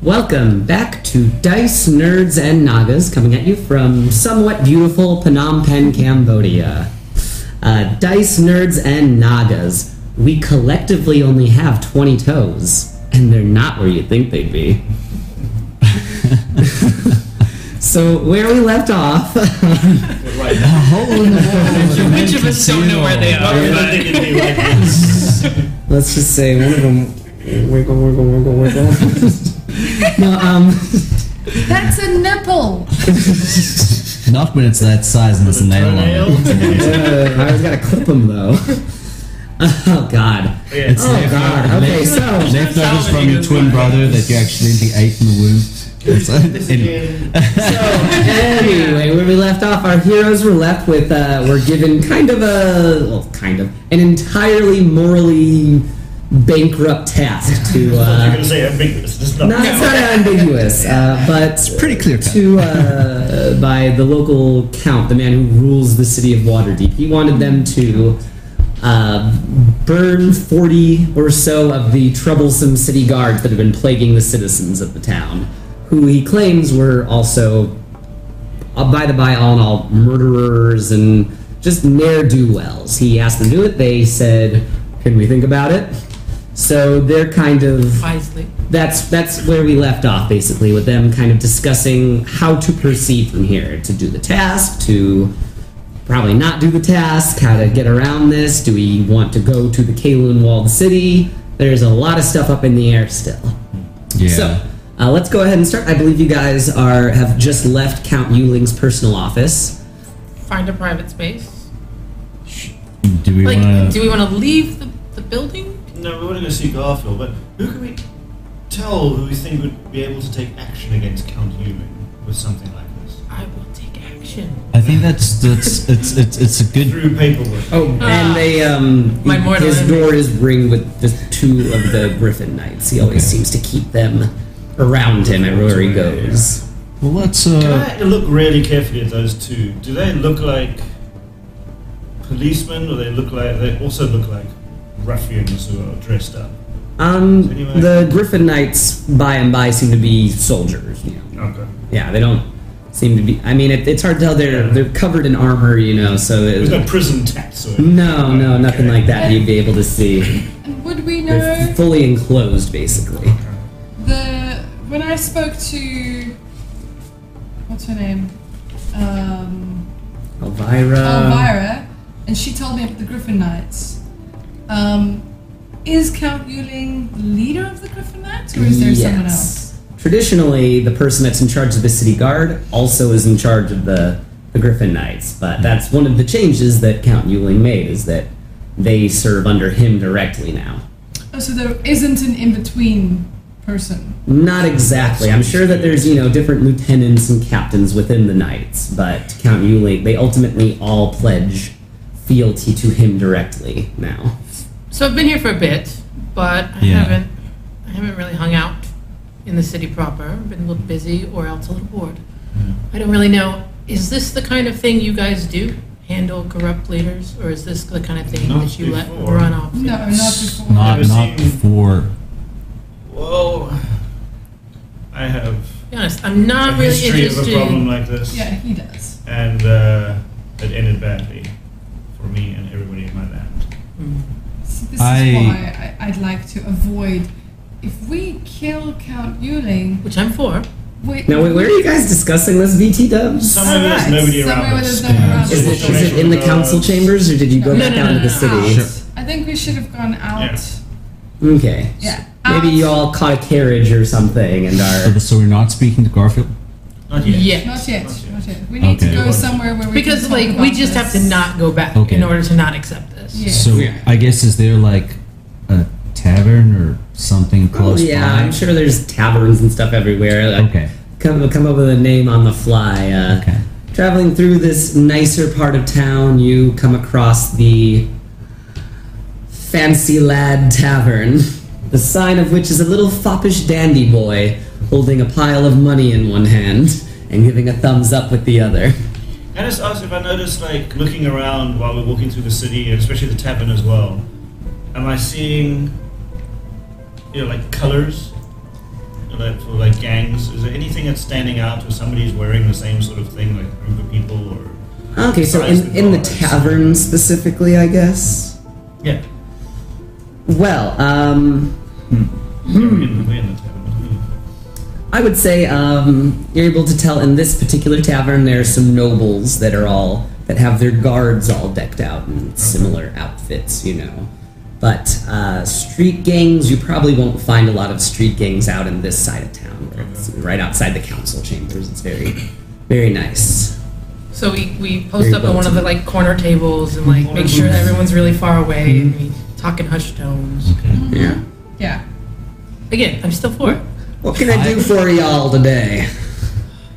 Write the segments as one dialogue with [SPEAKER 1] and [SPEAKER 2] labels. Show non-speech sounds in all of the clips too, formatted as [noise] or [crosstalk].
[SPEAKER 1] Welcome back to Dice Nerds and Nagas, coming at you from somewhat beautiful Phnom Penh, Cambodia. Uh, Dice Nerds and Nagas, we collectively only have 20 toes, and they're not where you'd think they'd be. [laughs] so, where we left off, [laughs]
[SPEAKER 2] Which of us don't know where they are? but-
[SPEAKER 1] let's just say one of them wiggle, wiggle, wiggle, wiggle.
[SPEAKER 3] [laughs]
[SPEAKER 1] no, um,
[SPEAKER 4] That's a nipple.
[SPEAKER 3] Not when it's that size and it's a
[SPEAKER 1] Oh,
[SPEAKER 3] nail on it.
[SPEAKER 1] uh, I always gotta clip them though. [laughs] Oh, God.
[SPEAKER 3] It's
[SPEAKER 1] Oh, God. Okay, so.
[SPEAKER 3] Leftovers from your twin brother that you accidentally ate in the womb. It's- uh, [laughs] anyway.
[SPEAKER 1] anyway, where we left off, our heroes were left with uh, were given kind of a well, kind of an entirely morally bankrupt task to.
[SPEAKER 5] You're
[SPEAKER 1] Uh,
[SPEAKER 5] [laughs] gonna say ambiguous. It's not.
[SPEAKER 1] no, it's not ambiguous, uh, but it's
[SPEAKER 3] pretty clear cut.
[SPEAKER 1] To uh, by the local count, the man who rules the city of Waterdeep, he wanted them to uh, burn forty or so of the troublesome city guards that have been plaguing the citizens of the town, who he claims were also, uh, by the by, all in all, murderers and just ne'er do wells. He asked them to do it. They said, "Can we think about it?" So they're kind of
[SPEAKER 2] Wisely.
[SPEAKER 1] that's that's where we left off basically with them kind of discussing how to proceed from here to do the task to probably not do the task how to get around this do we want to go to the Kalin walled city there's a lot of stuff up in the air still
[SPEAKER 3] Yeah.
[SPEAKER 1] so uh, let's go ahead and start I believe you guys are have just left Count Yuling's personal office
[SPEAKER 2] Find a private space.
[SPEAKER 3] do we
[SPEAKER 2] Like,
[SPEAKER 3] want
[SPEAKER 2] do
[SPEAKER 3] to?
[SPEAKER 2] we want to leave the, the building?
[SPEAKER 5] No, we want to go see Garfield, but who can we tell who we think would be able to take action against Count Human with something like this?
[SPEAKER 2] I will take action.
[SPEAKER 3] I think that's that's it's it's it's a good.
[SPEAKER 5] Through paperwork.
[SPEAKER 1] oh and
[SPEAKER 2] Ah.
[SPEAKER 1] they um
[SPEAKER 2] My mortal
[SPEAKER 1] his
[SPEAKER 2] enemy.
[SPEAKER 1] door is ringed with the two of the Griffin Knights he always seems to keep them around him everywhere he goes.
[SPEAKER 3] Well, let's
[SPEAKER 5] Can
[SPEAKER 3] uh.
[SPEAKER 5] I look really carefully at those two? Do they look like policemen, or they look like they also look like ruffians who are dressed up?
[SPEAKER 1] Um,
[SPEAKER 5] Anyway.
[SPEAKER 1] the Griffin Knights by and by seem to be soldiers. You know.
[SPEAKER 5] Okay.
[SPEAKER 1] Yeah, they don't seem to be. I mean, it, it's hard to tell. They're
[SPEAKER 5] Yeah.
[SPEAKER 1] they're covered in armor, you know. So
[SPEAKER 5] There's no
[SPEAKER 1] it,
[SPEAKER 5] prison tats or anything.
[SPEAKER 1] no, no, nothing
[SPEAKER 5] Okay.
[SPEAKER 1] like that. You'd be able to see.
[SPEAKER 4] And would we
[SPEAKER 1] They're
[SPEAKER 4] know
[SPEAKER 1] fully enclosed, basically.
[SPEAKER 4] the when I spoke to what's her name, um,
[SPEAKER 1] Elvira.
[SPEAKER 3] Um,
[SPEAKER 4] Elvira, and she told me about the Griffin Knights. Um, is Count Yuling the leader of the Griffin Knights, or is there someone else?
[SPEAKER 1] Yes. Traditionally, the person that's in charge of the city guard also is in charge of the, the Griffin Knights, but that's one of the changes that Count Yuling made is that they serve under him directly now.
[SPEAKER 4] Oh, so there isn't an in-between person.
[SPEAKER 1] Not exactly. I'm sure that there's, you know, different lieutenants and captains within the knights, but Count Yuling, they ultimately all pledge fealty to him directly now.
[SPEAKER 2] So I've been here for a bit, but I
[SPEAKER 3] Yeah.
[SPEAKER 2] haven't. I haven't really hung out in the city proper. I've been a little busy, or else a little bored.
[SPEAKER 3] Mm-hmm.
[SPEAKER 2] I don't really know. Is this the kind of thing you guys do? Handle corrupt leaders, or is this the kind of thing
[SPEAKER 5] Not
[SPEAKER 2] that you let
[SPEAKER 5] before.
[SPEAKER 2] run off?
[SPEAKER 4] No, not before.
[SPEAKER 3] Not
[SPEAKER 5] Never
[SPEAKER 3] not
[SPEAKER 5] seen-
[SPEAKER 3] before.
[SPEAKER 5] Well, I have
[SPEAKER 2] be honest, I'm
[SPEAKER 5] a
[SPEAKER 2] not really
[SPEAKER 5] history of
[SPEAKER 2] interested.
[SPEAKER 5] a
[SPEAKER 2] in-
[SPEAKER 5] problem like this.
[SPEAKER 4] Yeah, he does.
[SPEAKER 5] and uh, it ended badly for me and everybody in my land.
[SPEAKER 4] So this
[SPEAKER 3] I-
[SPEAKER 4] is why I, I'd like to avoid. If we kill Count Yuling,
[SPEAKER 2] which I'm for.
[SPEAKER 4] we,
[SPEAKER 1] Now, wait, where are you guys discussing this, VT Dubs?
[SPEAKER 5] Somewhere where there's
[SPEAKER 4] Alright,
[SPEAKER 5] nobody
[SPEAKER 4] somewhere
[SPEAKER 5] around
[SPEAKER 4] where
[SPEAKER 5] us.
[SPEAKER 4] there's nobody
[SPEAKER 3] Yeah.
[SPEAKER 4] around
[SPEAKER 1] Is it, is it in the council chambers, or did you go
[SPEAKER 4] No,
[SPEAKER 1] back
[SPEAKER 2] no,
[SPEAKER 1] down
[SPEAKER 2] no,
[SPEAKER 1] to the
[SPEAKER 2] no, no.
[SPEAKER 1] city?
[SPEAKER 3] Sure.
[SPEAKER 4] I think we should have gone out.
[SPEAKER 1] Okay.
[SPEAKER 4] Yeah.
[SPEAKER 1] Maybe
[SPEAKER 4] Out.
[SPEAKER 1] you all caught a carriage or something and [laughs] are.
[SPEAKER 3] So we're not speaking to Garfield.
[SPEAKER 5] Not yet.
[SPEAKER 2] Yes.
[SPEAKER 4] Not yet. Not yet. We
[SPEAKER 3] Okay.
[SPEAKER 4] need to go somewhere where we
[SPEAKER 2] Because
[SPEAKER 4] can talk
[SPEAKER 2] like
[SPEAKER 4] about
[SPEAKER 2] we just have to
[SPEAKER 4] this.
[SPEAKER 2] not go back
[SPEAKER 3] Okay.
[SPEAKER 2] in order to not accept this.
[SPEAKER 4] Yeah.
[SPEAKER 3] So
[SPEAKER 1] Yeah.
[SPEAKER 3] I guess is there like a tavern or something
[SPEAKER 1] Oh,
[SPEAKER 3] close
[SPEAKER 1] yeah,
[SPEAKER 3] by?
[SPEAKER 1] I'm sure there's taverns and stuff everywhere. Like,
[SPEAKER 3] Okay.
[SPEAKER 1] Come, come up with a name on the fly. Uh,
[SPEAKER 3] Okay.
[SPEAKER 1] Traveling through this nicer part of town, you come across the Fancy Lad Tavern, the sign of which is a little foppish dandy boy holding a pile of money in one hand and giving a thumbs up with the other.
[SPEAKER 5] Can I just ask if I noticed, like, looking around while we're walking through the city, and especially the tavern as well, am I seeing, you know, like, colors? that for like gangs? Is there anything that's standing out, or somebody's wearing the same sort of thing, like a group of people, or
[SPEAKER 1] Okay, so in, in the tavern specifically, I guess.
[SPEAKER 5] yeah,
[SPEAKER 1] Well, um,
[SPEAKER 5] we're in, we're in the tavern. Hmm.
[SPEAKER 1] I would say um, you're able to tell in this particular tavern there are some nobles that are all that have their guards all decked out in similar outfits, you know. But uh, street gangs, you probably won't find a lot of street gangs out in this side of town. Where it's right outside the council chambers. It's very, very nice.
[SPEAKER 2] So we, we
[SPEAKER 1] Very
[SPEAKER 2] post up at one of the
[SPEAKER 1] welcome.
[SPEAKER 2] like corner tables and like make sure everyone's really far away and we talk in hushed tones.
[SPEAKER 1] Yeah.
[SPEAKER 4] Yeah.
[SPEAKER 2] Again, I'm still for it.
[SPEAKER 1] What can I do for y'all today?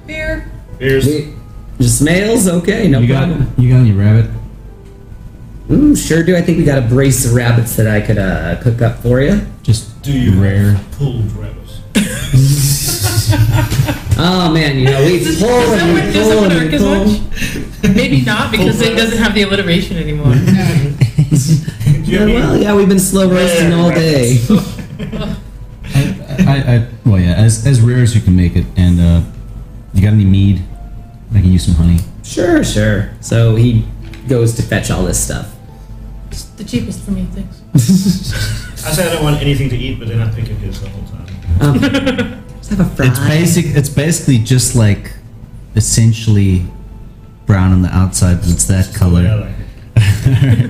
[SPEAKER 4] Beer.
[SPEAKER 5] There's
[SPEAKER 1] We- Just males? Okay, no
[SPEAKER 3] you got
[SPEAKER 1] problem.
[SPEAKER 3] you got any rabbit?
[SPEAKER 1] Mm, sure do. I think we got a brace of rabbits that I could uh, cook up for you.
[SPEAKER 3] Just
[SPEAKER 5] do you
[SPEAKER 3] rare.
[SPEAKER 5] have pulled rabbits?
[SPEAKER 1] Oh man, you know we
[SPEAKER 2] Does-
[SPEAKER 1] pull
[SPEAKER 2] does that
[SPEAKER 1] and
[SPEAKER 2] one-
[SPEAKER 1] we
[SPEAKER 2] does that
[SPEAKER 1] pull
[SPEAKER 2] one
[SPEAKER 1] and
[SPEAKER 2] arc
[SPEAKER 1] we
[SPEAKER 2] as
[SPEAKER 1] pull.
[SPEAKER 2] Maybe not because it doesn't have the alliteration anymore.
[SPEAKER 5] Do you
[SPEAKER 1] Yeah,
[SPEAKER 5] have
[SPEAKER 1] well,
[SPEAKER 5] any-
[SPEAKER 1] yeah, we've been slow roasting all day. [laughs]
[SPEAKER 3] I, I, I, well, yeah, as, as rare as you can make it. And uh, you got any mead? I can use some honey.
[SPEAKER 1] Sure, sure. So he goes to fetch all this stuff.
[SPEAKER 2] It's the cheapest for me, thanks.
[SPEAKER 5] I say I don't want anything to eat, but then I pick up his the whole time.
[SPEAKER 1] Um, just have a fry.
[SPEAKER 3] It's basic. It's basically just like essentially brown on the outside, but it's that
[SPEAKER 5] Yeah,
[SPEAKER 3] color.
[SPEAKER 5] like,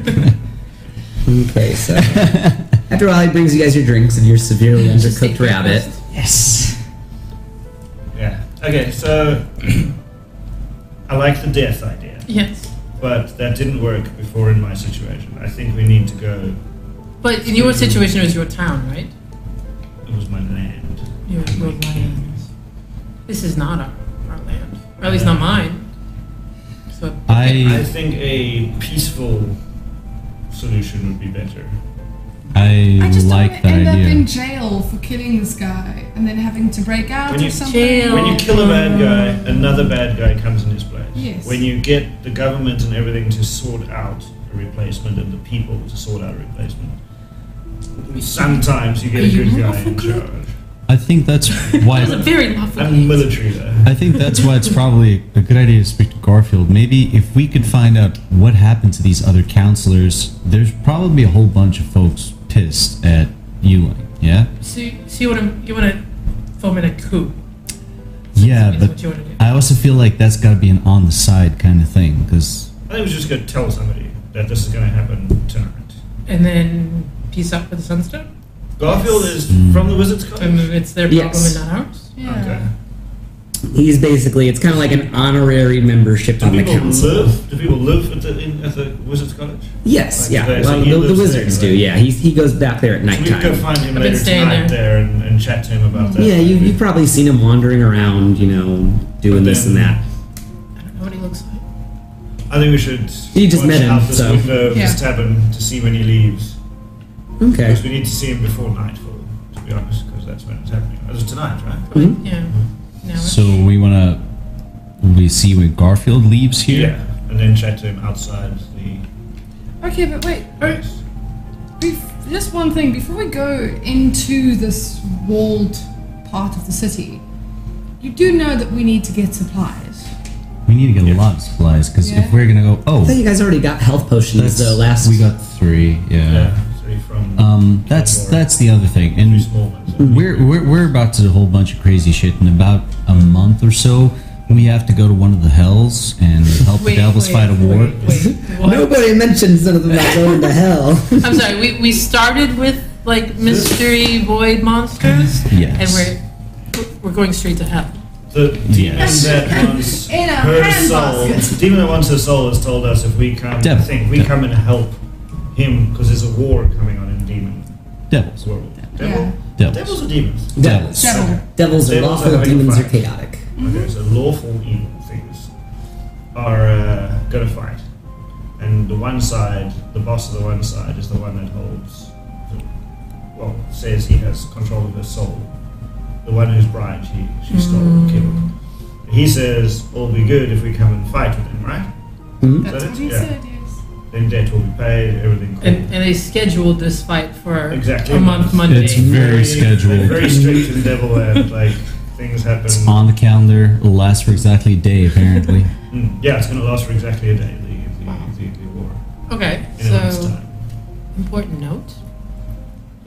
[SPEAKER 1] Okay, so [laughs] after a while, he brings you guys your drinks and your severely
[SPEAKER 2] Just
[SPEAKER 1] undercooked
[SPEAKER 2] take
[SPEAKER 1] rabbit.
[SPEAKER 2] breakfast.
[SPEAKER 3] Yes.
[SPEAKER 5] yeah. Okay, so [clears throat] I like the death idea,
[SPEAKER 2] Yes.
[SPEAKER 5] but that didn't work before in my situation. I think we need to go.
[SPEAKER 2] But in your situation, it was your town, right?
[SPEAKER 5] It was my land.
[SPEAKER 2] Your, your land. This is not our, our land. Or at least not mine. So
[SPEAKER 5] I
[SPEAKER 3] I
[SPEAKER 5] think a peaceful solution would be better.
[SPEAKER 3] I,
[SPEAKER 4] I just
[SPEAKER 3] like
[SPEAKER 4] don't
[SPEAKER 3] that
[SPEAKER 4] want to end
[SPEAKER 3] idea.
[SPEAKER 4] up in jail for killing this guy and then having to break out
[SPEAKER 5] When you-
[SPEAKER 4] or something.
[SPEAKER 2] Jail.
[SPEAKER 5] When you kill a bad guy, another bad guy comes in his place.
[SPEAKER 4] Yes.
[SPEAKER 5] When you get the government and everything to sort out a replacement and the people to sort out a replacement, sometimes you get
[SPEAKER 2] Are
[SPEAKER 5] a
[SPEAKER 2] you
[SPEAKER 5] good
[SPEAKER 2] lawful
[SPEAKER 5] guy in
[SPEAKER 2] good?
[SPEAKER 5] charge.
[SPEAKER 3] I think
[SPEAKER 4] [laughs]
[SPEAKER 3] that's
[SPEAKER 2] it was a
[SPEAKER 3] why.
[SPEAKER 2] very lawful
[SPEAKER 5] I'm military though.
[SPEAKER 3] I think that's why it's probably a good idea to speak to Garfield. Maybe if we could find out what happened to these other counselors, there's probably a whole bunch of folks pissed at Ewing. Yeah.
[SPEAKER 2] So, you- so you want to you want to foment a coup?
[SPEAKER 3] Yeah,
[SPEAKER 2] Is
[SPEAKER 3] but
[SPEAKER 2] what you want to do.
[SPEAKER 3] I also feel like that's got to be an on the side kind of thing because
[SPEAKER 5] I think we should just go tell somebody that this is going to happen tonight.
[SPEAKER 2] and then peace out with the sunstone.
[SPEAKER 5] Garfield is from the Wizard's
[SPEAKER 2] And
[SPEAKER 5] College.
[SPEAKER 2] it's their problem
[SPEAKER 1] Yes.
[SPEAKER 2] and not ours.
[SPEAKER 4] Yeah.
[SPEAKER 5] Okay.
[SPEAKER 1] He's basically it's kind of like an honorary membership
[SPEAKER 5] Do
[SPEAKER 1] on the
[SPEAKER 5] people
[SPEAKER 1] council.
[SPEAKER 5] live? Do people live at the, in, at the Wizard's College?
[SPEAKER 1] Yes,
[SPEAKER 5] Like,
[SPEAKER 1] yeah.
[SPEAKER 5] so
[SPEAKER 1] Well,
[SPEAKER 5] he
[SPEAKER 1] the, the
[SPEAKER 5] lives there,
[SPEAKER 1] wizards do.
[SPEAKER 5] right?
[SPEAKER 1] Yeah, he he goes back there at
[SPEAKER 5] So we could go
[SPEAKER 1] nighttime.
[SPEAKER 5] find him
[SPEAKER 2] I've been
[SPEAKER 5] later
[SPEAKER 2] staying
[SPEAKER 5] tonight
[SPEAKER 2] there.
[SPEAKER 5] there and, and chat to him about that.
[SPEAKER 1] Yeah, you, you've probably seen him wandering around, you know, doing this and that.
[SPEAKER 2] I don't know what he looks like.
[SPEAKER 5] I think we should.
[SPEAKER 1] You just
[SPEAKER 5] watch
[SPEAKER 1] met him,
[SPEAKER 5] out this
[SPEAKER 1] so-
[SPEAKER 5] window of
[SPEAKER 4] Yeah.
[SPEAKER 5] this tavern to see when he leaves.
[SPEAKER 1] Okay.
[SPEAKER 5] Because we need to see him before nightfall, to be honest, because that's when it's happening. It was tonight, right?
[SPEAKER 1] Mhm.
[SPEAKER 2] Yeah. No.
[SPEAKER 3] so we want to. We see when Garfield leaves here.
[SPEAKER 5] And then chat to him outside the.
[SPEAKER 4] Okay, but wait. oh, bef- Just one thing before we go into this walled part of the city, you do know that we need to get supplies.
[SPEAKER 3] We need to get a lot of supplies because
[SPEAKER 4] Yeah.
[SPEAKER 3] if we're gonna go, oh,
[SPEAKER 1] I thought you guys already got health potions
[SPEAKER 3] that's
[SPEAKER 1] though. Last
[SPEAKER 3] we got three. Yeah.
[SPEAKER 5] Yeah. So he's from.
[SPEAKER 3] Um, that's
[SPEAKER 5] Or-
[SPEAKER 3] that's the other thing, and
[SPEAKER 5] two small ones.
[SPEAKER 3] we're, we're we're about to do a whole bunch of crazy shit in about a month or so. We have to go to one of the hells and help
[SPEAKER 2] Wait,
[SPEAKER 3] the devils
[SPEAKER 2] wait,
[SPEAKER 3] fight a war.
[SPEAKER 2] Wait, wait,
[SPEAKER 1] [laughs]
[SPEAKER 2] what?
[SPEAKER 1] Nobody mentions none of them about going
[SPEAKER 3] [laughs]
[SPEAKER 1] to hell.
[SPEAKER 2] I'm sorry. We, we started with like mystery void monsters,
[SPEAKER 3] Yes.
[SPEAKER 2] and we're we're going straight to hell.
[SPEAKER 5] The demon
[SPEAKER 3] Yes.
[SPEAKER 5] that wants
[SPEAKER 4] [laughs] In a
[SPEAKER 5] her
[SPEAKER 4] hand
[SPEAKER 5] soul.
[SPEAKER 4] basket.
[SPEAKER 5] The demon that wants her soul has told us if we come.
[SPEAKER 3] Devil.
[SPEAKER 5] I think we
[SPEAKER 3] Devil.
[SPEAKER 5] come and help him because there's a war coming on in demon
[SPEAKER 3] Devils,
[SPEAKER 5] world.
[SPEAKER 4] Yeah.
[SPEAKER 5] Devil?
[SPEAKER 3] devils.
[SPEAKER 5] Devils or demons?
[SPEAKER 1] Devils.
[SPEAKER 3] Devils.
[SPEAKER 4] Devil.
[SPEAKER 1] Devils are
[SPEAKER 5] Devils
[SPEAKER 1] lawful,
[SPEAKER 5] are like
[SPEAKER 1] demons are
[SPEAKER 5] fire.
[SPEAKER 1] chaotic.
[SPEAKER 2] Mm-hmm.
[SPEAKER 5] Okay, so lawful evil things are uh, going to fight. And the one side, the boss of the one side, is the one that holds, the, well, says he has control of her soul. The one whose bride she, she stole or
[SPEAKER 2] Mm.
[SPEAKER 5] killed. He says, all be good if we come and fight with him, right?
[SPEAKER 1] Mhm.
[SPEAKER 4] That's
[SPEAKER 5] That
[SPEAKER 4] what
[SPEAKER 5] is-
[SPEAKER 4] he
[SPEAKER 5] yeah.
[SPEAKER 4] said, yes.
[SPEAKER 5] Then debt will be paid. Everything. Cool.
[SPEAKER 2] And, and they scheduled this fight for
[SPEAKER 5] Exactly.
[SPEAKER 2] a month Monday.
[SPEAKER 3] It's very scheduled.
[SPEAKER 5] Very strict in Devil
[SPEAKER 2] [laughs]
[SPEAKER 5] Land. Like things happen.
[SPEAKER 3] It's on the calendar. It'll last for exactly a day, apparently.
[SPEAKER 5] Mm, yeah, it's going to last for exactly a day. The, the, the, the war
[SPEAKER 2] okay,
[SPEAKER 5] in a month's
[SPEAKER 2] so
[SPEAKER 5] time.
[SPEAKER 2] important note.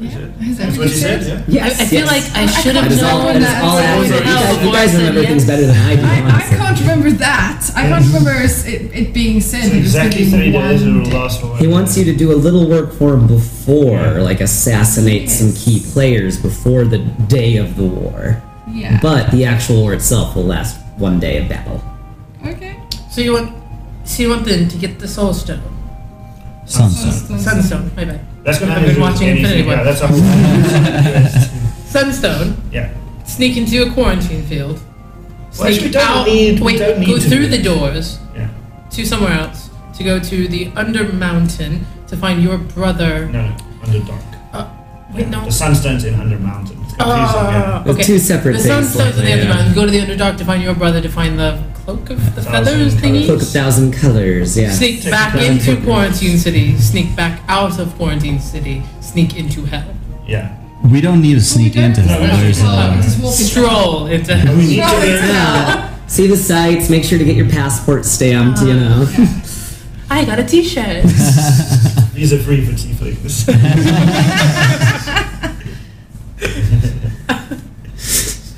[SPEAKER 5] Is it?
[SPEAKER 4] Is that
[SPEAKER 5] That's what
[SPEAKER 4] what you
[SPEAKER 5] you said. Yeah.
[SPEAKER 1] Yes,
[SPEAKER 2] I, I feel
[SPEAKER 1] yes.
[SPEAKER 2] like I should
[SPEAKER 1] That
[SPEAKER 2] have
[SPEAKER 1] is all,
[SPEAKER 2] known
[SPEAKER 1] that is
[SPEAKER 4] that.
[SPEAKER 1] all I
[SPEAKER 5] That's
[SPEAKER 1] you
[SPEAKER 5] what I
[SPEAKER 1] guys, you
[SPEAKER 5] said,
[SPEAKER 1] guys remember things
[SPEAKER 2] yes.
[SPEAKER 1] better than I do,
[SPEAKER 4] I, I
[SPEAKER 1] honestly.
[SPEAKER 4] can't remember that. I can't remember it, it being said.
[SPEAKER 5] It's
[SPEAKER 4] that it's
[SPEAKER 5] exactly
[SPEAKER 4] within
[SPEAKER 5] three days. It
[SPEAKER 4] one
[SPEAKER 5] will
[SPEAKER 4] day.
[SPEAKER 5] last for. one
[SPEAKER 1] He
[SPEAKER 5] day.
[SPEAKER 1] wants you to do a little work for him before,
[SPEAKER 5] Yeah.
[SPEAKER 1] like assassinate some key players before the day of the war.
[SPEAKER 4] Yeah.
[SPEAKER 1] But the actual war itself will last one day of battle.
[SPEAKER 4] okay.
[SPEAKER 2] So you want, so you want them to get the soul stone,
[SPEAKER 3] Sunset.
[SPEAKER 2] sunstone. My bad.
[SPEAKER 5] That's going to
[SPEAKER 2] I've
[SPEAKER 5] happen.
[SPEAKER 2] been watching Infinity War.
[SPEAKER 5] Yeah, that's a
[SPEAKER 2] [laughs]
[SPEAKER 5] whole.
[SPEAKER 2] Sunstone.
[SPEAKER 5] yeah.
[SPEAKER 2] sneak into a quarantine field, sneak
[SPEAKER 5] Well, actually, we don't
[SPEAKER 2] out,
[SPEAKER 5] need- we
[SPEAKER 2] wait,
[SPEAKER 5] don't need
[SPEAKER 2] go
[SPEAKER 5] to do
[SPEAKER 2] through the doors
[SPEAKER 5] Yeah.
[SPEAKER 2] to somewhere else to go to the under mountain to find your brother.
[SPEAKER 5] No, no. Under dark.
[SPEAKER 2] Wait, no.
[SPEAKER 5] The sunstone's in under mountain. It's confusing.
[SPEAKER 2] Ah,
[SPEAKER 1] There's
[SPEAKER 2] okay.
[SPEAKER 1] two separate
[SPEAKER 2] the
[SPEAKER 1] things.
[SPEAKER 2] sunstone's in the
[SPEAKER 1] like,
[SPEAKER 2] under
[SPEAKER 1] yeah.
[SPEAKER 2] mountain. Go to the underdark to find your brother to find the cloak of the
[SPEAKER 5] Thousand
[SPEAKER 2] feathers thingy.
[SPEAKER 1] Cloak of thousand colors, yeah.
[SPEAKER 2] Sneak
[SPEAKER 5] Take
[SPEAKER 2] back
[SPEAKER 5] the present
[SPEAKER 2] into
[SPEAKER 5] book.
[SPEAKER 2] quarantine city. Sneak back out of quarantine city. Sneak into hell.
[SPEAKER 5] yeah. yeah.
[SPEAKER 3] We don't need to sneak
[SPEAKER 4] don't
[SPEAKER 3] into
[SPEAKER 5] need
[SPEAKER 3] hell.
[SPEAKER 5] to sneak
[SPEAKER 3] There's
[SPEAKER 5] into hell.
[SPEAKER 3] uh,
[SPEAKER 4] Just walk into
[SPEAKER 2] Stroll into hell.
[SPEAKER 5] We need
[SPEAKER 4] No,
[SPEAKER 5] to
[SPEAKER 4] it's
[SPEAKER 5] learn-
[SPEAKER 4] not.
[SPEAKER 1] See the sights, make sure to get your passport stamped, you know.
[SPEAKER 2] I got
[SPEAKER 5] [laughs]
[SPEAKER 2] a T-shirt.
[SPEAKER 5] These are free
[SPEAKER 1] [laughs]
[SPEAKER 5] for tieflings.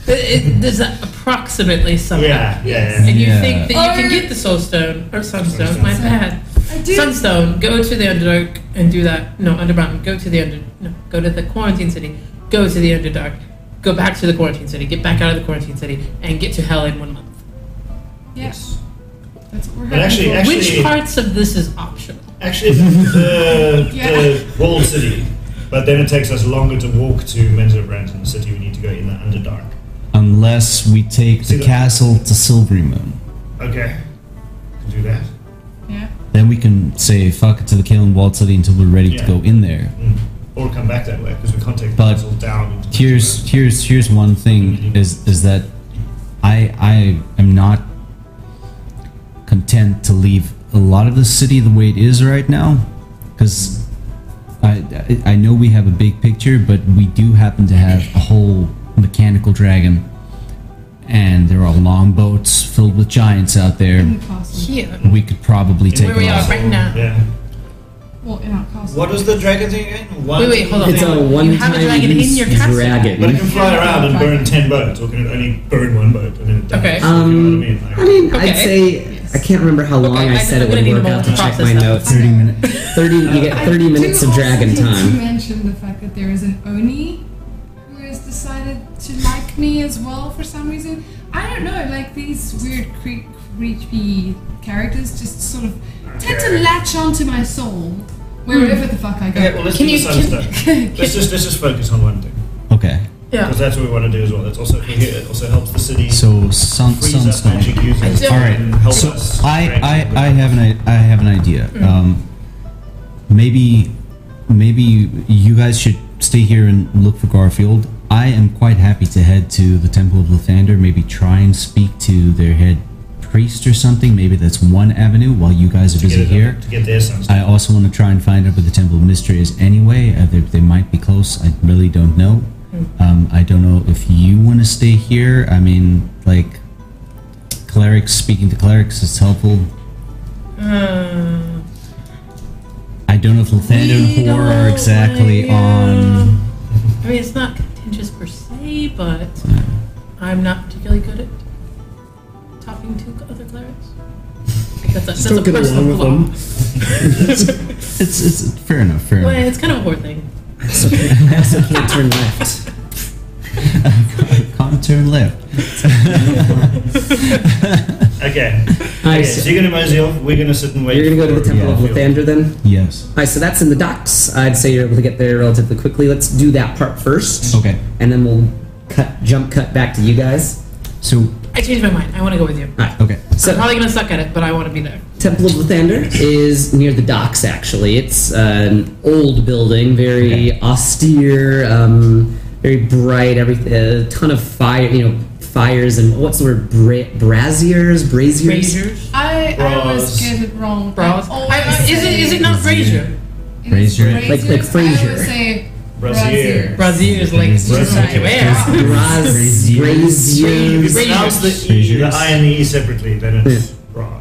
[SPEAKER 2] It- it- There's a- approximately
[SPEAKER 5] yeah,
[SPEAKER 2] something.
[SPEAKER 5] yeah, yeah.
[SPEAKER 2] And you
[SPEAKER 3] Yeah.
[SPEAKER 2] think that you
[SPEAKER 4] Or-
[SPEAKER 2] can get the soulstone or sunstone? My
[SPEAKER 5] Sunstone.
[SPEAKER 2] bad.
[SPEAKER 4] I do.
[SPEAKER 2] Sunstone. Go to the underdark and do that. No, underground. Go to the under. No, go to the quarantine city. Go to the underdark. Go back to the quarantine city. Get back out of the quarantine city and get to hell in one month.
[SPEAKER 4] Yes. That's what we're
[SPEAKER 5] But actually-
[SPEAKER 4] hoping for.
[SPEAKER 5] actually-
[SPEAKER 2] Which parts of this is optional?
[SPEAKER 5] Actually, the,
[SPEAKER 2] [laughs]
[SPEAKER 5] the,
[SPEAKER 4] Yeah.
[SPEAKER 5] the walled city. But then it takes us longer to walk to Menzo Branson City. We need to go in the Underdark.
[SPEAKER 3] unless we take
[SPEAKER 5] See
[SPEAKER 3] the
[SPEAKER 5] that?
[SPEAKER 3] castle to Silvery Moon.
[SPEAKER 5] Okay. Can do that.
[SPEAKER 4] yeah.
[SPEAKER 3] Then we can say fuck it to the Kalen Walled City until we're ready to
[SPEAKER 5] Yeah.
[SPEAKER 3] go in there.
[SPEAKER 5] Mm. Or come back that way because we can't take the
[SPEAKER 3] But
[SPEAKER 5] castle down. into
[SPEAKER 3] Here's here's here's one thing is is that I I am not content to leave a lot of the city the way it is right now because I I I know we have a big picture but we do happen to have a whole mechanical dragon and there are longboats filled with giants out
[SPEAKER 4] In
[SPEAKER 3] there
[SPEAKER 4] the castle.
[SPEAKER 2] Here.
[SPEAKER 3] we could probably take
[SPEAKER 2] Where we
[SPEAKER 3] them
[SPEAKER 2] are
[SPEAKER 3] out.
[SPEAKER 2] right now.
[SPEAKER 5] Yeah.
[SPEAKER 4] Well, in our castle.
[SPEAKER 6] What was the dragon thing again? One,
[SPEAKER 2] Wait, wait, hold on.
[SPEAKER 1] It's
[SPEAKER 2] Hang
[SPEAKER 1] a
[SPEAKER 2] on.
[SPEAKER 1] one
[SPEAKER 2] you have
[SPEAKER 1] time
[SPEAKER 2] a dragon in
[SPEAKER 1] use
[SPEAKER 2] your castle.
[SPEAKER 1] dragon.
[SPEAKER 5] But it can fly around and burn 10 boats, or can it only burn one boat and then it dies?
[SPEAKER 2] Okay.
[SPEAKER 5] if
[SPEAKER 1] Um,
[SPEAKER 5] you know what I mean?
[SPEAKER 1] I mean, I'd
[SPEAKER 2] Okay.
[SPEAKER 1] say I can't remember how long
[SPEAKER 2] Okay,
[SPEAKER 1] I, said
[SPEAKER 2] I just-
[SPEAKER 1] it
[SPEAKER 2] I'm
[SPEAKER 1] would
[SPEAKER 2] gonna need
[SPEAKER 1] work.
[SPEAKER 2] a
[SPEAKER 1] I'll have to
[SPEAKER 2] moment to
[SPEAKER 1] check my
[SPEAKER 2] process that.
[SPEAKER 1] notes.
[SPEAKER 3] 30 minutes
[SPEAKER 1] Thirty, you get thirty minutes of dragon
[SPEAKER 4] You
[SPEAKER 1] time.
[SPEAKER 4] mentioned the fact that there is an Oni who has decided to like me as well for some reason. I don't know, like these weird, cre- creepy characters just sort of tend to
[SPEAKER 5] Okay.
[SPEAKER 4] latch onto my soul
[SPEAKER 1] Hmm.
[SPEAKER 4] wherever the fuck I go.
[SPEAKER 5] Okay, well, let's
[SPEAKER 2] [laughs] Can
[SPEAKER 5] do
[SPEAKER 2] you-
[SPEAKER 5] the sunstone.
[SPEAKER 4] can-
[SPEAKER 5] Let's just, let's just focus on one thing.
[SPEAKER 3] okay
[SPEAKER 2] Yeah.
[SPEAKER 5] Because that's what we want to do as well. That's also it also helps the city
[SPEAKER 3] so sun,
[SPEAKER 5] frees up
[SPEAKER 3] sunstone
[SPEAKER 5] magic users.
[SPEAKER 2] don't-
[SPEAKER 3] All right.
[SPEAKER 5] and help
[SPEAKER 3] So
[SPEAKER 5] us Mm. rank
[SPEAKER 3] I,
[SPEAKER 5] them.
[SPEAKER 3] I, I have an I, I have an idea. Um, maybe maybe you guys should stay here and look for Garfield. I am quite happy to head to the Temple of Lathander. Maybe try and speak to their head priest or something. Maybe that's one avenue while you guys are
[SPEAKER 5] to get
[SPEAKER 3] busy
[SPEAKER 5] it-
[SPEAKER 3] here.
[SPEAKER 5] to get their sunstone.
[SPEAKER 3] I also want to try and find out where the Temple of Mystery is anyway. Uh, they, they might be close. I really don't know.
[SPEAKER 2] Hmm.
[SPEAKER 3] Um, I don't know if you want to stay here. I mean, like, clerics, speaking to clerics is helpful.
[SPEAKER 2] Uh,
[SPEAKER 3] I don't know if Lathander and
[SPEAKER 2] We
[SPEAKER 3] Hor
[SPEAKER 2] don't
[SPEAKER 3] are exactly
[SPEAKER 2] wanna-
[SPEAKER 3] on.
[SPEAKER 2] I mean, it's not contentious per se, but I'm not particularly good at talking to other clerics. That's a, that's a personal flaw.
[SPEAKER 1] [laughs]
[SPEAKER 3] It's, it's fair enough, fair
[SPEAKER 2] Well,
[SPEAKER 3] enough. [laughs]
[SPEAKER 2] it's kind of a whore thing.
[SPEAKER 1] I also can't turn left.
[SPEAKER 3] Can't turn left.
[SPEAKER 5] Okay.
[SPEAKER 1] I
[SPEAKER 5] okay so you're going to mosey off. We're going to sit and wait.
[SPEAKER 1] You're gonna go to
[SPEAKER 5] for
[SPEAKER 1] the Temple of
[SPEAKER 5] Garfield.
[SPEAKER 1] Lathander then.
[SPEAKER 3] Yes.
[SPEAKER 1] Alright, so that's in the docks. I'd say you're able to get there relatively quickly. Let's do that part first.
[SPEAKER 3] Okay.
[SPEAKER 1] And then we'll cut jump cut back to you guys.
[SPEAKER 3] So,
[SPEAKER 2] I changed my mind. I want to go with you.
[SPEAKER 1] Alright.
[SPEAKER 3] okay.
[SPEAKER 2] I'm
[SPEAKER 1] So
[SPEAKER 2] probably gonna suck at it, but I want to be there.
[SPEAKER 1] Temple of Lathander is near the docks actually. It's uh, an old building, very austere, um, very bright, everything a ton of fire you know, fires and what's the word? Bra- braziers? Braziers?
[SPEAKER 2] Braziers.
[SPEAKER 4] I I, I always
[SPEAKER 5] Bras.
[SPEAKER 4] get it wrong.
[SPEAKER 2] Bras.
[SPEAKER 4] I always
[SPEAKER 2] I, I, is it is it not Brazier?
[SPEAKER 3] Brazier.
[SPEAKER 4] It's
[SPEAKER 1] Like- like Frasier.
[SPEAKER 4] Brazier. I always say
[SPEAKER 5] Brazier.
[SPEAKER 2] Brazier is like
[SPEAKER 3] Brazier.
[SPEAKER 4] Brazier.
[SPEAKER 2] suicide. Where?
[SPEAKER 1] Bras,
[SPEAKER 3] Brazier.
[SPEAKER 1] brazier.
[SPEAKER 5] If you pronounce the E, the I and the E separately, then it's bras.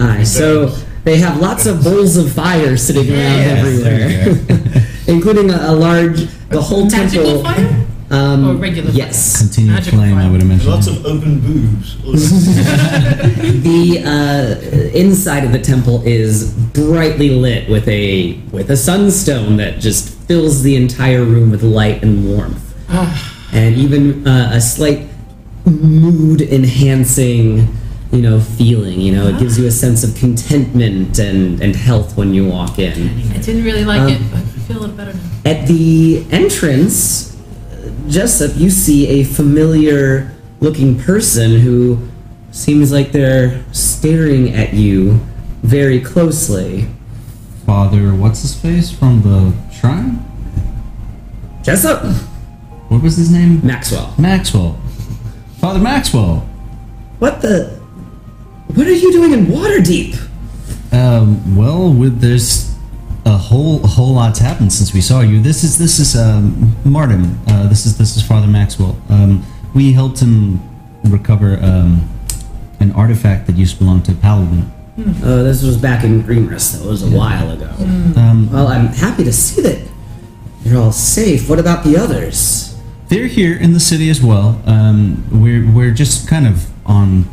[SPEAKER 1] Aye, so they have lots of bowls of fire sitting around everywhere, including a, a large, the whole
[SPEAKER 2] Magical
[SPEAKER 1] temple.
[SPEAKER 2] fire
[SPEAKER 1] Um,
[SPEAKER 2] or regular? fire?
[SPEAKER 1] yes,
[SPEAKER 3] Continue
[SPEAKER 2] Magical
[SPEAKER 3] playing, I
[SPEAKER 2] fire.
[SPEAKER 3] would imagine.
[SPEAKER 5] Lots of open boobs.
[SPEAKER 1] [laughs] the uh, inside of the temple is brightly lit with a with a sunstone that just fills the entire room with light and warmth, and even uh, a slight mood enhancing, you know, feeling. You know, it gives you a sense of contentment and and health when you walk in.
[SPEAKER 2] I didn't really like
[SPEAKER 1] Um,
[SPEAKER 2] it, but I feel a little better now.
[SPEAKER 1] At the entrance, Jessup, you see a familiar looking person who seems like they're staring at you very closely.
[SPEAKER 3] Father, what's his face from the shrine?
[SPEAKER 1] Jessup?
[SPEAKER 3] What was his name?
[SPEAKER 1] Maxwell.
[SPEAKER 3] Maxwell. Father Maxwell.
[SPEAKER 1] What the? What are you doing in Waterdeep?
[SPEAKER 3] Um, well, with this, a whole a whole lot's happened since we saw you. This is this is um, Martin. Uh, this is this is Father Maxwell. Um, we helped him recover um, an artifact that used to belong to Paladin.
[SPEAKER 1] Oh, this was back in Greenrest, though. It was a while ago.
[SPEAKER 3] Um,
[SPEAKER 1] Well, I'm happy to see that you're all safe. What about the others?
[SPEAKER 3] they're here in the city as well. Um, we're we're just kind of on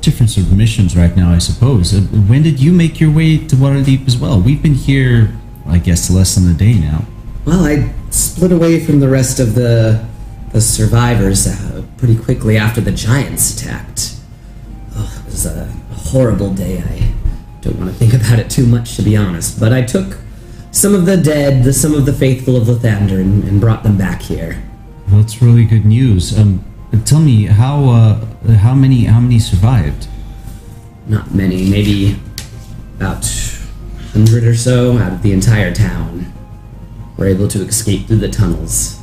[SPEAKER 3] different sort of missions right now, I suppose. Uh, when did you make your way to Waterdeep as well? We've been here, I guess, less than a day now.
[SPEAKER 1] Well, I split away from the rest of the the survivors uh, pretty quickly after the giants attacked. Oh, it was a, a horrible day. I don't want to think about it too much, to be honest. But I took some of the dead, the, some of the faithful of Lathander, and, and brought them back here.
[SPEAKER 3] That's really good news. Um, tell me how uh, how many how many survived?
[SPEAKER 1] Not many, maybe about hundred or so out of the entire town were able to escape through the tunnels.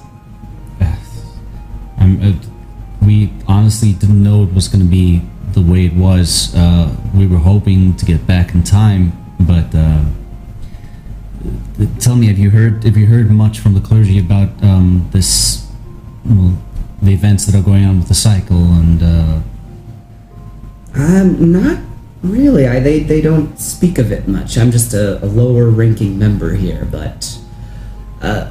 [SPEAKER 3] Um, uh, we honestly didn't know it was going to be the way it was. Uh, we were hoping to get back in time, but uh, th- tell me, have you heard have you heard much from the clergy about um, this? Well, the events that are going on with the cycle and uh,
[SPEAKER 1] Um, not really. I they they don't speak of it much. I'm just a, a lower ranking member here, but uh,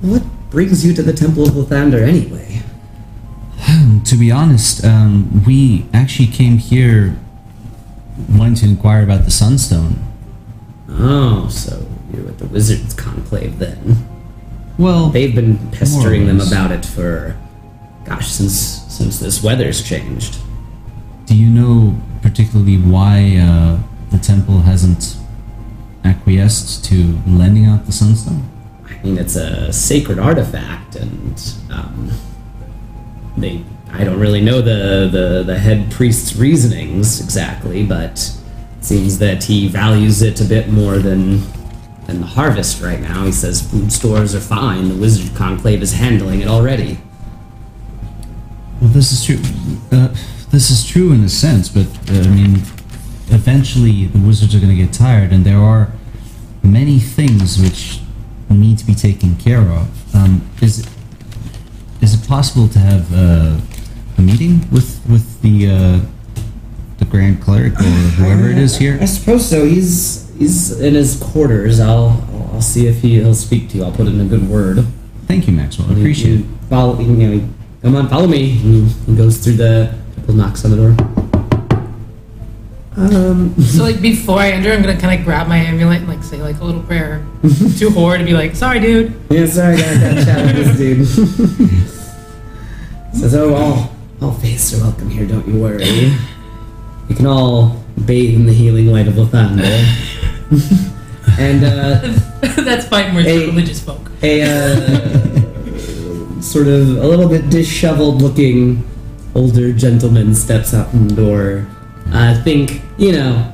[SPEAKER 1] what brings you to the Temple of Lathander anyway?
[SPEAKER 3] To be honest, um, we actually came here wanting to inquire about the Sunstone.
[SPEAKER 1] Oh, so you're at the Wizards Conclave then?
[SPEAKER 3] Well,
[SPEAKER 1] They've been pestering them
[SPEAKER 3] less.
[SPEAKER 1] about it for, gosh, since since this weather's changed.
[SPEAKER 3] do you know particularly why uh, the temple hasn't acquiesced to lending out the Sunstone?
[SPEAKER 1] I mean, it's a sacred artifact, and um, they. I don't really know the, the, the head priest's reasonings exactly, but it seems that he values it a bit more than than the harvest right now. He says food stores are fine. The wizard conclave is handling it already.
[SPEAKER 3] Well, this is true. Uh, this is true in a sense, but uh, I mean, eventually the wizards are going to get tired, and there are many things which need to be taken care of. Um, is is it possible to have uh, a meeting with with the uh, the grand cleric or whoever it is
[SPEAKER 1] [laughs]
[SPEAKER 3] here?
[SPEAKER 1] I suppose so. He's he's in his quarters. I'll I'll see if he, he'll speak to you. I'll put in a good word.
[SPEAKER 3] Thank you, Maxwell. I
[SPEAKER 1] And he-
[SPEAKER 3] appreciate it.
[SPEAKER 1] he Follow, you know, he, come on, follow me. And he, he goes through the, couple knocks on the door. Um,
[SPEAKER 2] So like before I enter, I'm gonna kind of grab my amulet and like say like a little prayer to Horde and be like, "Sorry, dude." [laughs]
[SPEAKER 1] yeah, sorry, I got that chat with this dude. [laughs] Says, oh, all, all faiths are welcome here, don't you worry. We can all bathe in the healing light of Lathander. and, uh,
[SPEAKER 2] That's fine. We're
[SPEAKER 1] Hey.
[SPEAKER 2] religious folk.
[SPEAKER 1] a uh, sort of a little bit disheveled looking older gentleman steps out from the door. I think, you know,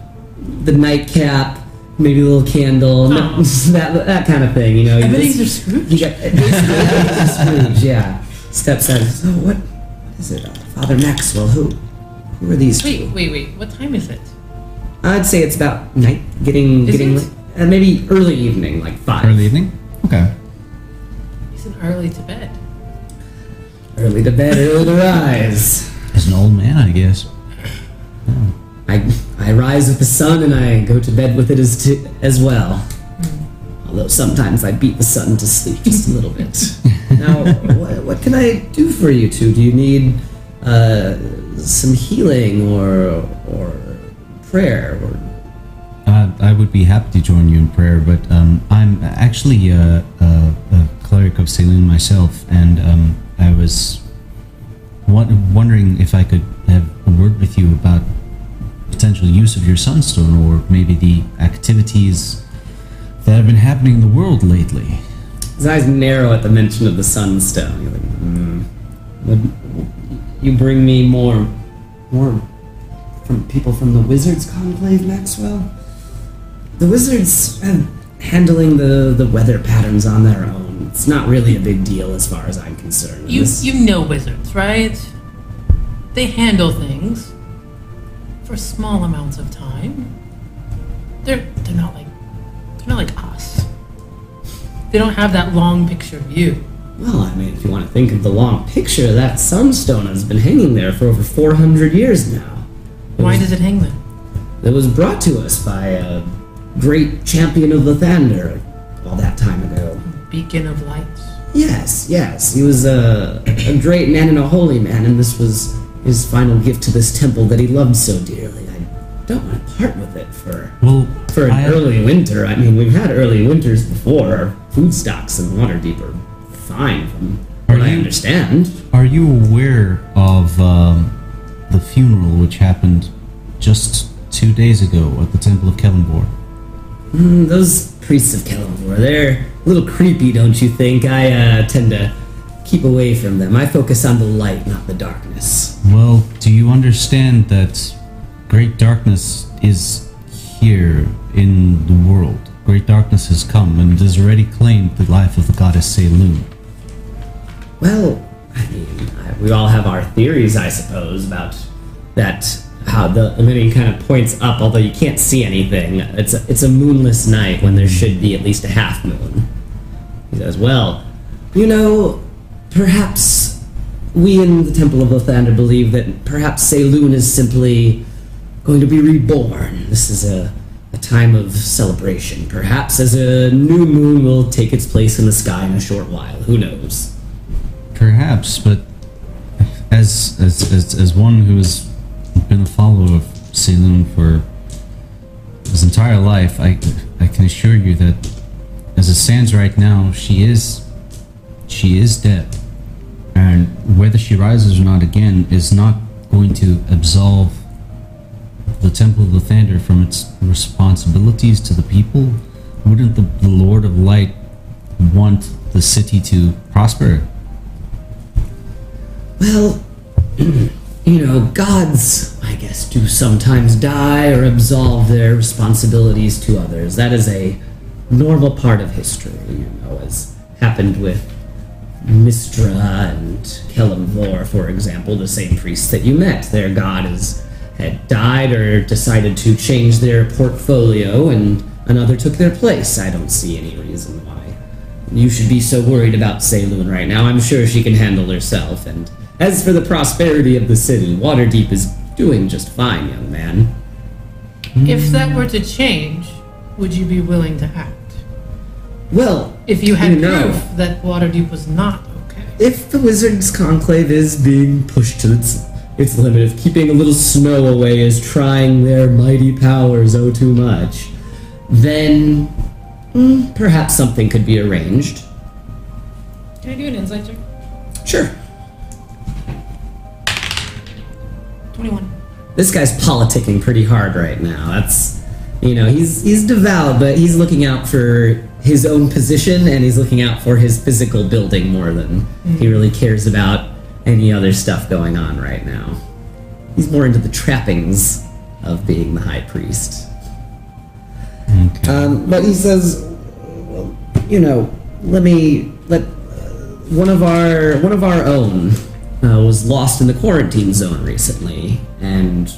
[SPEAKER 1] the nightcap, maybe a little candle, no-
[SPEAKER 2] Oh.
[SPEAKER 1] [laughs] that, that kind of thing, you know. you
[SPEAKER 2] Everything's
[SPEAKER 1] just-
[SPEAKER 2] are screwed.
[SPEAKER 1] you got basically Scrooge, yeah. Steps out. "Oh, So what, what is it, uh, Father Maxwell? Who, who are these?
[SPEAKER 2] Wait, wait, wait. What time is it?
[SPEAKER 1] people? I'd say it's about night, getting
[SPEAKER 2] Is
[SPEAKER 1] getting
[SPEAKER 2] it?
[SPEAKER 1] Uh, maybe early evening, like five.
[SPEAKER 3] Early evening? Okay.
[SPEAKER 2] He's an early to bed.
[SPEAKER 1] Early to bed, early to rise.
[SPEAKER 3] As an old man, I guess.
[SPEAKER 1] I I rise with the sun and I go to bed with it as to, as well. Although sometimes I beat the sun to sleep just a little bit. now, what, what can I do for you two? Do you need uh, some healing or or prayer? Or
[SPEAKER 3] Uh, I would be happy to join you in prayer, but um, I'm actually a, a, a cleric of Saloon myself, and um, I was won- wondering if I could have a word with you about potential use of your sunstone, or maybe the activities that have been happening in the world lately.
[SPEAKER 1] His eyes narrow at the mention of the sunstone. You're like, "Hmm. Would- would you bring me more, more from people from the wizards conclave, Maxwell? The wizards are handling the the weather patterns on their own. It's not really a big deal as far as I'm concerned.
[SPEAKER 2] You
[SPEAKER 1] This-
[SPEAKER 2] you know wizards, right? They handle things for small amounts of time. They're they're not like they're not like us. They don't have that long picture view.
[SPEAKER 1] well, I mean, if you want to think of the long picture, that sunstone has been hanging there for over 400 years now. It
[SPEAKER 2] Why
[SPEAKER 1] was
[SPEAKER 2] does it hang there?
[SPEAKER 1] that was brought to us by a great champion of Lathander all that time ago.
[SPEAKER 2] Beacon of lights.
[SPEAKER 1] Yes, yes, he was a, a great man and a holy man, and this was his final gift to this temple that he loved so dearly. I don't want to part with it for
[SPEAKER 3] Well,
[SPEAKER 1] for an
[SPEAKER 3] I-
[SPEAKER 1] early winter. I mean, we've had early winters before. Our food stocks in Waterdeep are fine, from
[SPEAKER 3] Are
[SPEAKER 1] what I
[SPEAKER 3] you-
[SPEAKER 1] understand.
[SPEAKER 3] Are you aware of um, the funeral which happened just two days ago at the Temple of Kellenborg?
[SPEAKER 1] Mm, Those priests of Kellamore, they're a little creepy, don't you think? I uh, tend to keep away from them. I focus on the light, not the darkness.
[SPEAKER 3] Well, do you understand that great darkness is here in the world? Great darkness has come and has already claimed the life of the goddess Selun.
[SPEAKER 1] Well, I mean, I, we all have our theories, I suppose, about that. How the Illuminati kind of points up, although you can't see anything. It's a, it's a moonless night when there should be at least a half moon. He says, Well, you know, perhaps we in the Temple of Lathander believe that perhaps Saloon is simply going to be reborn. This is a, a time of celebration. Perhaps as a new moon will take its place in the sky in a short while. Who knows?
[SPEAKER 3] Perhaps, but as as as, as one who has been a follower of Selun for his entire life, I I can assure you that as it stands right now, she is she is dead. And whether she rises or not again is not going to absolve the Temple of the Thunder from its responsibilities to the people. Wouldn't the, the Lord of Light want the city to prosper?
[SPEAKER 1] Well, [clears throat] you know, gods, I guess, do sometimes die or absolve their responsibilities to others. That is a normal part of history, you know, as happened with Mistra and Kellamvor, for example, the same priests that you met. Their god is, had died or decided to change their portfolio, and another took their place. I don't see any reason why you should be so worried about Saloon right now. I'm sure she can handle herself. And as for the prosperity of the city, Waterdeep is doing just fine, young man.
[SPEAKER 2] If that were to change, would you be willing to act?
[SPEAKER 1] Well,
[SPEAKER 2] If you had
[SPEAKER 1] You know.
[SPEAKER 2] proof that Waterdeep was not okay.
[SPEAKER 1] if the Wizards Conclave is being pushed to its, its limit, if keeping a little snow away is trying their mighty powers oh too much, then mm, perhaps something could be arranged.
[SPEAKER 2] Can I do an insight check?
[SPEAKER 1] Sure.
[SPEAKER 2] Twenty-one.
[SPEAKER 1] this guy's politicking pretty hard right now. That's you know he's he's devout, but he's looking out for his own position and he's looking out for his physical building more than he really cares about any other stuff going on right now. He's more into the trappings of being the high priest.
[SPEAKER 3] Okay.
[SPEAKER 1] Um, but he says, well, you know, let me let uh, one of our one of our own uh, was lost in the quarantine zone recently, and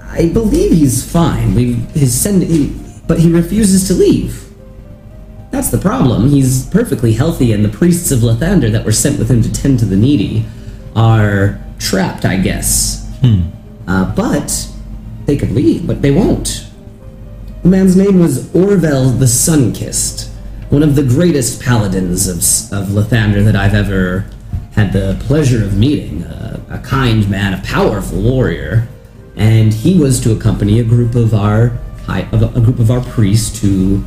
[SPEAKER 1] I believe he's fine. We his send, he, but he refuses to leave. That's the problem. He's perfectly healthy, and the priests of Lathander that were sent with him to tend to the needy are trapped, I guess. Uh, but they could leave, but they won't. The man's name was Orvel the Sunkist, one of the greatest paladins of, of Lathander that I've ever had the pleasure of meeting. A, a kind man, a powerful warrior, and he was to accompany a group of our high, of a, a group of our priests to,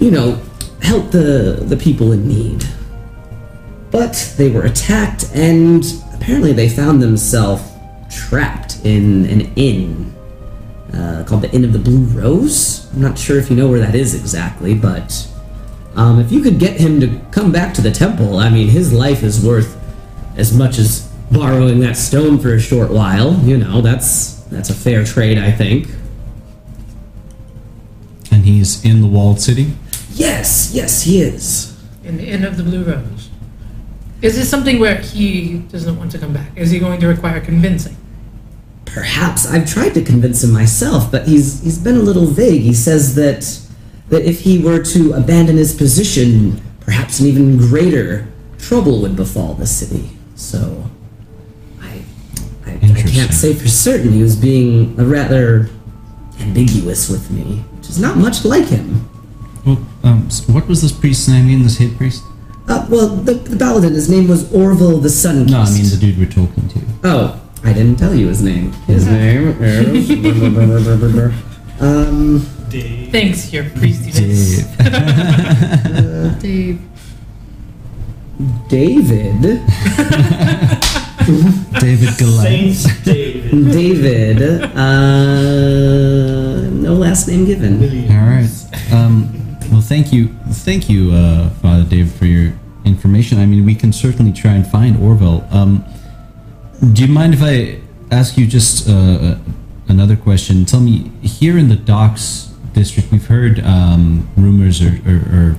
[SPEAKER 1] you know, help the the people in need. But they were attacked, and apparently they found themselves trapped in an inn uh, called the Inn of the Blue Rose. I'm not sure if you know where that is exactly, but um, if you could get him to come back to the temple, I mean, his life is worth as much as borrowing that stone for a short while. You know, that's that's a fair trade, I think.
[SPEAKER 3] And he's in the walled city.
[SPEAKER 1] Yes, yes, he is.
[SPEAKER 2] in the end of the Blue Rose. Is this something where he doesn't want to come back? Is he going to require convincing?
[SPEAKER 1] Perhaps I've tried to convince him myself, but he's he's been a little vague. He says that that if he were to abandon his position, perhaps an even greater trouble would befall the city. So I I, I
[SPEAKER 3] Interesting.
[SPEAKER 1] can't say for certain. He was being a rather ambiguous with me, which is not much like him.
[SPEAKER 3] Well, um, s- what was this priest's name again? This head priest?
[SPEAKER 1] Uh, well, the, the paladin, his name was Orville the Sun.
[SPEAKER 3] No, I mean the dude we're talking to.
[SPEAKER 1] Oh, I didn't tell you his name. [laughs] His name [laughs] is. um,
[SPEAKER 5] Dave.
[SPEAKER 2] Thanks, your priestess.
[SPEAKER 4] Dave.
[SPEAKER 1] David.
[SPEAKER 3] [laughs] David Goliath.
[SPEAKER 5] Saint David.
[SPEAKER 1] David. Uh, no last name given.
[SPEAKER 3] All right. Um, well, thank you, thank you, uh, Father David, for your information. I mean, we can certainly try and find Orville. Um, do you mind if I ask you just uh, another question? Tell me, here in the docks district, we've heard um, rumors or, or, or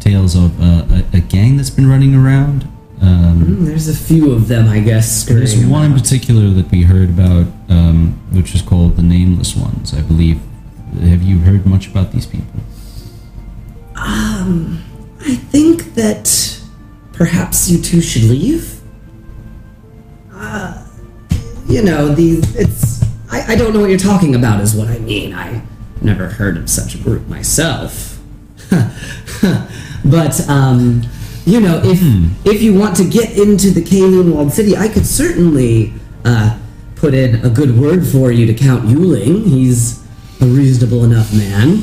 [SPEAKER 3] tales of uh, a, a gang that's been running around. Um,
[SPEAKER 1] Hmm, There's a few of them, I guess.
[SPEAKER 3] There's
[SPEAKER 1] scurrying
[SPEAKER 3] one in
[SPEAKER 1] around.
[SPEAKER 3] particular that we heard about, um, which is called the Nameless Ones, I believe. Have you heard much about these people?
[SPEAKER 1] I think that perhaps you two should leave. Uh, you know, these. It's. I, I don't know what you're talking about, is what I mean. I never heard of such a group myself. [laughs] but, um, you know, if if you want to get into the Canaan Walled City, I could certainly uh, put in a good word for you to Count Yuling. He's a reasonable enough man.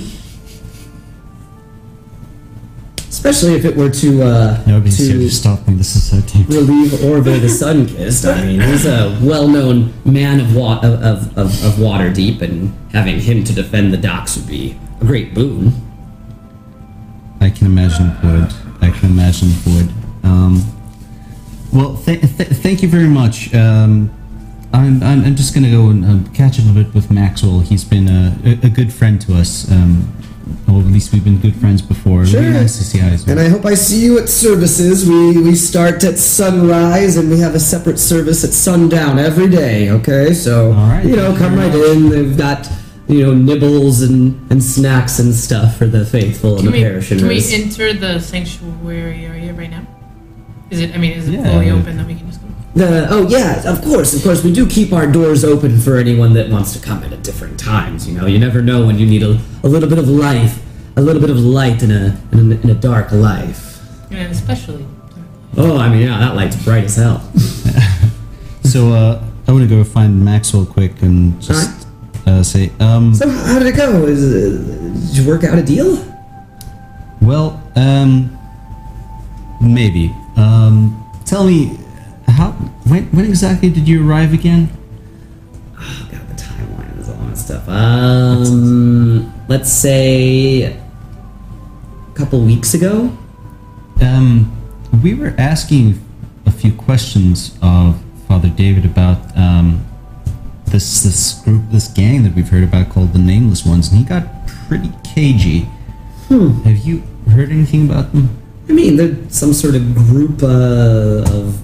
[SPEAKER 1] Especially if it were to uh, to
[SPEAKER 3] stop me. This is so deep.
[SPEAKER 1] relieve Orville the Sunkist. I mean, he's a well-known man of, wa- of, of, of, of water deep, and having him to defend the docks would be a great boon.
[SPEAKER 3] I can imagine it would. I can imagine it would. Um, well, th- th- thank you very much. Um, I'm, I'm, I'm just going to go and um, catch up a bit with Maxwell. He's been a, a, a good friend to us, um, or at least we've been good friends before. It would be
[SPEAKER 1] Sure.
[SPEAKER 3] nice to see how he's doing.
[SPEAKER 1] And I hope I see you at services. We we start at sunrise, and we have a separate service at sundown every day. Okay, so
[SPEAKER 3] All right,
[SPEAKER 1] you know,
[SPEAKER 3] thank you
[SPEAKER 1] come
[SPEAKER 3] very
[SPEAKER 1] right in. They've got you know nibbles and, and snacks and stuff for the faithful and
[SPEAKER 2] Can
[SPEAKER 1] the
[SPEAKER 2] we,
[SPEAKER 1] parishioners.
[SPEAKER 2] can we enter the sanctuary area right now? Is it, I mean, is it
[SPEAKER 3] Yeah.
[SPEAKER 2] fully open that we can just go?
[SPEAKER 1] The, oh yeah, of course, of course. We do keep our doors open for anyone that wants to come in at different times. You know, you never know when you need a, a little bit of life, a little bit of light in a in a, in a dark life.
[SPEAKER 2] And especially,
[SPEAKER 1] Oh, I mean, yeah, that light's bright as hell.
[SPEAKER 3] So uh, I want to go find Maxwell quick and just uh, say, um,
[SPEAKER 1] So how did it go? Is, uh, did you work out a deal?
[SPEAKER 3] well, um, maybe. Um, tell me, how when, when exactly did you arrive again?
[SPEAKER 1] Oh god, the timeline is all messed up. Um, let's say a couple weeks ago.
[SPEAKER 3] Um, we were asking a few questions of Father David about um, this this group, this gang that we've heard about called the Nameless Ones, and he got pretty cagey. Have you heard anything about them?
[SPEAKER 1] I mean, they're some sort of group uh, of,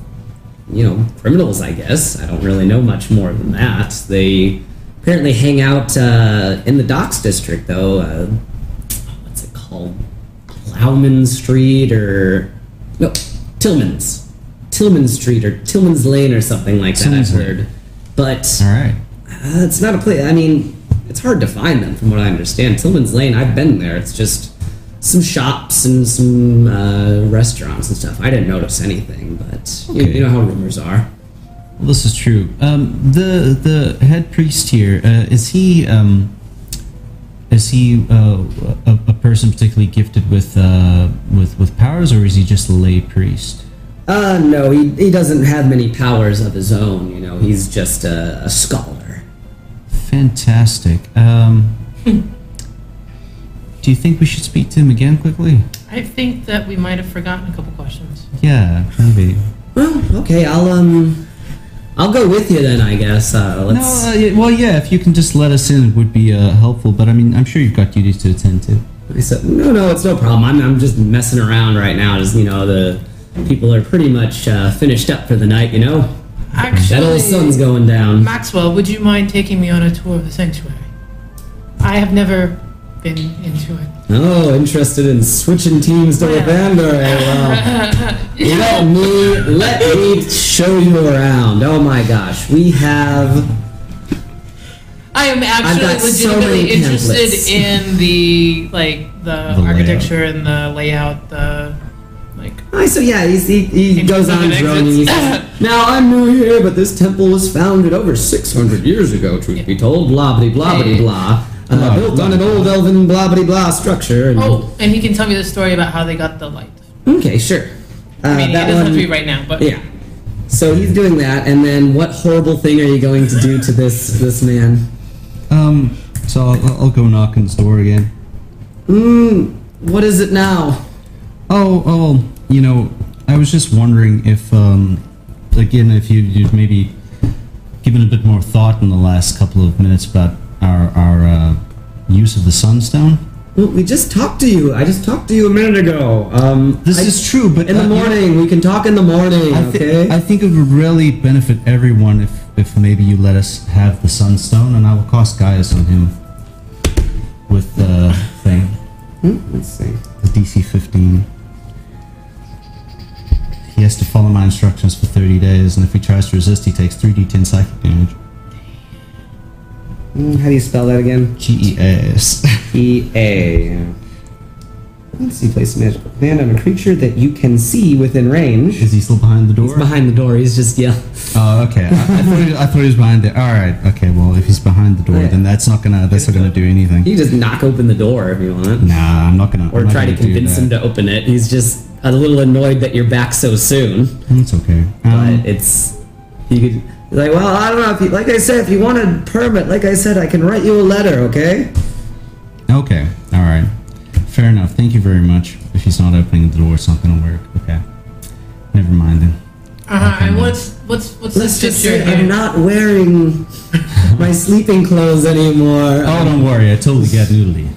[SPEAKER 1] you know, criminals, I guess. I don't really know much more than that. They apparently hang out uh, in the docks district, though. Uh, what's it called? Plowman Street or no Tillman's, Tillman Street or Tillman's Lane or something like that.
[SPEAKER 3] Tillman's
[SPEAKER 1] I've
[SPEAKER 3] Lane.
[SPEAKER 1] heard, but
[SPEAKER 3] All right.
[SPEAKER 1] uh, it's not a place. I mean, it's hard to find them, from what I understand. Tillman's Lane. I've been there. It's just some shops and some uh, restaurants and stuff. I didn't notice anything, but you,
[SPEAKER 3] Okay.
[SPEAKER 1] you know how rumors are.
[SPEAKER 3] Well, this is true. Um, the the head priest here uh, is he um, is he uh, a, a person particularly gifted with uh, with with powers, or is he just a lay priest?
[SPEAKER 1] Uh, no, he, he doesn't have many powers of his own. You know, he's just a, a scholar.
[SPEAKER 3] Fantastic. Um, do you think we should speak to him again quickly?
[SPEAKER 2] I think that we might have forgotten a couple questions.
[SPEAKER 3] Yeah, maybe.
[SPEAKER 1] Well, okay, I'll um, I'll go with you then. I guess. Uh,
[SPEAKER 3] No,
[SPEAKER 1] let's.
[SPEAKER 3] uh, yeah, well, yeah. If you can just let us in, it would be uh, helpful. But I mean, I'm sure you've got duties to attend to.
[SPEAKER 1] I said, no, no, it's no problem. I'm, I'm just messing around right now. Just you know, the people are pretty much uh, finished up for the night. You know, that
[SPEAKER 2] Actually,
[SPEAKER 1] old sun's going down.
[SPEAKER 2] Maxwell, would you mind taking me on a tour of the sanctuary? I have never been into it.
[SPEAKER 1] Oh, interested in switching teams to
[SPEAKER 2] Yeah.
[SPEAKER 1] Evander? Eh, Well, let me let me show you around. Oh my gosh, we have.
[SPEAKER 2] I am
[SPEAKER 1] got
[SPEAKER 2] actually
[SPEAKER 1] so
[SPEAKER 2] legitimately
[SPEAKER 1] many
[SPEAKER 2] interested
[SPEAKER 1] pamphlets.
[SPEAKER 2] in the like the,
[SPEAKER 3] The
[SPEAKER 2] architecture and the layout, the like.
[SPEAKER 1] Oh, so yeah, he's, he, he
[SPEAKER 2] Entries
[SPEAKER 1] goes on
[SPEAKER 2] and
[SPEAKER 1] droning. He
[SPEAKER 2] exits.
[SPEAKER 1] says, now I'm new here, but this temple was founded over 600 years ago. Truth be told, blah blah blah blah blah. Uh,
[SPEAKER 3] Blah,
[SPEAKER 1] built
[SPEAKER 3] blah,
[SPEAKER 1] on an
[SPEAKER 3] blah.
[SPEAKER 1] old elven blah blah blah structure. And,
[SPEAKER 2] Oh, and he can tell me the story about how they got the light.
[SPEAKER 1] Okay, sure. Uh,
[SPEAKER 2] I mean, it
[SPEAKER 1] that
[SPEAKER 2] doesn't
[SPEAKER 1] one,
[SPEAKER 2] have to be right now, but
[SPEAKER 1] Yeah. So he's doing that, and then what horrible thing are you going to do to this this man?
[SPEAKER 3] Um, so I'll, I'll go knock on his door again.
[SPEAKER 1] Mmm. What is it now?
[SPEAKER 3] Oh, oh, you know, I was just wondering if, um, again, if you, you've maybe given a bit more thought in the last couple of minutes about our, our uh, use of the sunstone.
[SPEAKER 1] Well, we just talked to you. I just talked to you a minute ago. Um,
[SPEAKER 3] This
[SPEAKER 1] I-
[SPEAKER 3] is true, but
[SPEAKER 1] in
[SPEAKER 3] uh,
[SPEAKER 1] the
[SPEAKER 3] you know,
[SPEAKER 1] morning. We can talk in the morning.
[SPEAKER 3] I, thi-
[SPEAKER 1] okay.
[SPEAKER 3] I think it would really benefit everyone if, if maybe you let us have the sunstone, and I will cost Gaius on him with the thing,
[SPEAKER 1] Hmm, Let's see.
[SPEAKER 3] the DC 15. He has to follow my instructions for 30 days, and if he tries to resist, he takes 3d10 psychic damage.
[SPEAKER 1] Mm, How do you spell that again?
[SPEAKER 3] G E S. [laughs]
[SPEAKER 1] E A. Let's see. Place a magical command on a creature that you can see within range.
[SPEAKER 3] Is he still behind the door?
[SPEAKER 1] He's behind the door. He's just yeah.
[SPEAKER 3] Oh, okay. I, I, thought he, I thought he was behind there. All right. Okay. Well, if he's behind the door,
[SPEAKER 1] Yeah.
[SPEAKER 3] then that's not gonna that's not gonna do anything.
[SPEAKER 1] You can just knock open the door if you want,
[SPEAKER 3] Nah, I'm not gonna.
[SPEAKER 1] or
[SPEAKER 3] I'm not
[SPEAKER 1] try to
[SPEAKER 3] gonna do
[SPEAKER 1] convince him
[SPEAKER 3] that.
[SPEAKER 1] to open it. He's just a little annoyed that you're back so soon.
[SPEAKER 3] It's okay. Um,
[SPEAKER 1] but it's you could he's like well i don't know if you like i said if you want a permit like i said i can write you a letter okay
[SPEAKER 3] okay. All right. Fair enough. Thank you very much. If he's not opening the door, it's not gonna work. Okay. Never mind then.
[SPEAKER 2] uh-huh. and what's what's what's
[SPEAKER 1] let's
[SPEAKER 2] this
[SPEAKER 1] just
[SPEAKER 2] picture
[SPEAKER 1] say
[SPEAKER 2] here?
[SPEAKER 1] i'm not wearing my sleeping clothes anymore
[SPEAKER 3] Oh, don't worry. I totally got noodly.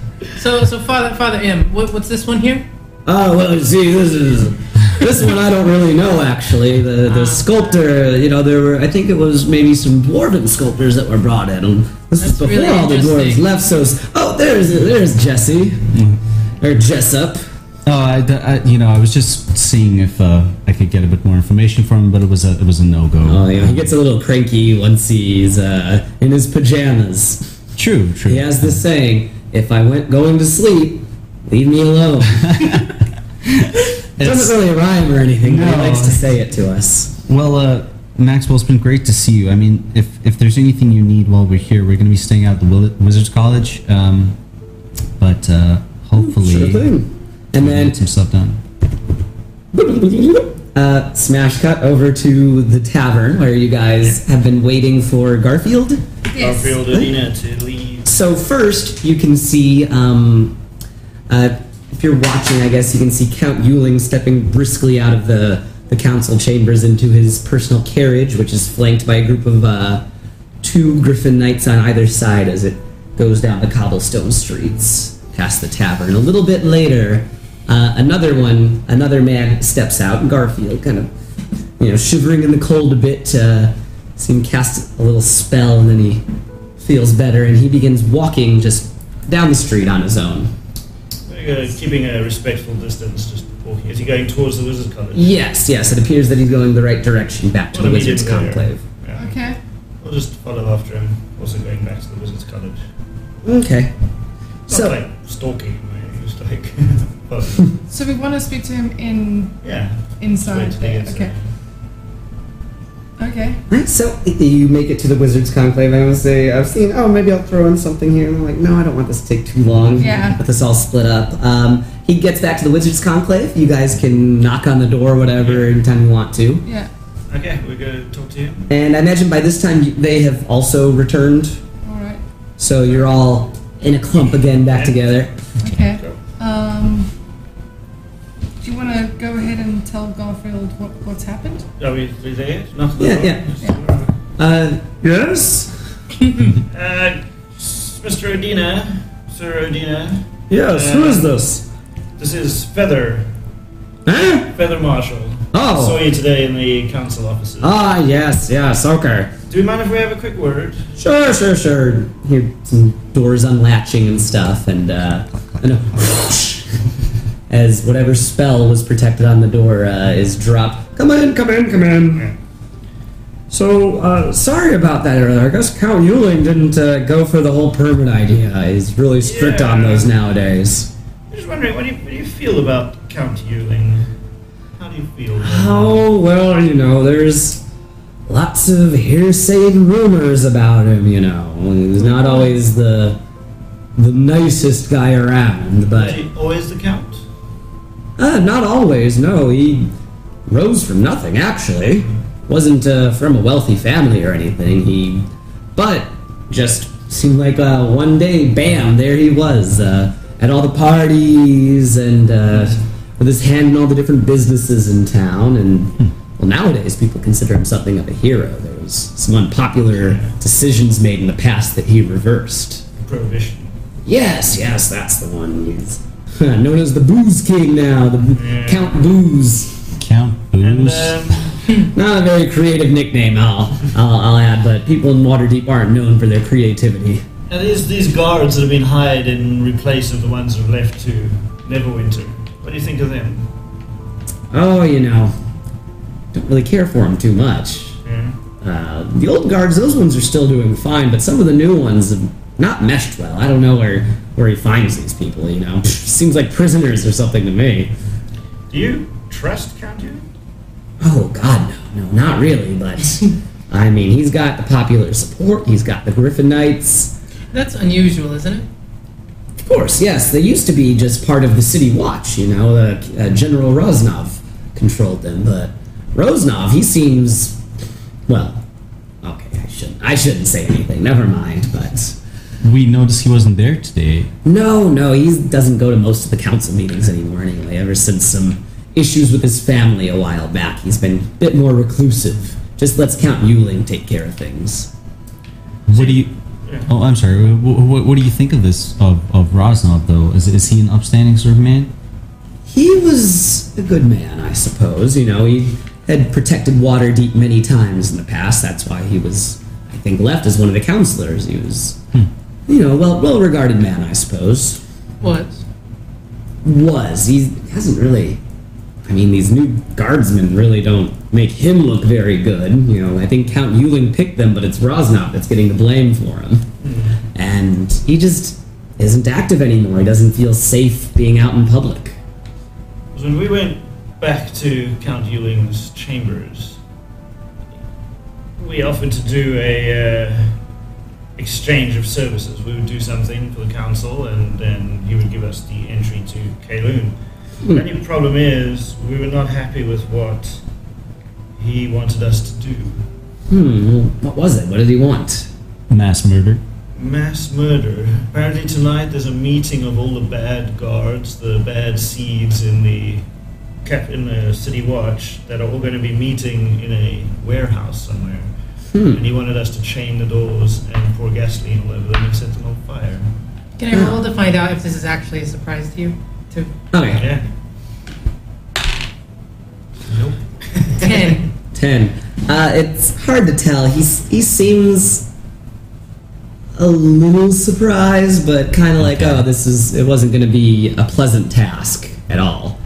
[SPEAKER 1] [laughs]
[SPEAKER 3] [laughs]
[SPEAKER 2] So so father father M, what, what's this one here?
[SPEAKER 1] oh well see this is this one i don't really know actually the
[SPEAKER 2] Ah.
[SPEAKER 1] the sculptor you know there were i think it was maybe some dwarven sculptors that were brought in and this is
[SPEAKER 2] That's
[SPEAKER 1] before
[SPEAKER 2] really
[SPEAKER 1] all the dwarves
[SPEAKER 2] interesting. Mm.
[SPEAKER 1] left so s- oh there's there's jesse or jessup
[SPEAKER 3] Oh, I, I- you know, I was just seeing if uh, I could get a bit more information from him, but it was a it was a no go.
[SPEAKER 1] Oh, you know, he gets a little cranky once he's uh, in his pajamas.
[SPEAKER 3] True. True.
[SPEAKER 1] He has this saying: "If I went going to sleep, leave me
[SPEAKER 2] [laughs]
[SPEAKER 1] alone." it
[SPEAKER 3] It's-
[SPEAKER 1] doesn't really rhyme or anything. But
[SPEAKER 3] No.
[SPEAKER 1] he likes to say it to us.
[SPEAKER 3] Well, uh, Maxwell, it's been great to see you. I mean, if, if there's anything you need while we're here, we're going to be staying out at the Wil- Wizards College. Um, but uh, hopefully,
[SPEAKER 1] Sure thing. And
[SPEAKER 3] we'll
[SPEAKER 1] then
[SPEAKER 3] get some stuff done.
[SPEAKER 1] uh, smash cut over to the tavern where you guys have been waiting for Garfield.
[SPEAKER 4] [laughs] Yes.
[SPEAKER 5] Garfield Adina to leave.
[SPEAKER 1] So first, you can see um, uh, if you're watching, I guess you can see Count Euling stepping briskly out of the the council chambers into his personal carriage, which is flanked by a group of uh, two Griffin knights on either side as it goes down the cobblestone streets past the tavern. A little bit later, uh, another one, another man steps out, Garfield, kind of you know shivering in the cold a bit. Uh, So he casts a little spell and then he feels better and he begins walking just down the street on his own.
[SPEAKER 5] Uh, keeping a respectful distance, just walking. Is he going towards the wizard college?
[SPEAKER 1] Yes, yes, it appears that he's going the right direction back to the
[SPEAKER 5] Well, then we
[SPEAKER 1] Wizard's
[SPEAKER 5] didn't go
[SPEAKER 1] Conclave.
[SPEAKER 5] Yeah.
[SPEAKER 4] Okay.
[SPEAKER 5] We'll just follow after him. Also going back to the wizard's cottage.
[SPEAKER 1] Okay.
[SPEAKER 5] Not
[SPEAKER 1] So,
[SPEAKER 5] like stalking him, or anything, just like [laughs]
[SPEAKER 1] [laughs]
[SPEAKER 5] following.
[SPEAKER 4] So we want to speak to him in
[SPEAKER 5] yeah. just wait
[SPEAKER 4] inside
[SPEAKER 5] till he
[SPEAKER 4] there.
[SPEAKER 5] gets
[SPEAKER 4] Okay. Okay.
[SPEAKER 1] Right, so you make it to the Wizard's Conclave, and I was say, I've seen, oh, maybe I'll throw in something here. And I'm like, no, I don't want this to take too long.
[SPEAKER 4] Yeah.
[SPEAKER 1] But this all split up. Um, he gets back to the Wizard's Conclave. You guys can knock on the door, whatever, anytime you want to.
[SPEAKER 4] Yeah.
[SPEAKER 5] Okay, we're going to talk to him.
[SPEAKER 1] And I imagine by this time you- they have also returned,
[SPEAKER 4] All right.
[SPEAKER 1] so you're all in a clump again, back together.
[SPEAKER 4] Okay.
[SPEAKER 5] Go.
[SPEAKER 4] Um. Do you want to go ahead and tell Garfield what, what's happened?
[SPEAKER 5] Are we we there? yet? Not
[SPEAKER 1] Yeah, yeah. Uh, yes?
[SPEAKER 5] Uh, s- Mr. Odina, Sir Odina,
[SPEAKER 1] Yes,
[SPEAKER 5] who is
[SPEAKER 1] this?
[SPEAKER 5] this is Feather,
[SPEAKER 1] Huh?
[SPEAKER 5] Feather Marshal.
[SPEAKER 1] Oh.
[SPEAKER 5] Saw you today in the council offices.
[SPEAKER 1] Ah, yes, yes, okay.
[SPEAKER 5] Do you mind if we have a quick word?
[SPEAKER 1] Sure, sure, sure. Hear some doors unlatching and stuff, and uh, and a whoosh as whatever spell was protected on the door uh, is dropped. Come in, come in, come in. So uh, sorry about that earlier. I guess Count Euling didn't uh, go for the whole permit idea. He's really strict on those nowadays.
[SPEAKER 5] I'm just wondering, what do you, what do you feel about Count Euling? How do you feel?
[SPEAKER 1] Oh well, you know, there's lots of hearsay and rumors about him. You know, he's not always the the nicest guy around,
[SPEAKER 5] Is
[SPEAKER 1] but
[SPEAKER 5] he always the Count?
[SPEAKER 1] uh, not always. No, he rose from nothing. Actually, wasn't uh, from a wealthy family or anything. He, but just seemed like uh, one day, bam, there he was uh, at all the parties and uh, with his hand in all the different businesses in town. And well, nowadays people consider him something of a hero. There was some unpopular decisions made in the past that he reversed.
[SPEAKER 5] Prohibition.
[SPEAKER 1] Yes, yes, that's the one. He's [laughs] known as the Booze King now, the
[SPEAKER 5] Yeah.
[SPEAKER 1] Count Booze.
[SPEAKER 3] Count
[SPEAKER 5] And
[SPEAKER 3] Booze.
[SPEAKER 5] um,
[SPEAKER 1] Not a very creative nickname, I'll, I'll, I'll add, but people in Waterdeep aren't known for their creativity.
[SPEAKER 5] and these, these guards that have been hired in replace of the ones who've left to Neverwinter. What do you think of them?
[SPEAKER 1] Oh, you know, don't really care for them too much.
[SPEAKER 5] Yeah.
[SPEAKER 1] Uh, the old guards, those ones are still doing fine, but some of the new ones have not meshed well. I don't know where, where he finds these people, you know. [laughs] Seems like prisoners or something to me.
[SPEAKER 5] Do you trust Count Euling?
[SPEAKER 1] Oh God, no, no, not really. But I mean, he's got the popular support. He's got the Griffin Knights.
[SPEAKER 2] That's unusual, isn't it?
[SPEAKER 1] Of course, yes, they used to be just part of the city watch. You know, uh, uh, General Roznov controlled them, but Roznov, he seems, well, okay, I shouldn't, I shouldn't say anything. Never mind. But
[SPEAKER 3] we noticed he wasn't there today.
[SPEAKER 1] no, no, he doesn't go to most of the council meetings anymore. Anyway, ever since some issues with his family a while back, he's been a bit more reclusive. Just lets Count Yuling take care of things.
[SPEAKER 3] What do you? Oh, I'm sorry. What, what, what do you think of this of of Rosnov though? Is is he an upstanding sort of man?
[SPEAKER 1] He was a good man, I suppose. You know, he had protected Waterdeep many times in the past. That's why he was, I think, left as one of the counselors. He was, you know, well, well-regarded man, I suppose.
[SPEAKER 2] Was.
[SPEAKER 1] Was he hasn't really. I mean, these new guardsmen really don't make him look very good. You know, I think Count Euling picked them, but it's Rosnov that's getting the blame for him. And he just isn't active anymore. He doesn't feel safe being out in public.
[SPEAKER 5] Because when we went back to Count Euling's chambers, we offered to do a uh, exchange of services. We would do something for the council, and then he would give us the entry to Kowloon. The only problem is we were not happy with what he wanted us to do.
[SPEAKER 1] Hmm, well, what was it? What did he want?
[SPEAKER 3] Mass murder.
[SPEAKER 5] Mass murder. Apparently tonight there's a meeting of all the bad guards, the bad seeds in the cap in the city watch that are all going to be meeting in a warehouse somewhere.
[SPEAKER 1] Hmm.
[SPEAKER 5] And he wanted us to chain the doors and pour gasoline all over them and set them on fire.
[SPEAKER 2] Can I roll to find out if this is actually a surprise to you?
[SPEAKER 1] [laughs]
[SPEAKER 2] To
[SPEAKER 1] Okay,
[SPEAKER 5] Yeah.
[SPEAKER 2] 10.
[SPEAKER 1] 10. Uh, it's hard to tell. He's, he seems a little surprised, but kind of like, oh, this is it wasn't going to be a pleasant task at all.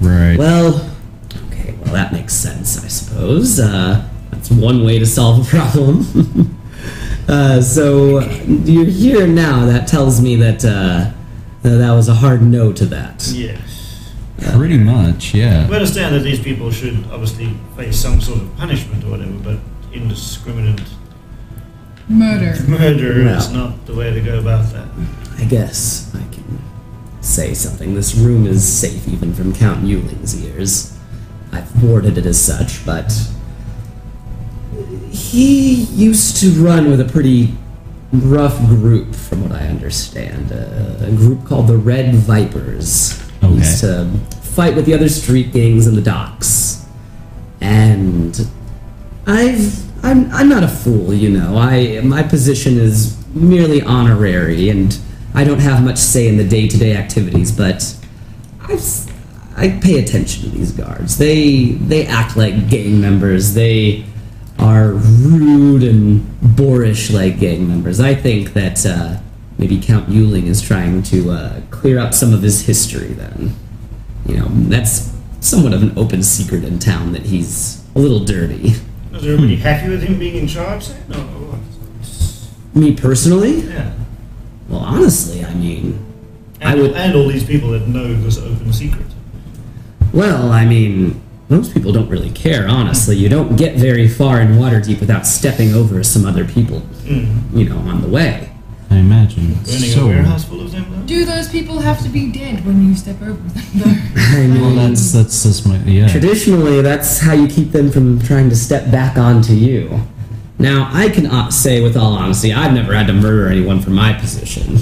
[SPEAKER 3] Right.
[SPEAKER 1] Well, okay, well that makes sense, I suppose. Uh, that's one way to solve a problem. [laughs] uh, so you're here now. That tells me that uh, that was a hard no to that.
[SPEAKER 5] Yes.
[SPEAKER 3] Pretty much, yeah.
[SPEAKER 5] We understand that these people should obviously face some sort of punishment or whatever, but indiscriminate
[SPEAKER 4] Murder.
[SPEAKER 5] murder is
[SPEAKER 1] Yeah.
[SPEAKER 5] not the way to go about that.
[SPEAKER 1] I guess I can say something. This room is safe even from Count Yuling's ears. I've warded it as such, but he used to run with a pretty rough group, from what I understand. A, a group called the Red Vipers. He Used to fight with the other street gangs in the docks, and I've I'm I'm not a fool, you know. I my position is merely honorary, and I don't have much say in the day-to-day activities. But I've s- I pay attention to these guards. They they act like gang members. They are rude and boorish like gang members. I think that uh, maybe Count Yuling is trying to uh, clear up some of his history. Then, you know, that's somewhat of an open secret in town that he's a little dirty. [laughs]
[SPEAKER 5] Is everybody happy with him being in charge then? No.
[SPEAKER 1] Me personally?
[SPEAKER 5] Yeah.
[SPEAKER 1] Well, honestly, I mean,
[SPEAKER 5] And,
[SPEAKER 1] I would-
[SPEAKER 5] and all these people that know this open secret.
[SPEAKER 1] well, I mean, most people don't really care, honestly. You don't get very far in Waterdeep without stepping over some other people, you know, on the way.
[SPEAKER 3] I imagine.
[SPEAKER 5] Running
[SPEAKER 3] So,
[SPEAKER 5] Mm. a warehouse full of them though? [laughs]
[SPEAKER 4] Do those people have to be dead when you step over them? [laughs] though?
[SPEAKER 1] I mean,
[SPEAKER 3] well, that's that's that's my yeah.
[SPEAKER 1] traditionally, that's how you keep them from trying to step back onto you. Now, I can uh, say with all honesty, I've never had to murder anyone for my position.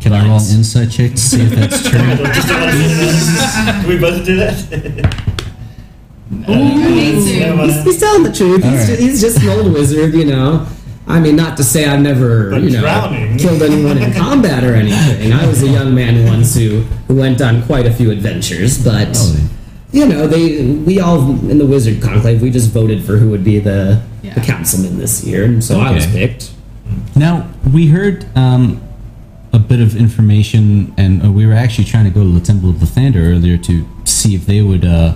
[SPEAKER 3] Can I roll an insight check to see if that's true?
[SPEAKER 5] [laughs] Just a lot of- Can we both do that?
[SPEAKER 4] you need to.
[SPEAKER 5] Never
[SPEAKER 1] He's,
[SPEAKER 5] mind.
[SPEAKER 1] he's telling the truth.
[SPEAKER 3] All
[SPEAKER 1] He's,
[SPEAKER 3] right.
[SPEAKER 1] just, he's just an old wizard, you know. I mean, not to say I've never,
[SPEAKER 5] But
[SPEAKER 1] you know,
[SPEAKER 5] drowning.
[SPEAKER 1] killed anyone
[SPEAKER 5] [laughs]
[SPEAKER 1] in combat or anything. I was a young man once who, who went on quite a few adventures, but
[SPEAKER 3] Really?
[SPEAKER 1] you know, they we all in the wizard conclave we just voted for who would be the,
[SPEAKER 4] Yeah.
[SPEAKER 1] the councilman this year, and so I was
[SPEAKER 3] Okay.
[SPEAKER 1] picked.
[SPEAKER 3] Now we heard um, a bit of information, and uh, we were actually trying to go to the Temple of the Thunder earlier to see if they would uh,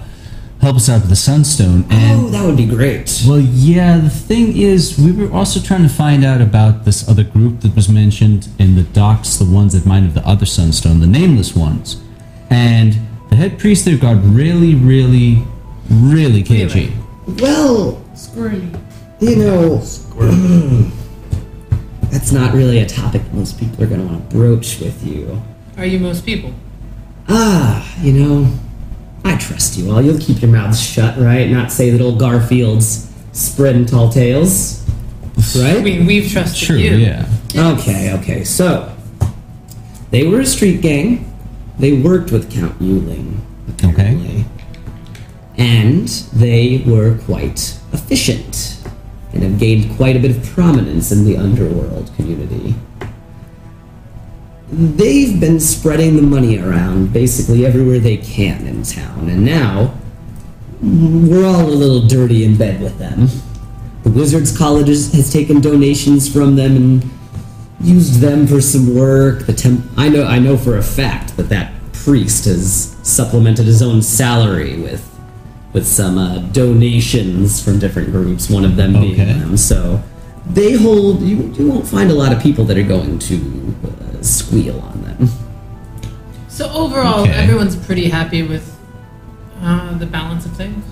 [SPEAKER 3] help us out with the Sunstone. And
[SPEAKER 1] Oh, that would be great.
[SPEAKER 3] Well, yeah, the thing is, we were also trying to find out about this other group that was mentioned in the docs, the ones that mined the other sunstone, the nameless ones. And the head priest there got really, really, really cagey.
[SPEAKER 1] Well,
[SPEAKER 4] Squirrely.
[SPEAKER 1] you know,
[SPEAKER 5] Squirrel.
[SPEAKER 1] [clears throat] that's not really a topic that most people are going to want to broach with you.
[SPEAKER 2] Are you most people?
[SPEAKER 1] Ah, you know, I trust you all. You'll keep your mouths shut, right? Not say that old Garfield's spreading tall tales,
[SPEAKER 2] I
[SPEAKER 1] right?
[SPEAKER 2] mean, we've trusted
[SPEAKER 3] Sure,
[SPEAKER 2] you.
[SPEAKER 3] yeah.
[SPEAKER 1] Okay, okay. So, they were a street gang. They worked with Count Yuling, apparently. And they were quite efficient and have gained quite a bit of prominence in the underworld community. They've been spreading the money around basically everywhere they can in town, and now we're all a little dirty in bed with them. The Wizards College has has taken donations from them and used them for some work. The temp- I know I know for a fact that that priest has supplemented his own salary with with some uh, donations from different groups. One of them being
[SPEAKER 3] Okay.
[SPEAKER 1] them. So they hold you. You won't find a lot of people that are going to uh, squeal on them.
[SPEAKER 2] So overall,
[SPEAKER 3] Okay.
[SPEAKER 2] everyone's pretty happy with uh, the balance of things.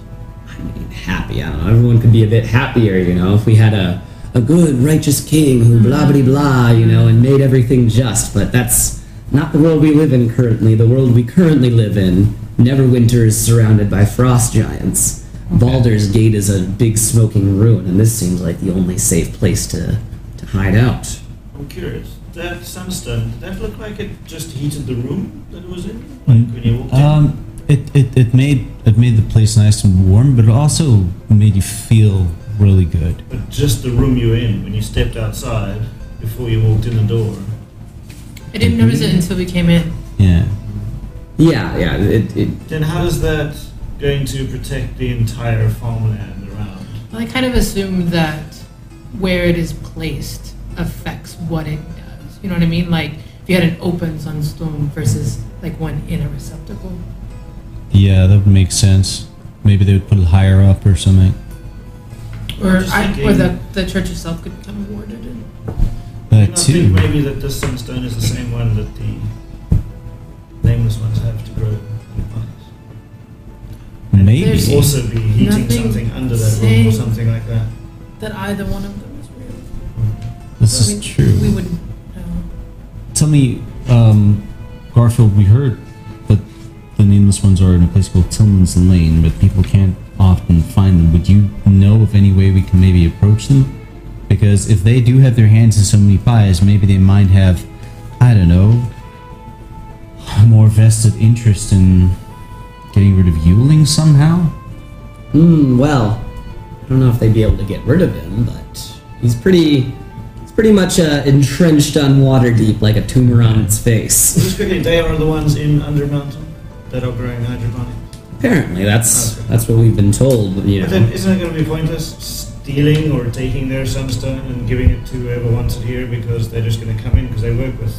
[SPEAKER 1] I mean, happy. I don't know. Everyone could be a bit happier, you know, if we had a, a good, righteous king who blah blah blah, you know, and made everything just. But that's not the world we live in currently. The world we currently live in, Neverwinter is surrounded by frost giants. Baldur's Gate is a big smoking ruin, and this seems like the only safe place to, to hide out.
[SPEAKER 5] I'm curious. That sunstone, did that look like it just heated the room that it was in? Like
[SPEAKER 3] Mm.
[SPEAKER 5] when you walked in?
[SPEAKER 3] Um, it, it, it made it made the place nice and warm, but it also made you feel really good.
[SPEAKER 5] But just the room you were in when you stepped outside before you walked in the door.
[SPEAKER 2] I
[SPEAKER 3] Mm-hmm.
[SPEAKER 2] didn't notice it until we came in.
[SPEAKER 3] Yeah.
[SPEAKER 1] Yeah, yeah. It, it,
[SPEAKER 5] Then how is that going to protect the entire farmland around?
[SPEAKER 2] Well, I kind of assume that where it is placed affects what it does. You know what I mean? Like if you had an open sunstone versus like one in a receptacle.
[SPEAKER 3] Yeah, that would make sense. Maybe they would put it higher up or something.
[SPEAKER 2] Or,
[SPEAKER 5] I'm just
[SPEAKER 2] I, or
[SPEAKER 5] thinking-
[SPEAKER 2] the, the church itself could become warded in.
[SPEAKER 5] And
[SPEAKER 3] That
[SPEAKER 5] I think
[SPEAKER 3] too.
[SPEAKER 5] maybe that this sunstone is the same one that the nameless ones have to grow in plants.
[SPEAKER 2] There's-
[SPEAKER 3] Maybe.
[SPEAKER 5] Also be heating
[SPEAKER 2] Nothing
[SPEAKER 5] something under that room
[SPEAKER 2] saying-
[SPEAKER 5] or something like that.
[SPEAKER 2] That either one of them is real.
[SPEAKER 3] This
[SPEAKER 2] I mean,
[SPEAKER 3] is true.
[SPEAKER 2] We wouldn't know.
[SPEAKER 3] Tell me, um, Garfield, we heard that the nameless ones are in a place called Tillman's Lane, but people can't often find them. Would you know of any way we can maybe approach them? Because if they do have their hands in so many pies, maybe they might have, I don't know, a more vested interest in getting rid of Yuling somehow?
[SPEAKER 1] Hmm, well, I don't know if they'd be able to get rid of him, but he's pretty. He's pretty much uh, entrenched on water deep like a tumor on its face.
[SPEAKER 5] Just quickly, they are the ones in Under Mountain that are growing hydroponics.
[SPEAKER 1] Apparently, that's that's what we've been told. You know.
[SPEAKER 5] But then isn't it going to be pointless stealing or taking their sunstone and giving it to whoever wants it here because they're just going to come in because they work with.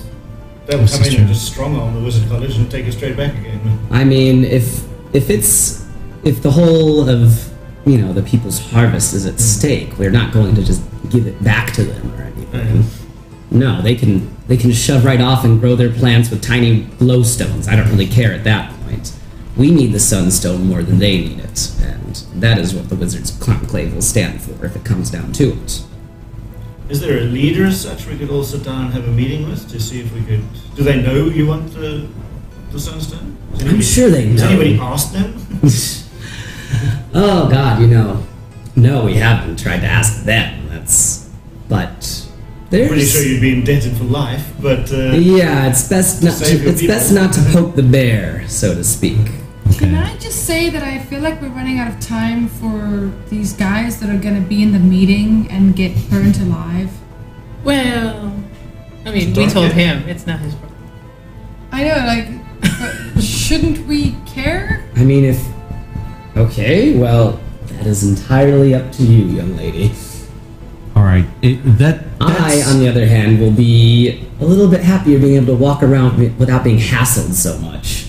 [SPEAKER 5] They'll
[SPEAKER 3] This
[SPEAKER 5] come
[SPEAKER 3] is
[SPEAKER 5] in and
[SPEAKER 3] true.
[SPEAKER 5] just strong arm the Wizard College and take it straight back again.
[SPEAKER 1] I mean, if if it's if the whole of you know the people's harvest is at stake, we're not going to just give it back to them or anything. No, they can they can shove right off and grow their plants with tiny glowstones. I don't really care at that point. We need the sunstone more than they need it, and that is what the wizard's conclave will stand for if it comes down to it. [laughs]
[SPEAKER 5] Is there a leader as such we could all sit down and have a meeting with to see if we could? Do they know you want the the sunstone? Has
[SPEAKER 1] I'm sure they
[SPEAKER 5] Has
[SPEAKER 1] know.
[SPEAKER 5] anybody asked them?
[SPEAKER 1] oh God, you know, no, we haven't tried to ask them. That's but
[SPEAKER 5] I'm
[SPEAKER 1] there's
[SPEAKER 5] pretty sure you'd be indebted for life, but uh,
[SPEAKER 1] Yeah, it's best not.
[SPEAKER 5] save
[SPEAKER 1] To,
[SPEAKER 5] your
[SPEAKER 1] it's best
[SPEAKER 5] people.
[SPEAKER 1] not to poke the bear, so to speak.
[SPEAKER 4] Can I just say that I feel like we're running out of time for these guys that are going to be in the meeting and get burnt alive?
[SPEAKER 2] Well, I mean,
[SPEAKER 5] It's
[SPEAKER 2] we
[SPEAKER 5] dark,
[SPEAKER 2] told
[SPEAKER 5] yeah.
[SPEAKER 2] him it's not his problem.
[SPEAKER 4] I know, like, but shouldn't we care?
[SPEAKER 1] I mean, if okay, well, that is entirely up to you, young lady.
[SPEAKER 3] All right. It, that
[SPEAKER 1] I,
[SPEAKER 3] that's-
[SPEAKER 1] on the other hand, will be a little bit happier being able to walk around wi- without being hassled so much.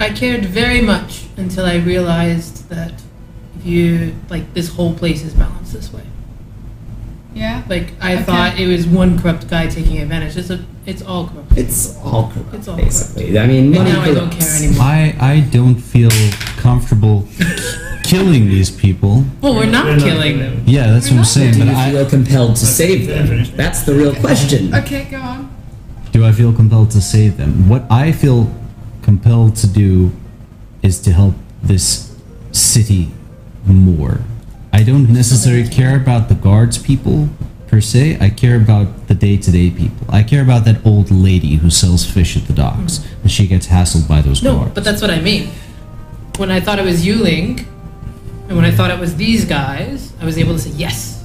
[SPEAKER 2] I cared very much until I realized that if you like this whole place is balanced this way.
[SPEAKER 4] Yeah.
[SPEAKER 2] Like I
[SPEAKER 4] Okay.
[SPEAKER 2] thought it was one corrupt guy taking advantage. It's a, it's all corrupt.
[SPEAKER 1] It's all corrupt,
[SPEAKER 2] It's all corrupt.
[SPEAKER 1] basically. I mean,
[SPEAKER 2] And
[SPEAKER 1] money
[SPEAKER 2] now I don't
[SPEAKER 1] corrupts.
[SPEAKER 2] care anymore.
[SPEAKER 3] I I don't feel comfortable killing these people.
[SPEAKER 2] Well, we're
[SPEAKER 5] We're
[SPEAKER 2] not
[SPEAKER 5] not killing
[SPEAKER 2] killing them.
[SPEAKER 3] Yeah, that's what I'm saying.
[SPEAKER 1] Do
[SPEAKER 3] But
[SPEAKER 1] you
[SPEAKER 3] I,
[SPEAKER 1] feel compelled to save them? That's the real question.
[SPEAKER 4] Okay, go on.
[SPEAKER 3] do I feel compelled to save them? What I feel compelled to do is to help this city more. I don't necessarily care about the guards people per se. I care about the day-to-day people. I care about that old lady who sells fish at the docks, and she gets hassled by those
[SPEAKER 2] Mm. No,
[SPEAKER 3] guards.
[SPEAKER 2] but that's what I mean. When I thought it was Yuling, and when I thought it was these guys, I was able to say yes,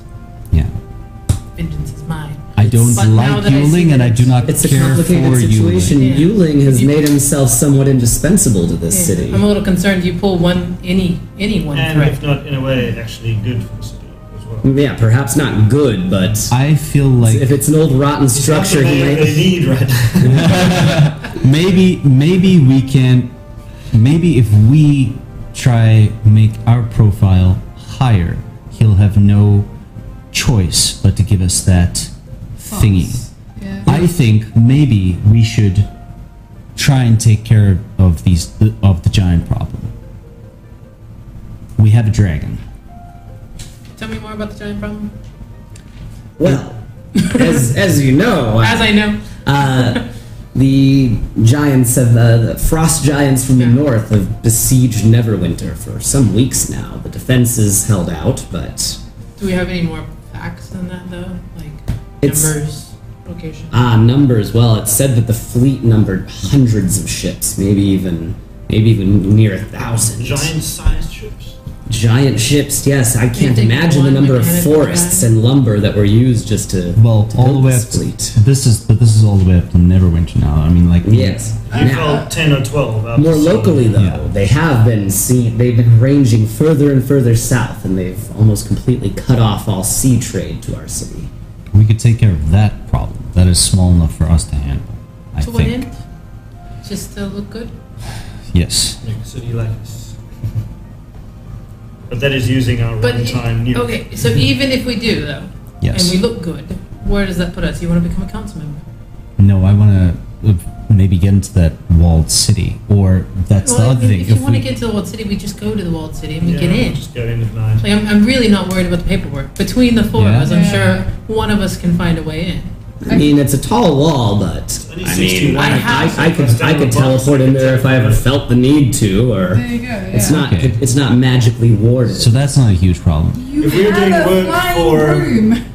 [SPEAKER 3] yeah.
[SPEAKER 2] vengeance is mine.
[SPEAKER 3] I don't
[SPEAKER 2] But now
[SPEAKER 3] like
[SPEAKER 2] that I see
[SPEAKER 3] Yuling, and
[SPEAKER 2] that
[SPEAKER 3] I do not
[SPEAKER 1] It's a
[SPEAKER 3] care for
[SPEAKER 1] complicated situation.
[SPEAKER 3] Yuling.
[SPEAKER 2] Yeah.
[SPEAKER 1] Yuling has made himself somewhat indispensable to this
[SPEAKER 2] Yeah.
[SPEAKER 1] city.
[SPEAKER 2] I'm a little concerned. You pull one any any one
[SPEAKER 5] and
[SPEAKER 2] threat.
[SPEAKER 5] if not, in a way, actually good for the city as well.
[SPEAKER 1] Yeah, perhaps not good, but
[SPEAKER 3] I feel like
[SPEAKER 1] if it's an old rotten
[SPEAKER 5] It's not
[SPEAKER 1] structure,
[SPEAKER 5] the
[SPEAKER 1] he
[SPEAKER 5] man they
[SPEAKER 1] might.
[SPEAKER 5] need right
[SPEAKER 1] [laughs]
[SPEAKER 5] now.
[SPEAKER 3] maybe maybe we can maybe if we try make our profile higher he'll have no choice but to give us that thingy
[SPEAKER 4] Yeah.
[SPEAKER 3] i think maybe we should try and take care of these of the giant problem we have a dragon
[SPEAKER 2] Tell me more about the giant problem.
[SPEAKER 1] Well, as, as you know,
[SPEAKER 2] As I know,
[SPEAKER 1] uh, the giants of uh, the frost giants from the
[SPEAKER 2] Yeah.
[SPEAKER 1] north have besieged Neverwinter for some weeks now. The defenses held out, but
[SPEAKER 2] do we have any more facts than that though? Like
[SPEAKER 1] It's-
[SPEAKER 2] numbers, location.
[SPEAKER 1] ah, numbers. Well, it said that the fleet numbered hundreds of ships, maybe even maybe even near a thousand.
[SPEAKER 5] Giant sized ships.
[SPEAKER 1] Giant ships, yes. I can't
[SPEAKER 2] think
[SPEAKER 1] imagine the
[SPEAKER 2] one
[SPEAKER 1] number of
[SPEAKER 2] mechanical
[SPEAKER 1] forests
[SPEAKER 2] guy?
[SPEAKER 1] and lumber that were used just to
[SPEAKER 3] Well,
[SPEAKER 1] to
[SPEAKER 3] all
[SPEAKER 1] build
[SPEAKER 3] the way up
[SPEAKER 1] this
[SPEAKER 3] to,
[SPEAKER 1] fleet.
[SPEAKER 3] this is but this is all the way up to Neverwinter now. I mean, like
[SPEAKER 1] Yes.
[SPEAKER 5] You
[SPEAKER 1] Now,
[SPEAKER 5] fell 10 or 12. out
[SPEAKER 1] more
[SPEAKER 5] to sea.
[SPEAKER 1] locally though,
[SPEAKER 3] Yeah.
[SPEAKER 1] they have been seen. They've been ranging further and further south, and they've almost completely cut off all sea trade to our city.
[SPEAKER 3] we could take care of that problem. That is small enough for us to handle. I
[SPEAKER 2] To what
[SPEAKER 3] think.
[SPEAKER 2] end? Just to look good?
[SPEAKER 3] Yes.
[SPEAKER 5] Make city like us. But that is using our
[SPEAKER 2] But
[SPEAKER 5] runtime time
[SPEAKER 2] it-
[SPEAKER 5] nuke.
[SPEAKER 3] [laughs]
[SPEAKER 2] okay, so even if we do though,
[SPEAKER 3] Yes.
[SPEAKER 2] and we look good, where does that put us? You want to become a council member?
[SPEAKER 3] No, I want to maybe get into that walled city, or that's
[SPEAKER 2] Well,
[SPEAKER 3] the
[SPEAKER 2] I
[SPEAKER 3] other
[SPEAKER 2] mean,
[SPEAKER 3] thing.
[SPEAKER 2] If you want
[SPEAKER 3] we-
[SPEAKER 2] to get to the walled city, we just go to the walled city and we
[SPEAKER 5] Yeah,
[SPEAKER 2] get in.
[SPEAKER 5] Just go in at night.
[SPEAKER 2] Like I'm, I'm really not worried about the paperwork. Between the four
[SPEAKER 3] Yeah.
[SPEAKER 2] of us, I'm
[SPEAKER 4] Yeah.
[SPEAKER 2] sure one of us can find a way in.
[SPEAKER 1] I mean, it's a tall wall, but
[SPEAKER 5] only
[SPEAKER 1] I
[SPEAKER 5] 61
[SPEAKER 1] mean, I,
[SPEAKER 5] houses.
[SPEAKER 1] I, I could I could teleport in there if I ever felt the need to, or
[SPEAKER 4] There you go. Yeah.
[SPEAKER 1] it's not
[SPEAKER 3] Okay.
[SPEAKER 1] it's not magically warded.
[SPEAKER 3] so that's not a huge problem.
[SPEAKER 4] You
[SPEAKER 5] If we were
[SPEAKER 4] had
[SPEAKER 5] doing
[SPEAKER 4] a
[SPEAKER 5] work
[SPEAKER 4] flying
[SPEAKER 5] for-
[SPEAKER 4] room.
[SPEAKER 5] If-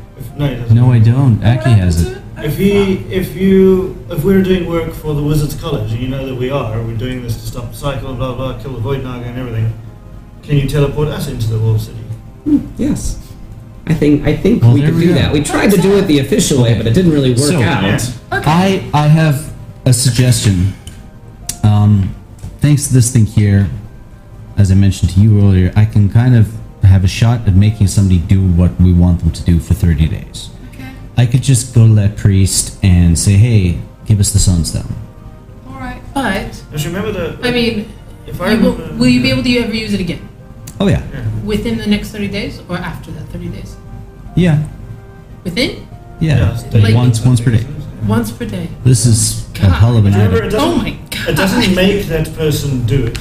[SPEAKER 5] No, it doesn't.
[SPEAKER 3] No, I don't.
[SPEAKER 4] What
[SPEAKER 3] Aki has
[SPEAKER 4] happened
[SPEAKER 3] it.
[SPEAKER 4] to
[SPEAKER 5] If he, if you, if we're doing work for the Wizards College, and you know that we are, we're doing this to stop the cycle, blah blah, kill the Void Naga and everything. Can you teleport us into the Walled City?
[SPEAKER 1] Yes. I think I think
[SPEAKER 3] Well,
[SPEAKER 1] we
[SPEAKER 3] there
[SPEAKER 1] could
[SPEAKER 3] we
[SPEAKER 1] do
[SPEAKER 3] go.
[SPEAKER 1] that. We tried to do it the official way,
[SPEAKER 3] Okay.
[SPEAKER 1] but it didn't really work
[SPEAKER 3] So-
[SPEAKER 1] out.
[SPEAKER 3] I I have a suggestion. Um, thanks to this thing here, as I mentioned to you earlier, I can kind of have a shot at making somebody do what we want them to do for thirty days.
[SPEAKER 4] Okay.
[SPEAKER 3] I could just go to that priest and say, "Hey, give us the sunstone."
[SPEAKER 4] All right.
[SPEAKER 2] But
[SPEAKER 5] Just remember the.
[SPEAKER 2] I mean,
[SPEAKER 5] if I
[SPEAKER 2] you will,
[SPEAKER 5] remember,
[SPEAKER 2] will you be able to ever use it again
[SPEAKER 3] Oh yeah,
[SPEAKER 2] within the next 30 days or after that 30 days?
[SPEAKER 3] yeah,
[SPEAKER 2] Within
[SPEAKER 3] yeah.
[SPEAKER 5] it's
[SPEAKER 2] Like-
[SPEAKER 3] once, once per day.
[SPEAKER 2] once per day.
[SPEAKER 3] This is a
[SPEAKER 2] God.
[SPEAKER 3] hell of an
[SPEAKER 5] Remember,
[SPEAKER 3] item.
[SPEAKER 5] it
[SPEAKER 2] Oh
[SPEAKER 5] doesn't,
[SPEAKER 2] my god!
[SPEAKER 5] it doesn't make that person do it.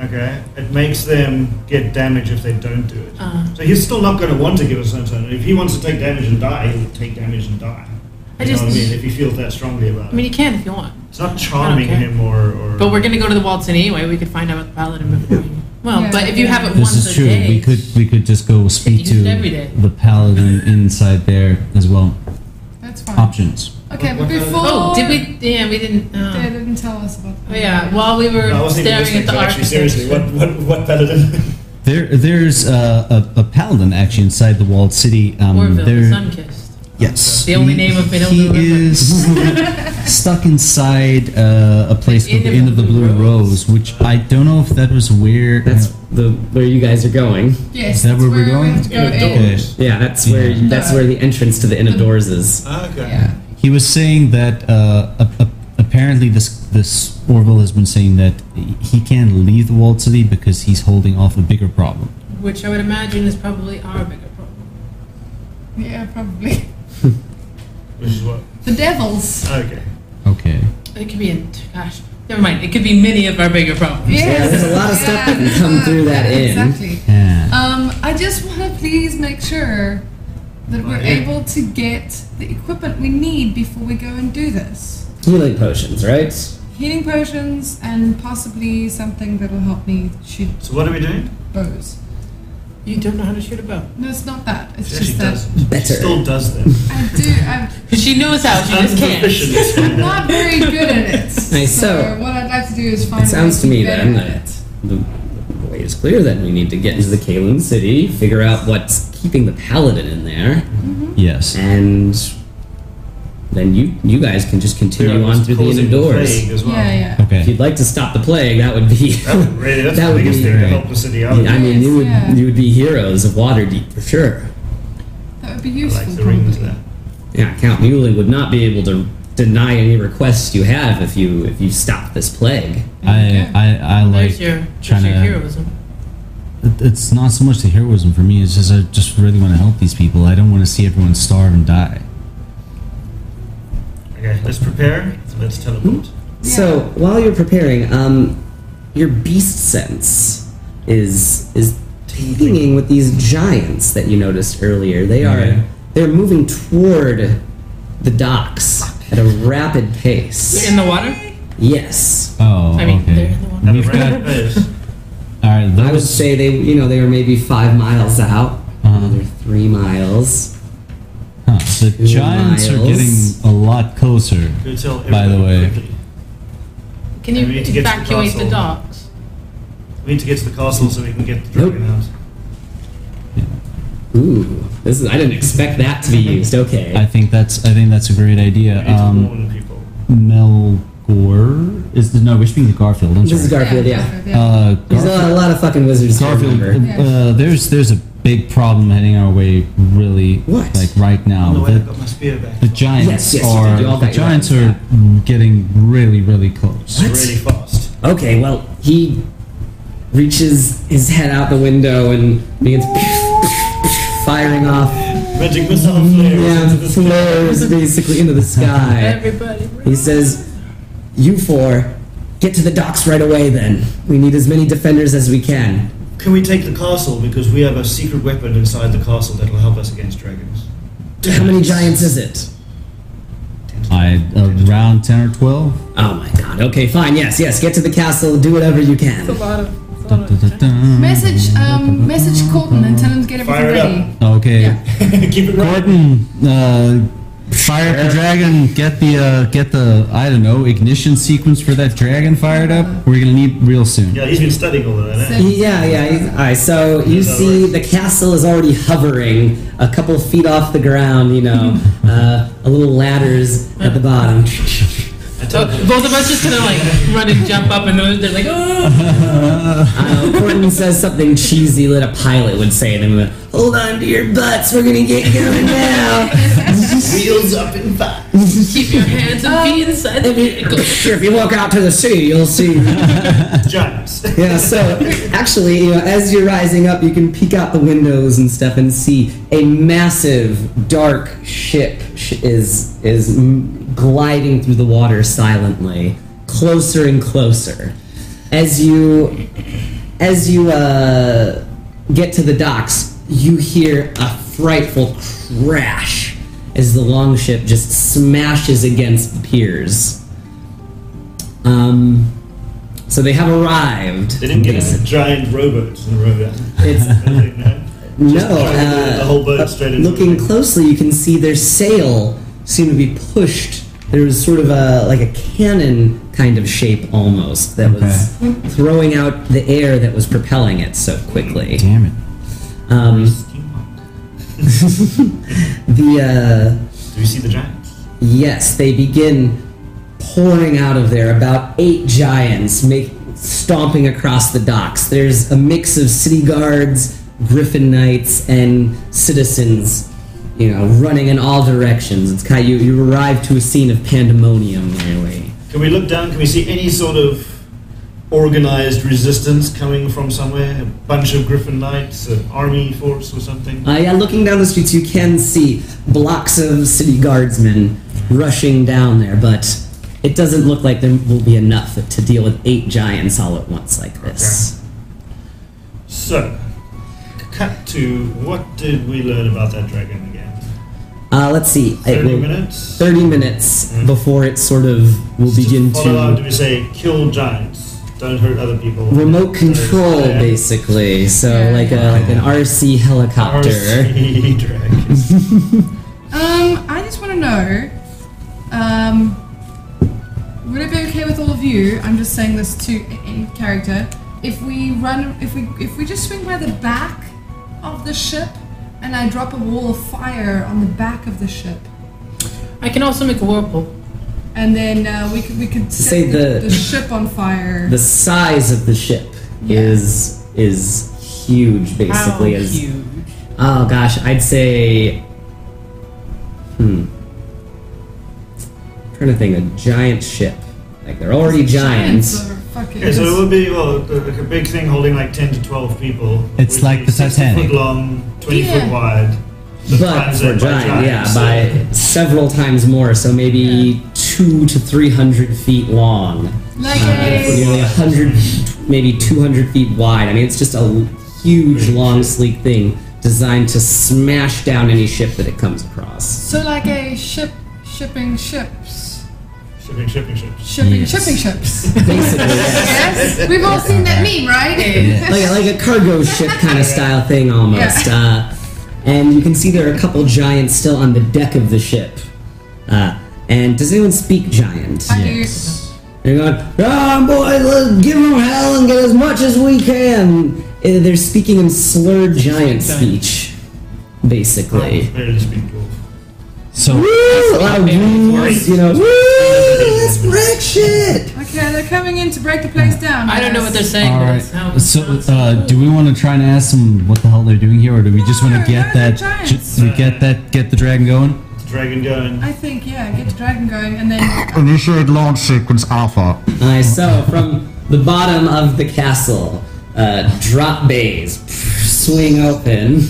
[SPEAKER 5] Okay, it makes them get damage if they don't do it.
[SPEAKER 2] Uh,
[SPEAKER 5] So he's still not going to want to give us sunshine. If he wants to take damage and die, he'll take damage and die.
[SPEAKER 2] I
[SPEAKER 5] You
[SPEAKER 2] just-
[SPEAKER 5] know what I mean? If he feels that strongly about it.
[SPEAKER 2] I mean, you can if you want,
[SPEAKER 5] It's not charming
[SPEAKER 2] Okay.
[SPEAKER 5] him or, or
[SPEAKER 2] but we're gonna go to the Waltz anyway. We could find out about the paladin before. we- Well,
[SPEAKER 4] Yeah.
[SPEAKER 2] but if you have it
[SPEAKER 3] This
[SPEAKER 2] once
[SPEAKER 3] is
[SPEAKER 2] a
[SPEAKER 3] true.
[SPEAKER 2] day,
[SPEAKER 3] We could we could just go speak
[SPEAKER 2] use
[SPEAKER 3] to
[SPEAKER 2] it every day.
[SPEAKER 3] the paladin inside there as well.
[SPEAKER 4] That's fine.
[SPEAKER 3] Options.
[SPEAKER 4] Okay, but
[SPEAKER 5] What- what-
[SPEAKER 4] before.
[SPEAKER 2] Oh, did we? Yeah, we didn't.
[SPEAKER 4] They
[SPEAKER 2] Uh,
[SPEAKER 4] didn't tell us about that.
[SPEAKER 2] oh yeah, while we were
[SPEAKER 5] No, I wasn't even
[SPEAKER 2] staring
[SPEAKER 5] listening,
[SPEAKER 2] at the
[SPEAKER 5] but actually,
[SPEAKER 2] architecture.
[SPEAKER 5] seriously, what, what, what paladin? [laughs]
[SPEAKER 3] There there's uh, a, a paladin actually inside the walled city. Um,
[SPEAKER 2] Orville,
[SPEAKER 3] there-
[SPEAKER 2] the sun kissed.
[SPEAKER 3] yes.
[SPEAKER 2] The only
[SPEAKER 3] He-
[SPEAKER 2] name I've been able to
[SPEAKER 3] He
[SPEAKER 2] remember.
[SPEAKER 3] is
[SPEAKER 2] [laughs]
[SPEAKER 3] stuck inside uh, a place called the Inn of the Blue Rose, which I don't know if that was where.
[SPEAKER 1] That's the where you guys are going.
[SPEAKER 4] Yes.
[SPEAKER 3] Is that
[SPEAKER 4] that's
[SPEAKER 3] where we're
[SPEAKER 4] we
[SPEAKER 3] going?
[SPEAKER 4] have to go
[SPEAKER 5] In a
[SPEAKER 4] in.
[SPEAKER 5] door.
[SPEAKER 3] Okay.
[SPEAKER 1] Yeah, that's where
[SPEAKER 3] Yeah.
[SPEAKER 1] that's where the entrance to the Inn of Doors is.
[SPEAKER 5] Ah, okay.
[SPEAKER 4] Yeah.
[SPEAKER 3] He was saying that uh, a- a- apparently this this Orville has been saying that he can't leave the walled city because he's holding off a bigger problem.
[SPEAKER 2] Which I would imagine is probably our bigger problem.
[SPEAKER 4] Yeah, probably. [laughs]
[SPEAKER 5] Which is what?
[SPEAKER 4] The devils.
[SPEAKER 5] Okay.
[SPEAKER 3] Okay.
[SPEAKER 2] It could be, in, gosh, never mind. It could be many of our bigger problems.
[SPEAKER 1] Yeah, there's a lot of stuff that can
[SPEAKER 4] Yeah,
[SPEAKER 1] come through that inn.
[SPEAKER 4] Exactly.
[SPEAKER 3] Yeah.
[SPEAKER 4] Um, I just want to please make sure that we're
[SPEAKER 5] Oh, yeah.
[SPEAKER 4] able to get the equipment we need before we go and do this.
[SPEAKER 1] Healing potions, right?
[SPEAKER 4] Healing potions and possibly something that'll help me shoot
[SPEAKER 5] So what are we doing?
[SPEAKER 4] bows.
[SPEAKER 2] You don't know how to shoot a bow.
[SPEAKER 4] No, it's not that. It's
[SPEAKER 5] She
[SPEAKER 4] just
[SPEAKER 5] actually
[SPEAKER 4] that
[SPEAKER 5] does. She
[SPEAKER 1] Better.
[SPEAKER 5] still does them.
[SPEAKER 4] I do. I'm,
[SPEAKER 2] She knows how. She just can't.
[SPEAKER 4] [laughs] I'm
[SPEAKER 5] Unproficient.
[SPEAKER 4] not very good
[SPEAKER 1] [laughs]
[SPEAKER 4] at it.
[SPEAKER 1] Nice, so-
[SPEAKER 4] what I'd like to do is find.
[SPEAKER 1] It
[SPEAKER 4] a
[SPEAKER 1] sounds
[SPEAKER 4] way
[SPEAKER 1] to me
[SPEAKER 4] be better
[SPEAKER 1] then
[SPEAKER 4] at
[SPEAKER 1] that
[SPEAKER 4] it.
[SPEAKER 1] the, the way is clear. Then we need to get into the Kalen city, figure out what's keeping the paladin in there,
[SPEAKER 3] Yes.
[SPEAKER 1] and then you you guys can just continue on through the Inn
[SPEAKER 5] Causing
[SPEAKER 1] of Doors.
[SPEAKER 5] plague as well.
[SPEAKER 4] Yeah, yeah.
[SPEAKER 1] If
[SPEAKER 3] Okay.
[SPEAKER 1] you'd like to stop the plague, that would be.
[SPEAKER 5] That would really, that's
[SPEAKER 1] That
[SPEAKER 5] the
[SPEAKER 1] would
[SPEAKER 5] biggest
[SPEAKER 1] be
[SPEAKER 5] thing to
[SPEAKER 3] great.
[SPEAKER 5] help the city out.
[SPEAKER 1] [laughs] I mean, you would
[SPEAKER 4] Yeah.
[SPEAKER 1] you would be heroes of Waterdeep for sure.
[SPEAKER 4] That would be
[SPEAKER 5] I
[SPEAKER 4] useful.
[SPEAKER 5] like the ring to
[SPEAKER 4] probably.
[SPEAKER 5] that.
[SPEAKER 1] Yeah, Count Muley would not be able to deny any requests you have if you if you stop this plague.
[SPEAKER 3] I I, I like
[SPEAKER 2] There's your, there's
[SPEAKER 3] trying
[SPEAKER 2] your
[SPEAKER 3] to-
[SPEAKER 2] heroism.
[SPEAKER 3] It- It's not so much the heroism for me. It's just I just really want to help these people. I don't want to see everyone starve and die.
[SPEAKER 5] Okay, let's prepare. Let's teleport.
[SPEAKER 1] So while you're preparing, um, your beast sense is is tingling with these giants that you noticed earlier. They are
[SPEAKER 3] Yeah.
[SPEAKER 1] they're moving toward the docks at a rapid pace.
[SPEAKER 2] In the water?
[SPEAKER 1] Yes,
[SPEAKER 3] Oh,
[SPEAKER 2] I mean, they're
[SPEAKER 3] okay.
[SPEAKER 2] the one-
[SPEAKER 5] Have a
[SPEAKER 3] We've got
[SPEAKER 5] rapid
[SPEAKER 3] all
[SPEAKER 5] pace.
[SPEAKER 3] right. That
[SPEAKER 1] I would
[SPEAKER 3] was
[SPEAKER 1] say they you know they were maybe five miles out,
[SPEAKER 3] Uh-huh.
[SPEAKER 1] another three miles.
[SPEAKER 3] huh, the
[SPEAKER 1] two
[SPEAKER 3] giants are
[SPEAKER 1] miles.
[SPEAKER 3] getting a lot closer.
[SPEAKER 5] Go tell
[SPEAKER 3] By the
[SPEAKER 5] everyone
[SPEAKER 3] way.
[SPEAKER 5] quickly.
[SPEAKER 2] Can
[SPEAKER 5] And
[SPEAKER 2] you
[SPEAKER 5] we need to get to the
[SPEAKER 2] evacuate the
[SPEAKER 5] castle.
[SPEAKER 2] docks?
[SPEAKER 5] We need to get to the castle so we can get the dragon out.
[SPEAKER 1] Ooh, this is. I didn't expect that to be used. Okay.
[SPEAKER 3] I think that's I think that's a great
[SPEAKER 5] We
[SPEAKER 3] idea.
[SPEAKER 5] need to
[SPEAKER 3] Um,
[SPEAKER 5] warn people.
[SPEAKER 3] Melgor is the, no, we're speaking of Garfield. I'm
[SPEAKER 1] This is
[SPEAKER 3] sorry.
[SPEAKER 1] Garfield. Yeah.
[SPEAKER 3] uh,
[SPEAKER 1] There's
[SPEAKER 3] Garfield.
[SPEAKER 1] a lot of fucking wizards. here,
[SPEAKER 3] Garfield,
[SPEAKER 1] remember.
[SPEAKER 3] uh, there's there's a big problem heading our way, really,
[SPEAKER 1] What?
[SPEAKER 3] like right now.
[SPEAKER 5] On the way, I
[SPEAKER 3] uh, The,
[SPEAKER 5] got my spear back.
[SPEAKER 3] the
[SPEAKER 1] Yes,
[SPEAKER 3] Giants
[SPEAKER 1] yes, you
[SPEAKER 3] are
[SPEAKER 1] did. You all
[SPEAKER 3] the
[SPEAKER 1] got your
[SPEAKER 3] Giants
[SPEAKER 1] right.
[SPEAKER 3] are getting really really close.
[SPEAKER 1] What?
[SPEAKER 5] really fast.
[SPEAKER 1] Okay. Well, he reaches his head out the window and begins firing off
[SPEAKER 5] Magic missile flares into
[SPEAKER 1] yeah,
[SPEAKER 5] the sky.
[SPEAKER 1] flares basically into the
[SPEAKER 3] Eh.
[SPEAKER 1] sky.
[SPEAKER 2] Everybody.
[SPEAKER 1] He says, "You four, get to the docks right away. Then we need as many defenders as we can."
[SPEAKER 5] Can we take the castle? Because we have a secret weapon inside the castle that'll help us against [laughs] dragons.
[SPEAKER 1] How many giants is it?
[SPEAKER 3] I around ten or twelve.
[SPEAKER 1] Oh my god. Okay, fine. Yes, yes. Get to the castle. Do whatever you can.
[SPEAKER 2] a lot of. it's a
[SPEAKER 3] Dun,
[SPEAKER 2] lot
[SPEAKER 3] dun, dun,
[SPEAKER 2] of
[SPEAKER 3] dun.
[SPEAKER 4] Message, um, message Colton and tell him to get
[SPEAKER 5] Fire
[SPEAKER 4] everything
[SPEAKER 5] it up.
[SPEAKER 4] ready.
[SPEAKER 3] Okay,
[SPEAKER 4] Yeah.
[SPEAKER 5] Keep it right.
[SPEAKER 3] Gordon, uh, fire up the dragon. Get the uh, get the I don't know ignition sequence for that dragon fired up. We're gonna need real soon.
[SPEAKER 5] Yeah, he's been studying all of that. eh?
[SPEAKER 4] So-
[SPEAKER 1] Yeah, yeah. he's- All right. So you
[SPEAKER 5] Is that
[SPEAKER 1] see,
[SPEAKER 5] right?
[SPEAKER 1] the castle is already hovering a couple feet off the ground. You
[SPEAKER 5] [laughs]
[SPEAKER 1] know, uh, a little ladders at the bottom.
[SPEAKER 5] I
[SPEAKER 2] So
[SPEAKER 5] told you.
[SPEAKER 2] both of us just kind of like run and jump up, and they're like, oh.
[SPEAKER 1] Uh, Gordon says something cheesy that a pilot would say, and then we're like, "Hold on to your butts. We're gonna get going now."
[SPEAKER 5] [laughs] Wheels up in five.
[SPEAKER 2] Keep your hands and feet inside the vehicle.
[SPEAKER 1] Sure, if you walk out to the sea, you'll see.
[SPEAKER 5] Giants.
[SPEAKER 1] [laughs] Yeah, so actually, you know, as you're rising up, you can peek out the windows and stuff and see a massive dark ship sh- is is m- gliding through the water silently, closer and closer. As you as you uh, get to the docks, you hear a frightful crash as the longship just smashes against the piers. Um, so they have arrived.
[SPEAKER 5] They didn't get
[SPEAKER 1] Basi-
[SPEAKER 5] a giant rowboat in the rowboat.
[SPEAKER 1] It's
[SPEAKER 5] no.
[SPEAKER 1] no.
[SPEAKER 5] [laughs] Just trying to
[SPEAKER 1] Uh,
[SPEAKER 5] get the whole boat
[SPEAKER 1] but
[SPEAKER 5] straight into
[SPEAKER 1] looking
[SPEAKER 5] the lake.
[SPEAKER 1] closely, you can see their sail seemed to be pushed. There was sort of a like a cannon kind of shape almost that was throwing out the air that was propelling it so quickly.
[SPEAKER 3] Damn it.
[SPEAKER 1] Um, the uh,
[SPEAKER 5] Do we see the giants?
[SPEAKER 1] yes, they begin pouring out of there. About eight giants make stomping across the docks. There's a mix of city guards, griffin knights, and citizens. You know, running in all directions. It's kind of, you, you arrive to a scene of pandemonium, really.
[SPEAKER 5] Can we look down? Can we see any sort of organized resistance coming from somewhere? A bunch of Griffin Knights, an army force or something?
[SPEAKER 1] Uh, yeah, looking down the streets, you can see blocks of city guardsmen rushing down there, but it doesn't look like there will be enough to deal with eight giants all at once like this.
[SPEAKER 5] So, cut to what did we learn about that dragon again?
[SPEAKER 1] Uh, let's see. it
[SPEAKER 5] 30
[SPEAKER 1] will-
[SPEAKER 5] minutes?
[SPEAKER 1] 30 minutes
[SPEAKER 5] Mm.
[SPEAKER 1] before it sort of will
[SPEAKER 5] Just
[SPEAKER 1] begin
[SPEAKER 5] follow up,
[SPEAKER 1] to.
[SPEAKER 5] do we say kill giants? Don't hurt other people.
[SPEAKER 1] Remote control,
[SPEAKER 5] Yeah.
[SPEAKER 1] basically. So,
[SPEAKER 4] Yeah.
[SPEAKER 1] like, a, like an RC helicopter.
[SPEAKER 5] RC [laughs] dragon.
[SPEAKER 1] [laughs]
[SPEAKER 4] Um, I just want to know. Um, would it be okay with all of you? I'm just saying this to in character. If we run, if we if we just swing by the back of the ship, and I drop a wall of fire on the back of the ship,
[SPEAKER 2] I can also make a whirlpool.
[SPEAKER 4] and then uh, we could we could set
[SPEAKER 1] Say the-
[SPEAKER 4] the ship on fire.
[SPEAKER 1] The size of the ship
[SPEAKER 4] Yeah.
[SPEAKER 1] is is huge, basically.
[SPEAKER 2] How
[SPEAKER 1] as,
[SPEAKER 2] huge.
[SPEAKER 1] Oh gosh, I'd say. Hmm. trying to think, a giant ship. Like they're already giants.
[SPEAKER 4] Giants are fucking.
[SPEAKER 5] Okay, so it would be well, like a big thing holding like 10 to 12 people.
[SPEAKER 3] It's
[SPEAKER 5] would
[SPEAKER 3] like
[SPEAKER 5] be
[SPEAKER 3] the
[SPEAKER 5] 60
[SPEAKER 3] Titanic.
[SPEAKER 5] foot long, 20
[SPEAKER 4] Yeah.
[SPEAKER 5] foot wide.
[SPEAKER 1] But
[SPEAKER 5] times
[SPEAKER 1] for
[SPEAKER 5] it by
[SPEAKER 1] giant, yeah,
[SPEAKER 5] giants, so-
[SPEAKER 1] by several times more. So maybe two to three hundred feet long.
[SPEAKER 4] like
[SPEAKER 1] Uh,
[SPEAKER 4] a
[SPEAKER 1] nearly a hundred, maybe two hundred feet wide. I mean, it's just a l- huge, long, sleek thing designed to smash down any ship that it comes across.
[SPEAKER 4] [laughs] so like a ship shipping ships.
[SPEAKER 5] Shipping, shipping, ships.
[SPEAKER 4] Shipping,
[SPEAKER 3] Yes.
[SPEAKER 4] shipping ships.
[SPEAKER 1] Basically,
[SPEAKER 4] yes, we've all seen that meme, right?
[SPEAKER 1] like a, like a cargo ship kind of style thing almost. Uh, and you can see there are a couple giants still on the deck of the ship. Uh, and does anyone speak giant?
[SPEAKER 4] I do.
[SPEAKER 3] Yes.
[SPEAKER 1] They're going, ah, boys, let's give them hell and get as much as we can. And they're speaking in slurred giant speech, basically.
[SPEAKER 5] Barely speak dwarf.
[SPEAKER 3] So
[SPEAKER 1] Woo! A lot of woos, you know. Woo! Let's wreck shit.
[SPEAKER 4] Okay, they're coming in to break the place down.
[SPEAKER 2] I don't know
[SPEAKER 4] guys.
[SPEAKER 2] what they're saying.
[SPEAKER 3] all
[SPEAKER 2] but
[SPEAKER 3] right.
[SPEAKER 2] it sounds-
[SPEAKER 3] So
[SPEAKER 2] sounds
[SPEAKER 3] uh,
[SPEAKER 2] cool.
[SPEAKER 3] do we want to try and ask them what the hell they're doing here, or do we just want
[SPEAKER 4] No,
[SPEAKER 3] to get
[SPEAKER 4] they're
[SPEAKER 3] that
[SPEAKER 4] giants.
[SPEAKER 3] ju- get that get the dragon going?
[SPEAKER 5] Dragon going.
[SPEAKER 4] I think, yeah, get the dragon going and then.
[SPEAKER 6] Initiate launch sequence alpha.
[SPEAKER 1] Alright, so from the bottom of the castle, uh, drop bays swing open,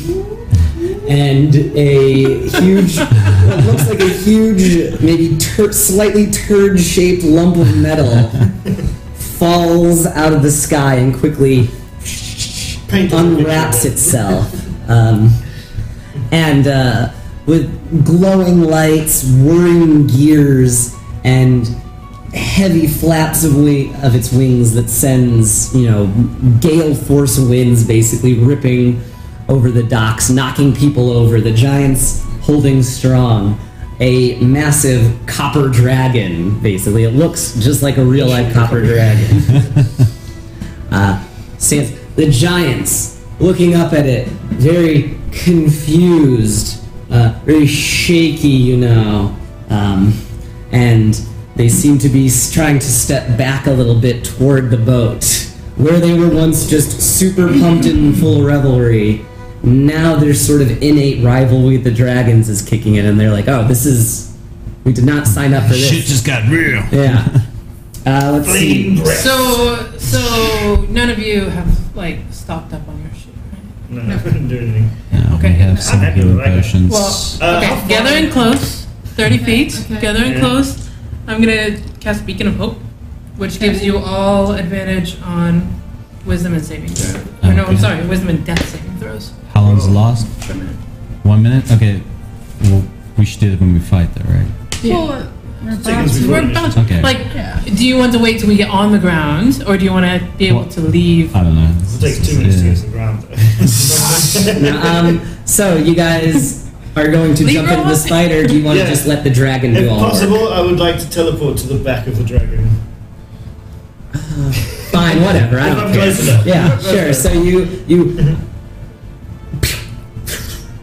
[SPEAKER 1] and a huge, what looks like a huge, maybe tur- slightly turd shaped lump of metal falls out of the sky and quickly
[SPEAKER 5] Paint us a picture
[SPEAKER 1] unwraps
[SPEAKER 5] of it.
[SPEAKER 1] itself. Um, and uh, with glowing lights, whirring gears, and heavy flaps of, wi- of its wings that sends, you know, gale force winds basically ripping over the docks, knocking people over, the giants holding strong. A massive copper dragon, basically. It looks just like a real life copper dragon uh, stands the giants looking up at it very confused uh, very shaky you know um, and they seem to be s- trying to step back a little bit toward the boat where they were once just super pumped and full of revelry now their sort of innate rivalry with the dragons is kicking in and they're like oh this is we did not sign up for this
[SPEAKER 3] just got real.
[SPEAKER 1] yeah uh, let's see
[SPEAKER 5] Clean breath.
[SPEAKER 2] So, so none of you have like stocked up on your shit. Right?
[SPEAKER 5] No, [laughs] I couldn't do anything.
[SPEAKER 3] Yeah,
[SPEAKER 2] Okay.
[SPEAKER 3] we have some
[SPEAKER 5] happy
[SPEAKER 3] healing
[SPEAKER 5] with that.
[SPEAKER 3] potions.
[SPEAKER 2] Well,
[SPEAKER 5] Uh, how
[SPEAKER 2] okay,
[SPEAKER 5] far-
[SPEAKER 2] gather in close, thirty feet.
[SPEAKER 4] okay.
[SPEAKER 2] Gather in
[SPEAKER 5] Yeah.
[SPEAKER 2] close. I'm gonna cast Beacon of Hope, which gives you all advantage on Wisdom and saving throws. Or no, I'm
[SPEAKER 3] Okay.
[SPEAKER 2] sorry, Wisdom and Death saving throws.
[SPEAKER 3] How long's the lost?
[SPEAKER 5] One minute.
[SPEAKER 3] One minute. Okay. Well, we should do it when we fight, though, right?
[SPEAKER 4] Well, we're about
[SPEAKER 5] Seconds
[SPEAKER 4] to-
[SPEAKER 5] before
[SPEAKER 2] We're
[SPEAKER 5] initiative.
[SPEAKER 2] about
[SPEAKER 3] Okay.
[SPEAKER 2] like.
[SPEAKER 4] Yeah.
[SPEAKER 2] Do you want to wait till we get on the ground, or do you want to be able
[SPEAKER 3] Well-
[SPEAKER 2] to leave?
[SPEAKER 3] I don't know.
[SPEAKER 5] It takes two minutes to
[SPEAKER 3] Yeah.
[SPEAKER 5] get to the ground. [laughs] though.
[SPEAKER 1] um, so you guys are going to jump into this fight, or do you want
[SPEAKER 5] Yeah.
[SPEAKER 1] to just let the dragon do
[SPEAKER 5] if
[SPEAKER 1] all the work?
[SPEAKER 5] possible, I would like to teleport to the back of the dragon.
[SPEAKER 1] Fine, whatever. I
[SPEAKER 5] If
[SPEAKER 1] don't
[SPEAKER 5] I'm
[SPEAKER 1] care.
[SPEAKER 5] close enough. [laughs]
[SPEAKER 1] Yeah, sure. So you you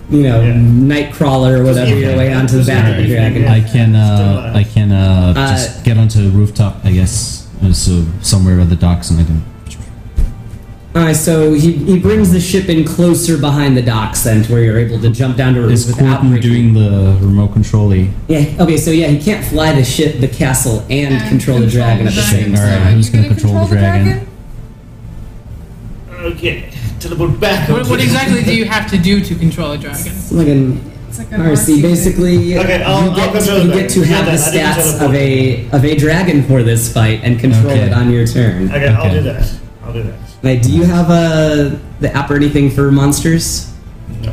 [SPEAKER 1] you know
[SPEAKER 5] Yeah.
[SPEAKER 1] nightcrawler or whatever your way onto the back of the dragon.
[SPEAKER 3] I can. Uh,
[SPEAKER 5] Still
[SPEAKER 3] I can uh,
[SPEAKER 1] Uh,
[SPEAKER 3] just get onto the rooftop, I guess. uh, So somewhere on the docks, and I can.
[SPEAKER 1] All right, so he, he brings the ship in closer behind the docks, then, to where you're able to jump down to
[SPEAKER 3] Is
[SPEAKER 1] Earth without
[SPEAKER 3] Corden
[SPEAKER 1] breaking-
[SPEAKER 3] doing the remote controly?
[SPEAKER 1] Yeah. Okay. So yeah, he can't fly the ship, the castle, and,
[SPEAKER 4] And
[SPEAKER 1] control the
[SPEAKER 4] control
[SPEAKER 1] dragon
[SPEAKER 4] the
[SPEAKER 1] at the same
[SPEAKER 4] dragon.
[SPEAKER 1] time.
[SPEAKER 3] All right,
[SPEAKER 4] Are
[SPEAKER 3] I'm
[SPEAKER 4] you
[SPEAKER 3] just gonna
[SPEAKER 4] gonna
[SPEAKER 3] control the dragon.
[SPEAKER 5] Okay, teleport back.
[SPEAKER 2] What,
[SPEAKER 5] onto
[SPEAKER 2] what
[SPEAKER 5] the-
[SPEAKER 2] exactly do you have to do to control a dragon?
[SPEAKER 1] Like an
[SPEAKER 4] It's like an
[SPEAKER 1] RC,
[SPEAKER 4] RC.
[SPEAKER 1] basically,
[SPEAKER 5] Okay, um, I'll-
[SPEAKER 1] you, get,
[SPEAKER 5] I'll control
[SPEAKER 1] you
[SPEAKER 5] the
[SPEAKER 1] get to
[SPEAKER 5] dragon.
[SPEAKER 1] have
[SPEAKER 5] Yeah,
[SPEAKER 1] the
[SPEAKER 5] that- I didn't
[SPEAKER 1] stats
[SPEAKER 5] teleport.
[SPEAKER 1] of a of a dragon for this fight and control
[SPEAKER 3] Okay.
[SPEAKER 1] it on your turn.
[SPEAKER 5] Okay, I'll
[SPEAKER 3] Okay.
[SPEAKER 5] do that. I'll do that.
[SPEAKER 1] Like, do you have a the app or anything for monsters?
[SPEAKER 5] No.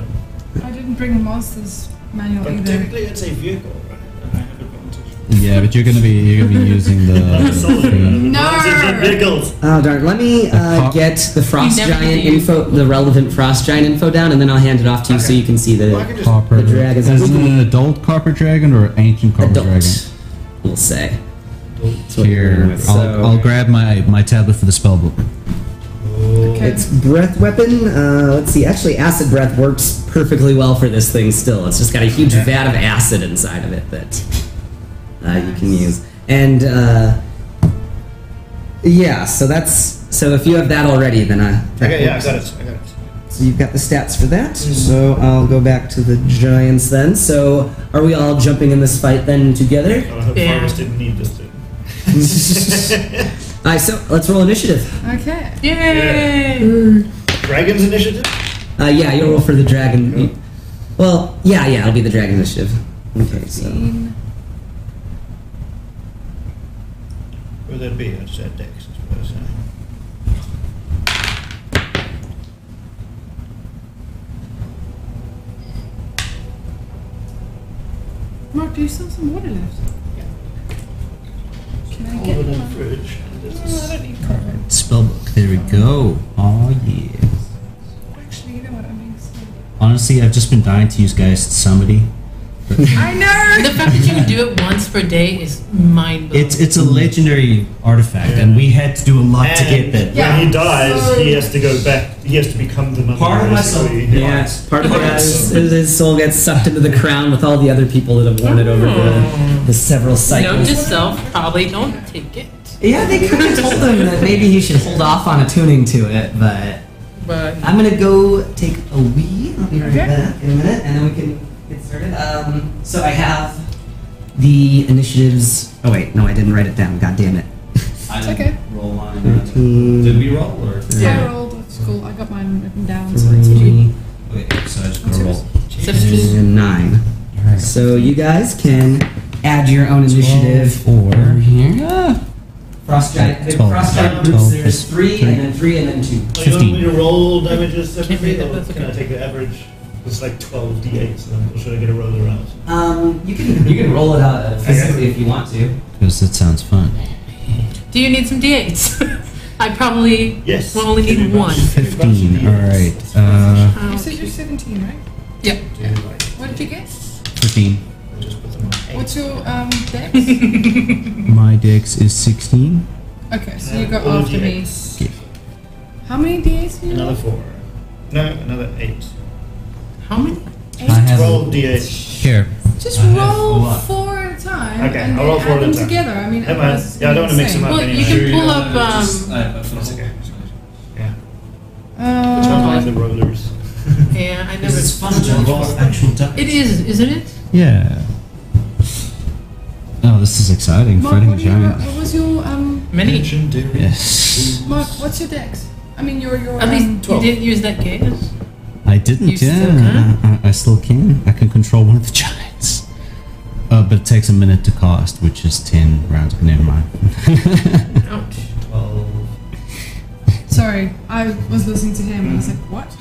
[SPEAKER 4] I didn't bring the monsters manual
[SPEAKER 5] But
[SPEAKER 4] either.
[SPEAKER 5] technically, it's a vehicle, right? And I have advantage.
[SPEAKER 3] Yeah, but you're gonna be you're gonna be using the.
[SPEAKER 5] I'm [laughs] a soldier. I have
[SPEAKER 3] thing.
[SPEAKER 5] advantage on
[SPEAKER 4] No.
[SPEAKER 5] vehicles.
[SPEAKER 1] Oh darn! Let me uh,
[SPEAKER 3] cop-
[SPEAKER 1] get the frost
[SPEAKER 2] never
[SPEAKER 1] giant
[SPEAKER 2] do.
[SPEAKER 1] info, the relevant frost giant info down, and then I'll hand it off to you so
[SPEAKER 5] Okay.
[SPEAKER 1] you can see the
[SPEAKER 5] I can just.
[SPEAKER 3] Copper.
[SPEAKER 1] The dragon's-
[SPEAKER 3] Is it an adult copper dragon or ancient copper
[SPEAKER 1] adult.
[SPEAKER 3] dragon?
[SPEAKER 1] We'll say. That's what we're going
[SPEAKER 3] Here,
[SPEAKER 1] with. So-
[SPEAKER 3] I'll, I'll grab my my tablet for the spellbook.
[SPEAKER 5] Oh,
[SPEAKER 4] Okay.
[SPEAKER 1] It's breath weapon. Uh, let's see. Actually, acid breath works perfectly well for this thing. Still, it's just got a huge vat of acid inside of it that uh, you can use. And uh, yeah, so that's so. If you have that already, then I
[SPEAKER 5] Okay, yeah, I got it. Mm-hmm. I got it.
[SPEAKER 1] So you've got the stats for that. So I'll go back to the giants then. So are we all jumping in this fight then together?
[SPEAKER 5] [laughs] I hope
[SPEAKER 2] Yeah.
[SPEAKER 5] Forrest didn't need this thing.
[SPEAKER 1] All right. So let's roll initiative.
[SPEAKER 4] Okay.
[SPEAKER 2] Yay!
[SPEAKER 5] Dragon's initiative?
[SPEAKER 1] Uh, yeah, you'll roll for the dragon. Well, yeah, yeah, it'll be the dragon initiative. Okay, so.
[SPEAKER 4] Dean.
[SPEAKER 5] Where'd that be? I just had Dex, I suppose. huh?
[SPEAKER 4] Mark, do you still have some water left? Can I
[SPEAKER 5] Over
[SPEAKER 4] get
[SPEAKER 5] the
[SPEAKER 4] one?
[SPEAKER 5] fridge. This
[SPEAKER 4] No, I
[SPEAKER 5] is-
[SPEAKER 4] don't need one.
[SPEAKER 3] Spellbook. There we go. Oh yeah.
[SPEAKER 4] Actually, you know what? I'm being silly.
[SPEAKER 3] Honestly, I've just been dying to use guys somebody.
[SPEAKER 4] I know.
[SPEAKER 2] The fact that you can do it once per day is mind blowing.
[SPEAKER 3] It's it's a legendary artifact, and we had to do a lot to get that.
[SPEAKER 4] Yeah.
[SPEAKER 5] When he dies,
[SPEAKER 4] So-
[SPEAKER 5] he has to go back. He has to become the mother.
[SPEAKER 3] Part of myself.
[SPEAKER 5] basically.
[SPEAKER 1] Yeah, part of that is is his soul gets sucked into the crown with all the other people that have worn it over the, the several
[SPEAKER 2] Note
[SPEAKER 1] cycles.
[SPEAKER 2] to self, probably don't take it.
[SPEAKER 7] Yeah, they could have told him that maybe he should hold off on attuning to it, but
[SPEAKER 2] But
[SPEAKER 7] I'm gonna go take a wee. I'll be right back in a minute, and then we can get started. Um, so I have the initiatives. Oh wait, no, I didn't write it down. God damn it.
[SPEAKER 3] I
[SPEAKER 4] It's okay.
[SPEAKER 3] Roll mine. Did we roll or?
[SPEAKER 4] Yeah. I rolled at school. I got mine written down, so it's G.
[SPEAKER 3] Okay, so I just gotta roll.
[SPEAKER 2] seventeen.
[SPEAKER 7] And nine. So you guys can add your own initiative.
[SPEAKER 3] Or
[SPEAKER 7] here. Frost giant. The
[SPEAKER 3] Twelve.
[SPEAKER 7] frost giant groups.
[SPEAKER 3] Twelve.
[SPEAKER 7] There's three, and then three, and then two.
[SPEAKER 5] So you want me to roll damages
[SPEAKER 2] Can't read
[SPEAKER 5] separately,
[SPEAKER 2] that,
[SPEAKER 5] or
[SPEAKER 2] that's
[SPEAKER 5] can I
[SPEAKER 2] okay.
[SPEAKER 5] take the average? It's like 12 d8s, and I'm should I get a roll around?
[SPEAKER 7] Um, you can you can roll it out uh, physically if you want to.
[SPEAKER 3] because it sounds fun.
[SPEAKER 2] Do you need some d8s? [laughs] I probably
[SPEAKER 5] Yes.
[SPEAKER 2] will only
[SPEAKER 5] Give
[SPEAKER 2] need
[SPEAKER 5] me
[SPEAKER 2] one.
[SPEAKER 5] much. Give me much
[SPEAKER 3] Fifteen.
[SPEAKER 5] D8s.
[SPEAKER 3] All right. Uh,
[SPEAKER 2] Oh,
[SPEAKER 4] You said you're 17, right?
[SPEAKER 2] yeah.
[SPEAKER 5] Do you like-
[SPEAKER 4] What did you get?
[SPEAKER 3] fifteen.
[SPEAKER 5] I just put them on.
[SPEAKER 4] What's your um
[SPEAKER 5] [laughs]
[SPEAKER 4] dex?
[SPEAKER 3] My dex is sixteen.
[SPEAKER 4] okay, so you
[SPEAKER 5] Uh,
[SPEAKER 4] go
[SPEAKER 5] all
[SPEAKER 4] after me.
[SPEAKER 5] D8s.
[SPEAKER 4] How many d8s do you
[SPEAKER 5] Another
[SPEAKER 4] have?
[SPEAKER 5] 4. No, another 8.
[SPEAKER 2] How many?
[SPEAKER 3] I have
[SPEAKER 5] 12 d8s.
[SPEAKER 3] here.
[SPEAKER 4] Just
[SPEAKER 3] I have
[SPEAKER 4] roll
[SPEAKER 3] a lot.
[SPEAKER 4] four at a time.
[SPEAKER 5] Okay,
[SPEAKER 4] and
[SPEAKER 5] I'll
[SPEAKER 4] then
[SPEAKER 5] roll four at
[SPEAKER 4] add
[SPEAKER 5] a
[SPEAKER 4] them
[SPEAKER 5] time.
[SPEAKER 4] together. I mean,
[SPEAKER 5] Never mind.
[SPEAKER 4] otherwise it's
[SPEAKER 5] Yeah, I don't wanna mix
[SPEAKER 4] insane.
[SPEAKER 5] them up.
[SPEAKER 2] Well, you
[SPEAKER 5] anyway.
[SPEAKER 2] can pull up. Um,
[SPEAKER 5] That's okay. Yeah. It's not
[SPEAKER 4] Uh,
[SPEAKER 5] like the rollers.
[SPEAKER 2] yeah, I know
[SPEAKER 7] This is
[SPEAKER 2] it's
[SPEAKER 7] fun to roll actual dice.
[SPEAKER 2] It is, isn't it?
[SPEAKER 3] Yeah. Oh, this is exciting.
[SPEAKER 4] Mark,
[SPEAKER 3] Fighting a
[SPEAKER 4] what, do you,
[SPEAKER 3] giant.
[SPEAKER 4] what was your um?
[SPEAKER 2] Many.
[SPEAKER 3] Yes.
[SPEAKER 4] Mark, what's your dex? I mean, your your
[SPEAKER 2] At
[SPEAKER 4] um,
[SPEAKER 2] least you didn't use that case.
[SPEAKER 3] I didn't.
[SPEAKER 2] You
[SPEAKER 3] yeah,
[SPEAKER 2] still can?
[SPEAKER 3] I, I- I still can. I can control one of the giants. Uh, but it takes a minute to cast, which is ten rounds. But never mind.
[SPEAKER 2] Ouch.
[SPEAKER 5] 12.
[SPEAKER 4] um, Sorry, I was listening to him and I
[SPEAKER 5] Mm.
[SPEAKER 4] was like, what?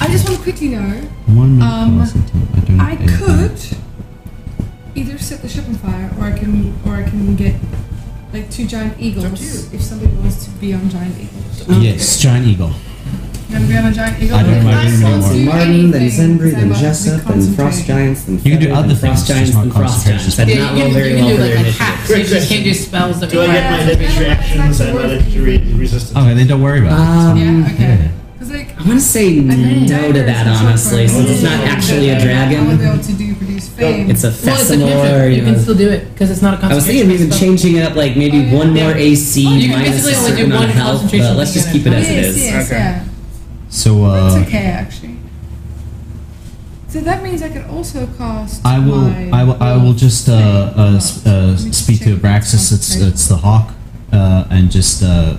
[SPEAKER 4] I just want to quickly know.
[SPEAKER 3] One minute.
[SPEAKER 4] Um,
[SPEAKER 3] plus and ten. I don't.
[SPEAKER 4] I
[SPEAKER 3] edit
[SPEAKER 4] could either set the ship on fire, or I can, or I can get like two giant eagles if somebody wants to be on giant eagles.
[SPEAKER 3] that. Yes, giant eagle.
[SPEAKER 4] You want to be on a giant eagle?
[SPEAKER 3] I don't
[SPEAKER 4] If
[SPEAKER 3] mind
[SPEAKER 4] I
[SPEAKER 3] doing
[SPEAKER 4] can't
[SPEAKER 3] anymore.
[SPEAKER 4] do
[SPEAKER 1] Martin, then
[SPEAKER 4] anything,
[SPEAKER 1] Zembri,
[SPEAKER 4] so
[SPEAKER 1] then
[SPEAKER 4] much, we
[SPEAKER 1] Jessup, then Frost
[SPEAKER 4] concentrate.
[SPEAKER 1] Giants, then
[SPEAKER 3] You can do
[SPEAKER 1] Feather,
[SPEAKER 3] other
[SPEAKER 1] then Frost
[SPEAKER 3] things, just
[SPEAKER 1] Giants,
[SPEAKER 3] not
[SPEAKER 1] then Frost
[SPEAKER 3] concentration.
[SPEAKER 1] Giants. That did
[SPEAKER 2] Yeah,
[SPEAKER 1] not
[SPEAKER 2] you
[SPEAKER 1] roll
[SPEAKER 2] can-
[SPEAKER 1] very
[SPEAKER 2] you can
[SPEAKER 1] well
[SPEAKER 2] do
[SPEAKER 1] for
[SPEAKER 2] it
[SPEAKER 1] their
[SPEAKER 2] like
[SPEAKER 1] initiative.
[SPEAKER 2] half, so you just can't do spells that
[SPEAKER 5] Do I
[SPEAKER 2] require-
[SPEAKER 5] get my damage reactions and my re- resistance?
[SPEAKER 3] Okay, then don't worry about
[SPEAKER 1] Um,
[SPEAKER 4] Yeah, Ah, okay.
[SPEAKER 3] Yeah.
[SPEAKER 4] 'Cause, like,
[SPEAKER 1] I want to say
[SPEAKER 4] I
[SPEAKER 1] no to
[SPEAKER 4] think
[SPEAKER 1] that,
[SPEAKER 4] daggers and
[SPEAKER 1] honestly, since it's not
[SPEAKER 5] Yeah.
[SPEAKER 1] actually a
[SPEAKER 4] I want to be
[SPEAKER 1] dragon.
[SPEAKER 4] able to do produce fame.
[SPEAKER 1] It's a
[SPEAKER 2] Well, it's a
[SPEAKER 1] facsimile. or,
[SPEAKER 2] different. You
[SPEAKER 1] you
[SPEAKER 2] can
[SPEAKER 1] know.
[SPEAKER 2] still do it because it's not a
[SPEAKER 1] I was
[SPEAKER 2] concentration.
[SPEAKER 1] thinking even
[SPEAKER 2] spell.
[SPEAKER 1] changing it up, like maybe
[SPEAKER 4] Oh, yeah.
[SPEAKER 1] one more
[SPEAKER 2] You
[SPEAKER 1] AC
[SPEAKER 2] can
[SPEAKER 1] minus a
[SPEAKER 2] basically only
[SPEAKER 1] certain
[SPEAKER 2] do
[SPEAKER 1] amount of
[SPEAKER 2] one
[SPEAKER 1] health,
[SPEAKER 2] concentration
[SPEAKER 1] but let's just keep it
[SPEAKER 2] unit.
[SPEAKER 1] as it
[SPEAKER 4] yes,
[SPEAKER 1] is.
[SPEAKER 4] yes,
[SPEAKER 5] Okay.
[SPEAKER 4] yeah.
[SPEAKER 3] it. So uh,
[SPEAKER 4] That's okay, actually. So that means I could also cast.
[SPEAKER 3] I will.
[SPEAKER 4] my-
[SPEAKER 3] I will. I will just uh, uh, s- uh,
[SPEAKER 4] Let me
[SPEAKER 3] speak
[SPEAKER 4] check
[SPEAKER 3] to Abraxas. It's
[SPEAKER 4] concentration.
[SPEAKER 3] it's the hawk, uh, and just uh,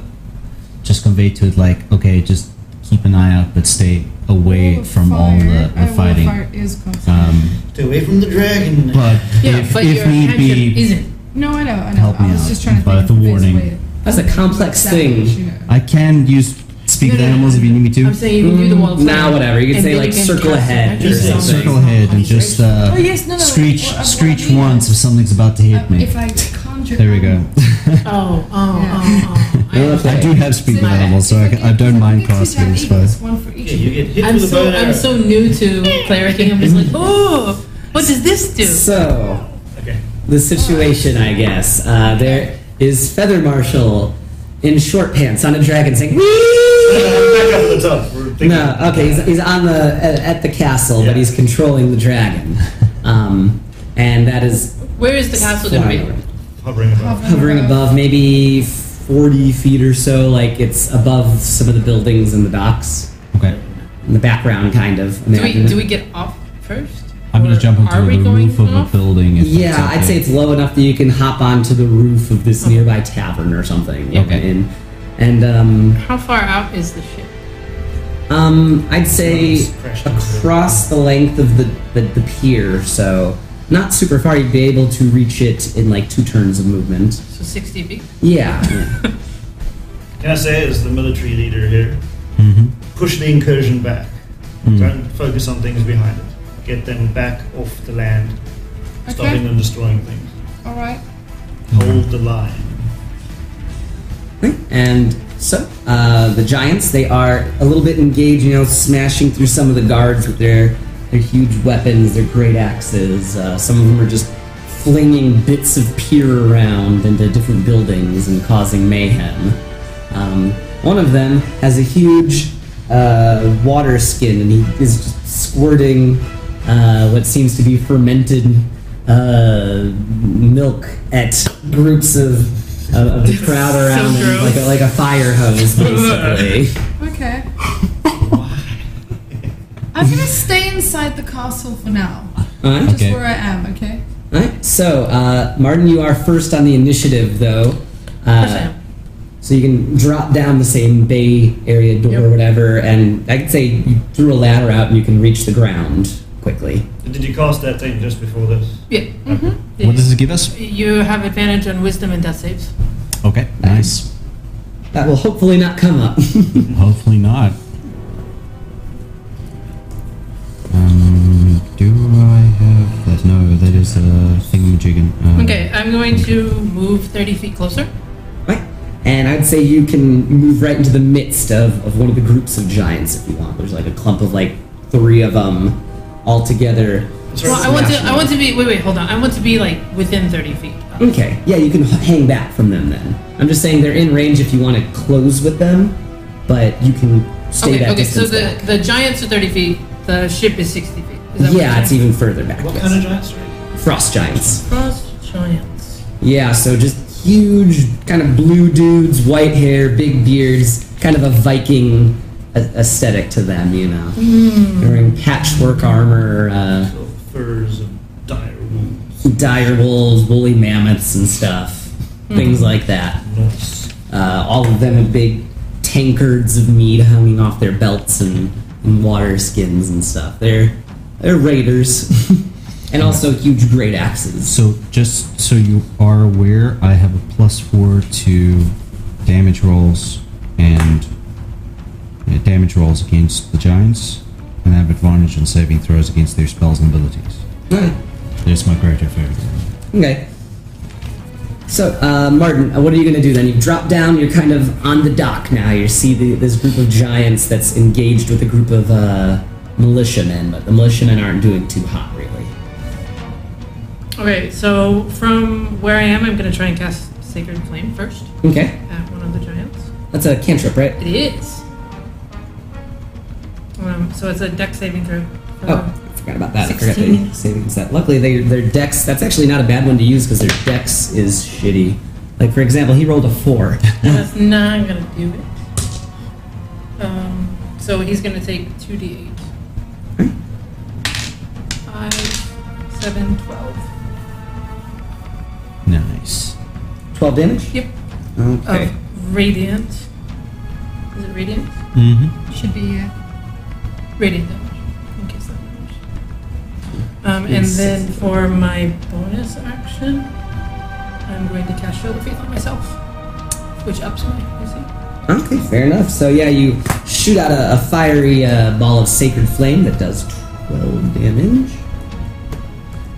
[SPEAKER 3] just convey to it like, okay, just keep an eye out, but stay away
[SPEAKER 4] Wall of
[SPEAKER 3] from all
[SPEAKER 4] fire-
[SPEAKER 3] the,
[SPEAKER 4] I
[SPEAKER 3] the
[SPEAKER 4] will
[SPEAKER 3] fighting.
[SPEAKER 4] fire is concentration.
[SPEAKER 3] Um,
[SPEAKER 5] Stay away from the dragon.
[SPEAKER 3] but
[SPEAKER 2] Yeah,
[SPEAKER 3] if,
[SPEAKER 2] but
[SPEAKER 3] if
[SPEAKER 2] your
[SPEAKER 3] need
[SPEAKER 2] handship
[SPEAKER 3] be,
[SPEAKER 2] isn't.
[SPEAKER 4] no, I know. I know.
[SPEAKER 3] help
[SPEAKER 4] I
[SPEAKER 3] me
[SPEAKER 4] was
[SPEAKER 3] out,
[SPEAKER 4] just trying to
[SPEAKER 3] but
[SPEAKER 4] think of
[SPEAKER 3] the
[SPEAKER 4] best
[SPEAKER 3] warning.
[SPEAKER 4] way to-
[SPEAKER 1] That's a complex
[SPEAKER 4] Exactly,
[SPEAKER 1] thing.
[SPEAKER 4] you know.
[SPEAKER 3] I can use speak
[SPEAKER 2] No,
[SPEAKER 3] with
[SPEAKER 2] no, no,
[SPEAKER 3] animals if you need me to.
[SPEAKER 2] I'm saying you can do the wall of fire.
[SPEAKER 1] Mm, Nah, whatever. You can
[SPEAKER 2] and
[SPEAKER 1] say,
[SPEAKER 2] then
[SPEAKER 1] like,
[SPEAKER 2] can
[SPEAKER 1] circle
[SPEAKER 2] cast
[SPEAKER 1] ahead
[SPEAKER 2] magic
[SPEAKER 1] or
[SPEAKER 2] spells.
[SPEAKER 1] something.
[SPEAKER 3] Circle ahead and just uh,
[SPEAKER 4] Oh, yes, no, no,
[SPEAKER 3] screech
[SPEAKER 4] what- what I
[SPEAKER 3] screech
[SPEAKER 4] mean
[SPEAKER 3] once
[SPEAKER 4] is,
[SPEAKER 3] if something's about to hit
[SPEAKER 4] um,
[SPEAKER 3] me.
[SPEAKER 4] If I conjure.
[SPEAKER 3] There we
[SPEAKER 4] [laughs]
[SPEAKER 3] go.
[SPEAKER 2] Oh, oh,
[SPEAKER 1] [laughs]
[SPEAKER 2] oh,
[SPEAKER 1] I don't know
[SPEAKER 2] oh.
[SPEAKER 1] if
[SPEAKER 3] I
[SPEAKER 1] that-
[SPEAKER 3] do have speak with animals, so I, can, I don't mind casting this. But
[SPEAKER 4] One for each.
[SPEAKER 5] Yeah, you get hit
[SPEAKER 2] I'm
[SPEAKER 5] with a bow
[SPEAKER 2] so
[SPEAKER 5] and
[SPEAKER 2] I'm
[SPEAKER 5] arrow.
[SPEAKER 2] so new to clericing. I'm just like,
[SPEAKER 1] Mm-hmm.
[SPEAKER 2] oh, what does this do?
[SPEAKER 1] So,
[SPEAKER 5] Okay.
[SPEAKER 1] the situation, I guess. Uh, there is Feather Marshal in short pants on a dragon saying, "Wee!"
[SPEAKER 5] Back up at the top. We're thinking-
[SPEAKER 1] No, okay, he's, he's on the at, at the castle,
[SPEAKER 5] Yeah.
[SPEAKER 1] but he's controlling the dragon, um, and that is
[SPEAKER 2] Where is the castle going
[SPEAKER 1] flying
[SPEAKER 2] to
[SPEAKER 1] around.
[SPEAKER 2] be?
[SPEAKER 5] Hovering above.
[SPEAKER 2] Uh-huh.
[SPEAKER 1] hovering above maybe forty feet or so. Like it's above some of the buildings and the docks
[SPEAKER 3] okay.
[SPEAKER 1] in the background, kind of.
[SPEAKER 2] Do we
[SPEAKER 1] imagine it.
[SPEAKER 2] do we get off first?
[SPEAKER 3] I'm gonna
[SPEAKER 2] Or
[SPEAKER 3] jump
[SPEAKER 2] are we
[SPEAKER 3] onto the
[SPEAKER 2] going
[SPEAKER 3] roof of
[SPEAKER 2] off?
[SPEAKER 3] a building. If
[SPEAKER 1] Yeah,
[SPEAKER 3] that's
[SPEAKER 1] I'd say
[SPEAKER 3] okay.
[SPEAKER 1] it's low enough that you can hop onto the roof of this nearby tavern or something. you know,
[SPEAKER 3] Okay.
[SPEAKER 1] And, and um,
[SPEAKER 2] How far out is the ship?
[SPEAKER 1] um, I'd say
[SPEAKER 5] Just crash into the-
[SPEAKER 1] across the length of the, the, the pier, so not super far. You'd be able to reach it in like two turns of movement.
[SPEAKER 2] So 60 feet.
[SPEAKER 1] Yeah.
[SPEAKER 5] Can I say, as the military leader here, push the incursion back. Don't focus on things behind it. Get them back off the land, stopping
[SPEAKER 4] Okay.
[SPEAKER 5] them destroying things.
[SPEAKER 4] All right.
[SPEAKER 5] Hold the line.
[SPEAKER 1] And so uh, the giants, they are a little bit engaged, you know, smashing through some of the guards with their They're huge weapons. They're great axes. Uh, some of them are just flinging bits of pier around into different buildings and causing mayhem. Um, one of them has a huge uh, water skin, and he is just squirting uh, what seems to be fermented uh, milk at groups of, of, of the
[SPEAKER 2] [laughs]
[SPEAKER 1] crowd around him, like
[SPEAKER 2] gross.
[SPEAKER 1] a, like a fire hose, basically.
[SPEAKER 2] [laughs]
[SPEAKER 1] [laughs]
[SPEAKER 4] Okay. I'm gonna stay inside the castle for now.
[SPEAKER 1] Alright.
[SPEAKER 4] Just
[SPEAKER 3] Okay.
[SPEAKER 4] where I am, okay?
[SPEAKER 1] Alright, so uh, Martin, you are first on the initiative, though.
[SPEAKER 2] course I
[SPEAKER 1] Uh,
[SPEAKER 2] am.
[SPEAKER 1] so you can drop down the same bay area door or
[SPEAKER 2] Yep.
[SPEAKER 1] whatever, and I could say you threw a ladder out and you can reach the ground quickly.
[SPEAKER 5] Did you cast that thing just before this?
[SPEAKER 2] Mm-hmm. Yeah.
[SPEAKER 3] What does it give us?
[SPEAKER 2] You have advantage on wisdom and death saves.
[SPEAKER 3] Okay, nice.
[SPEAKER 1] That will hopefully not come up. [laughs]
[SPEAKER 3] Hopefully not. Um, do I have that? No, that is a thingamajiggin. Uh,
[SPEAKER 2] Okay, I'm going to move 30 feet closer.
[SPEAKER 1] right? And I'd say you can move right into the midst of, of one of the groups of giants if you want. There's like a clump of like three of them all together.
[SPEAKER 2] Well, I want to. I want to be. Wait, wait, hold on. I want to be like within 30 feet.
[SPEAKER 1] Okay, yeah, you can h- hang back from them then. I'm just saying they're in range if you want to close with them, but you can stay
[SPEAKER 2] okay,
[SPEAKER 1] that
[SPEAKER 2] okay. So
[SPEAKER 1] distance
[SPEAKER 2] the
[SPEAKER 1] back.
[SPEAKER 2] the giants are 30 feet. The ship is 60 feet. Is that what
[SPEAKER 1] yeah,
[SPEAKER 2] you're
[SPEAKER 1] it's
[SPEAKER 2] saying?
[SPEAKER 1] even further back.
[SPEAKER 5] What
[SPEAKER 1] yes.
[SPEAKER 5] kind of giants are you?
[SPEAKER 1] Frost giants.
[SPEAKER 2] frost giants.
[SPEAKER 1] Yeah, so just huge, kind of blue dudes, white hair, big beards, kind of a Viking a- aesthetic to them, you know. They're wearing patchwork armor, uh,
[SPEAKER 5] Sort of Furs and dire wolves.
[SPEAKER 1] dire wolves, woolly mammoths, and stuff. Things like that.
[SPEAKER 5] Nice.
[SPEAKER 1] Uh, all of them have big tankards of mead hanging off their belts and, and water skins and stuff. They're they're raiders, and also huge great axes.
[SPEAKER 3] So, just so you are aware, I have a plus four to damage rolls and yeah, damage rolls against the giants, and I have advantage on saving throws against their spells and abilities. There's my greater favor.
[SPEAKER 1] Okay. So, uh, Martin, uh, what are you going to do then? You've dropped down, you're kind of on the dock now. You see the, this group of giants that's engaged with a group of uh, militiamen, but the militiamen aren't doing too hot, really.
[SPEAKER 2] Okay, so from where I am, I'm going to try and cast Sacred Flame first
[SPEAKER 1] Okay.
[SPEAKER 2] at one of the giants.
[SPEAKER 1] That's a cantrip, right?
[SPEAKER 2] It is. Um, so it's a deck saving throw.
[SPEAKER 1] Oh, I forgot about that. I forgot
[SPEAKER 2] 16.
[SPEAKER 1] they savings that. Luckily, they, their dex. That's actually not a bad one to use because their dex is shitty. Like for example, he rolled a four. [laughs]
[SPEAKER 2] That's not going to do it. Um, so he's going to take 2d8. 5, 7, 12.
[SPEAKER 3] Nice.
[SPEAKER 1] Twelve damage.
[SPEAKER 2] Yep.
[SPEAKER 1] Okay.
[SPEAKER 2] Of radiant. Is it radiant?
[SPEAKER 3] Mm-hmm.
[SPEAKER 4] Should be uh,
[SPEAKER 2] Radiant damage. In case that matters. Um, and
[SPEAKER 1] Yes.
[SPEAKER 2] then for my bonus action, I'm going to cast Shield of Faith on myself, which ups my AC.
[SPEAKER 1] Okay. Fair enough. So yeah, you shoot out a, a fiery uh, ball of sacred flame that does twelve damage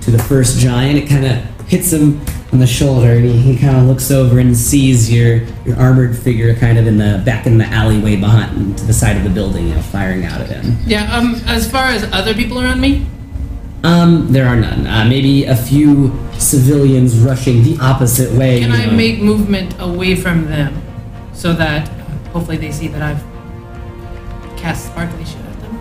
[SPEAKER 1] to the first giant. It kind of hits him on the shoulder, and he, he kind of looks over and sees your your armored figure kind of in the back in the alleyway behind to the side of the building, you know, firing out at him.
[SPEAKER 2] Yeah. Um. As far as other people around me,
[SPEAKER 1] Um, there are none. Uh, maybe a few civilians rushing the opposite way.
[SPEAKER 2] can
[SPEAKER 1] you
[SPEAKER 2] I
[SPEAKER 1] know.
[SPEAKER 2] make movement away from them, so that hopefully they see that I've cast sparkly shit at them,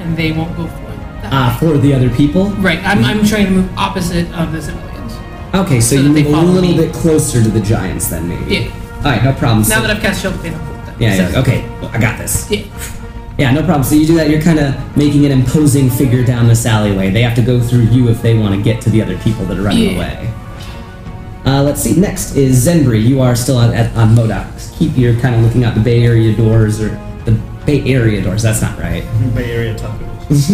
[SPEAKER 2] and they won't go for it. that
[SPEAKER 1] uh, for the other people?
[SPEAKER 2] way. right. I'm, I'm trying to move opposite of the civilians.
[SPEAKER 1] Okay, so,
[SPEAKER 2] So
[SPEAKER 1] you
[SPEAKER 2] that they
[SPEAKER 1] move a
[SPEAKER 2] follow
[SPEAKER 1] little
[SPEAKER 2] me.
[SPEAKER 1] bit closer to the giants then, maybe.
[SPEAKER 2] Yeah.
[SPEAKER 1] All right, no problem.
[SPEAKER 2] Now
[SPEAKER 1] So-
[SPEAKER 2] that I've cast Shield of Faith, I'll that.
[SPEAKER 1] yeah, yeah, okay, well, I got this.
[SPEAKER 2] Yeah.
[SPEAKER 1] Yeah, no problem. So you do that, you're kind of making an imposing figure down this alleyway. They have to go through you if they want to get to the other people that are running
[SPEAKER 2] Yeah.
[SPEAKER 1] away. Uh, let's see. Next is Zenbri. You are still on, at, on Modoc. Keep your kind of looking out the Bay Area doors or the Bay Area doors. That's not right.
[SPEAKER 5] Bay Area tacos.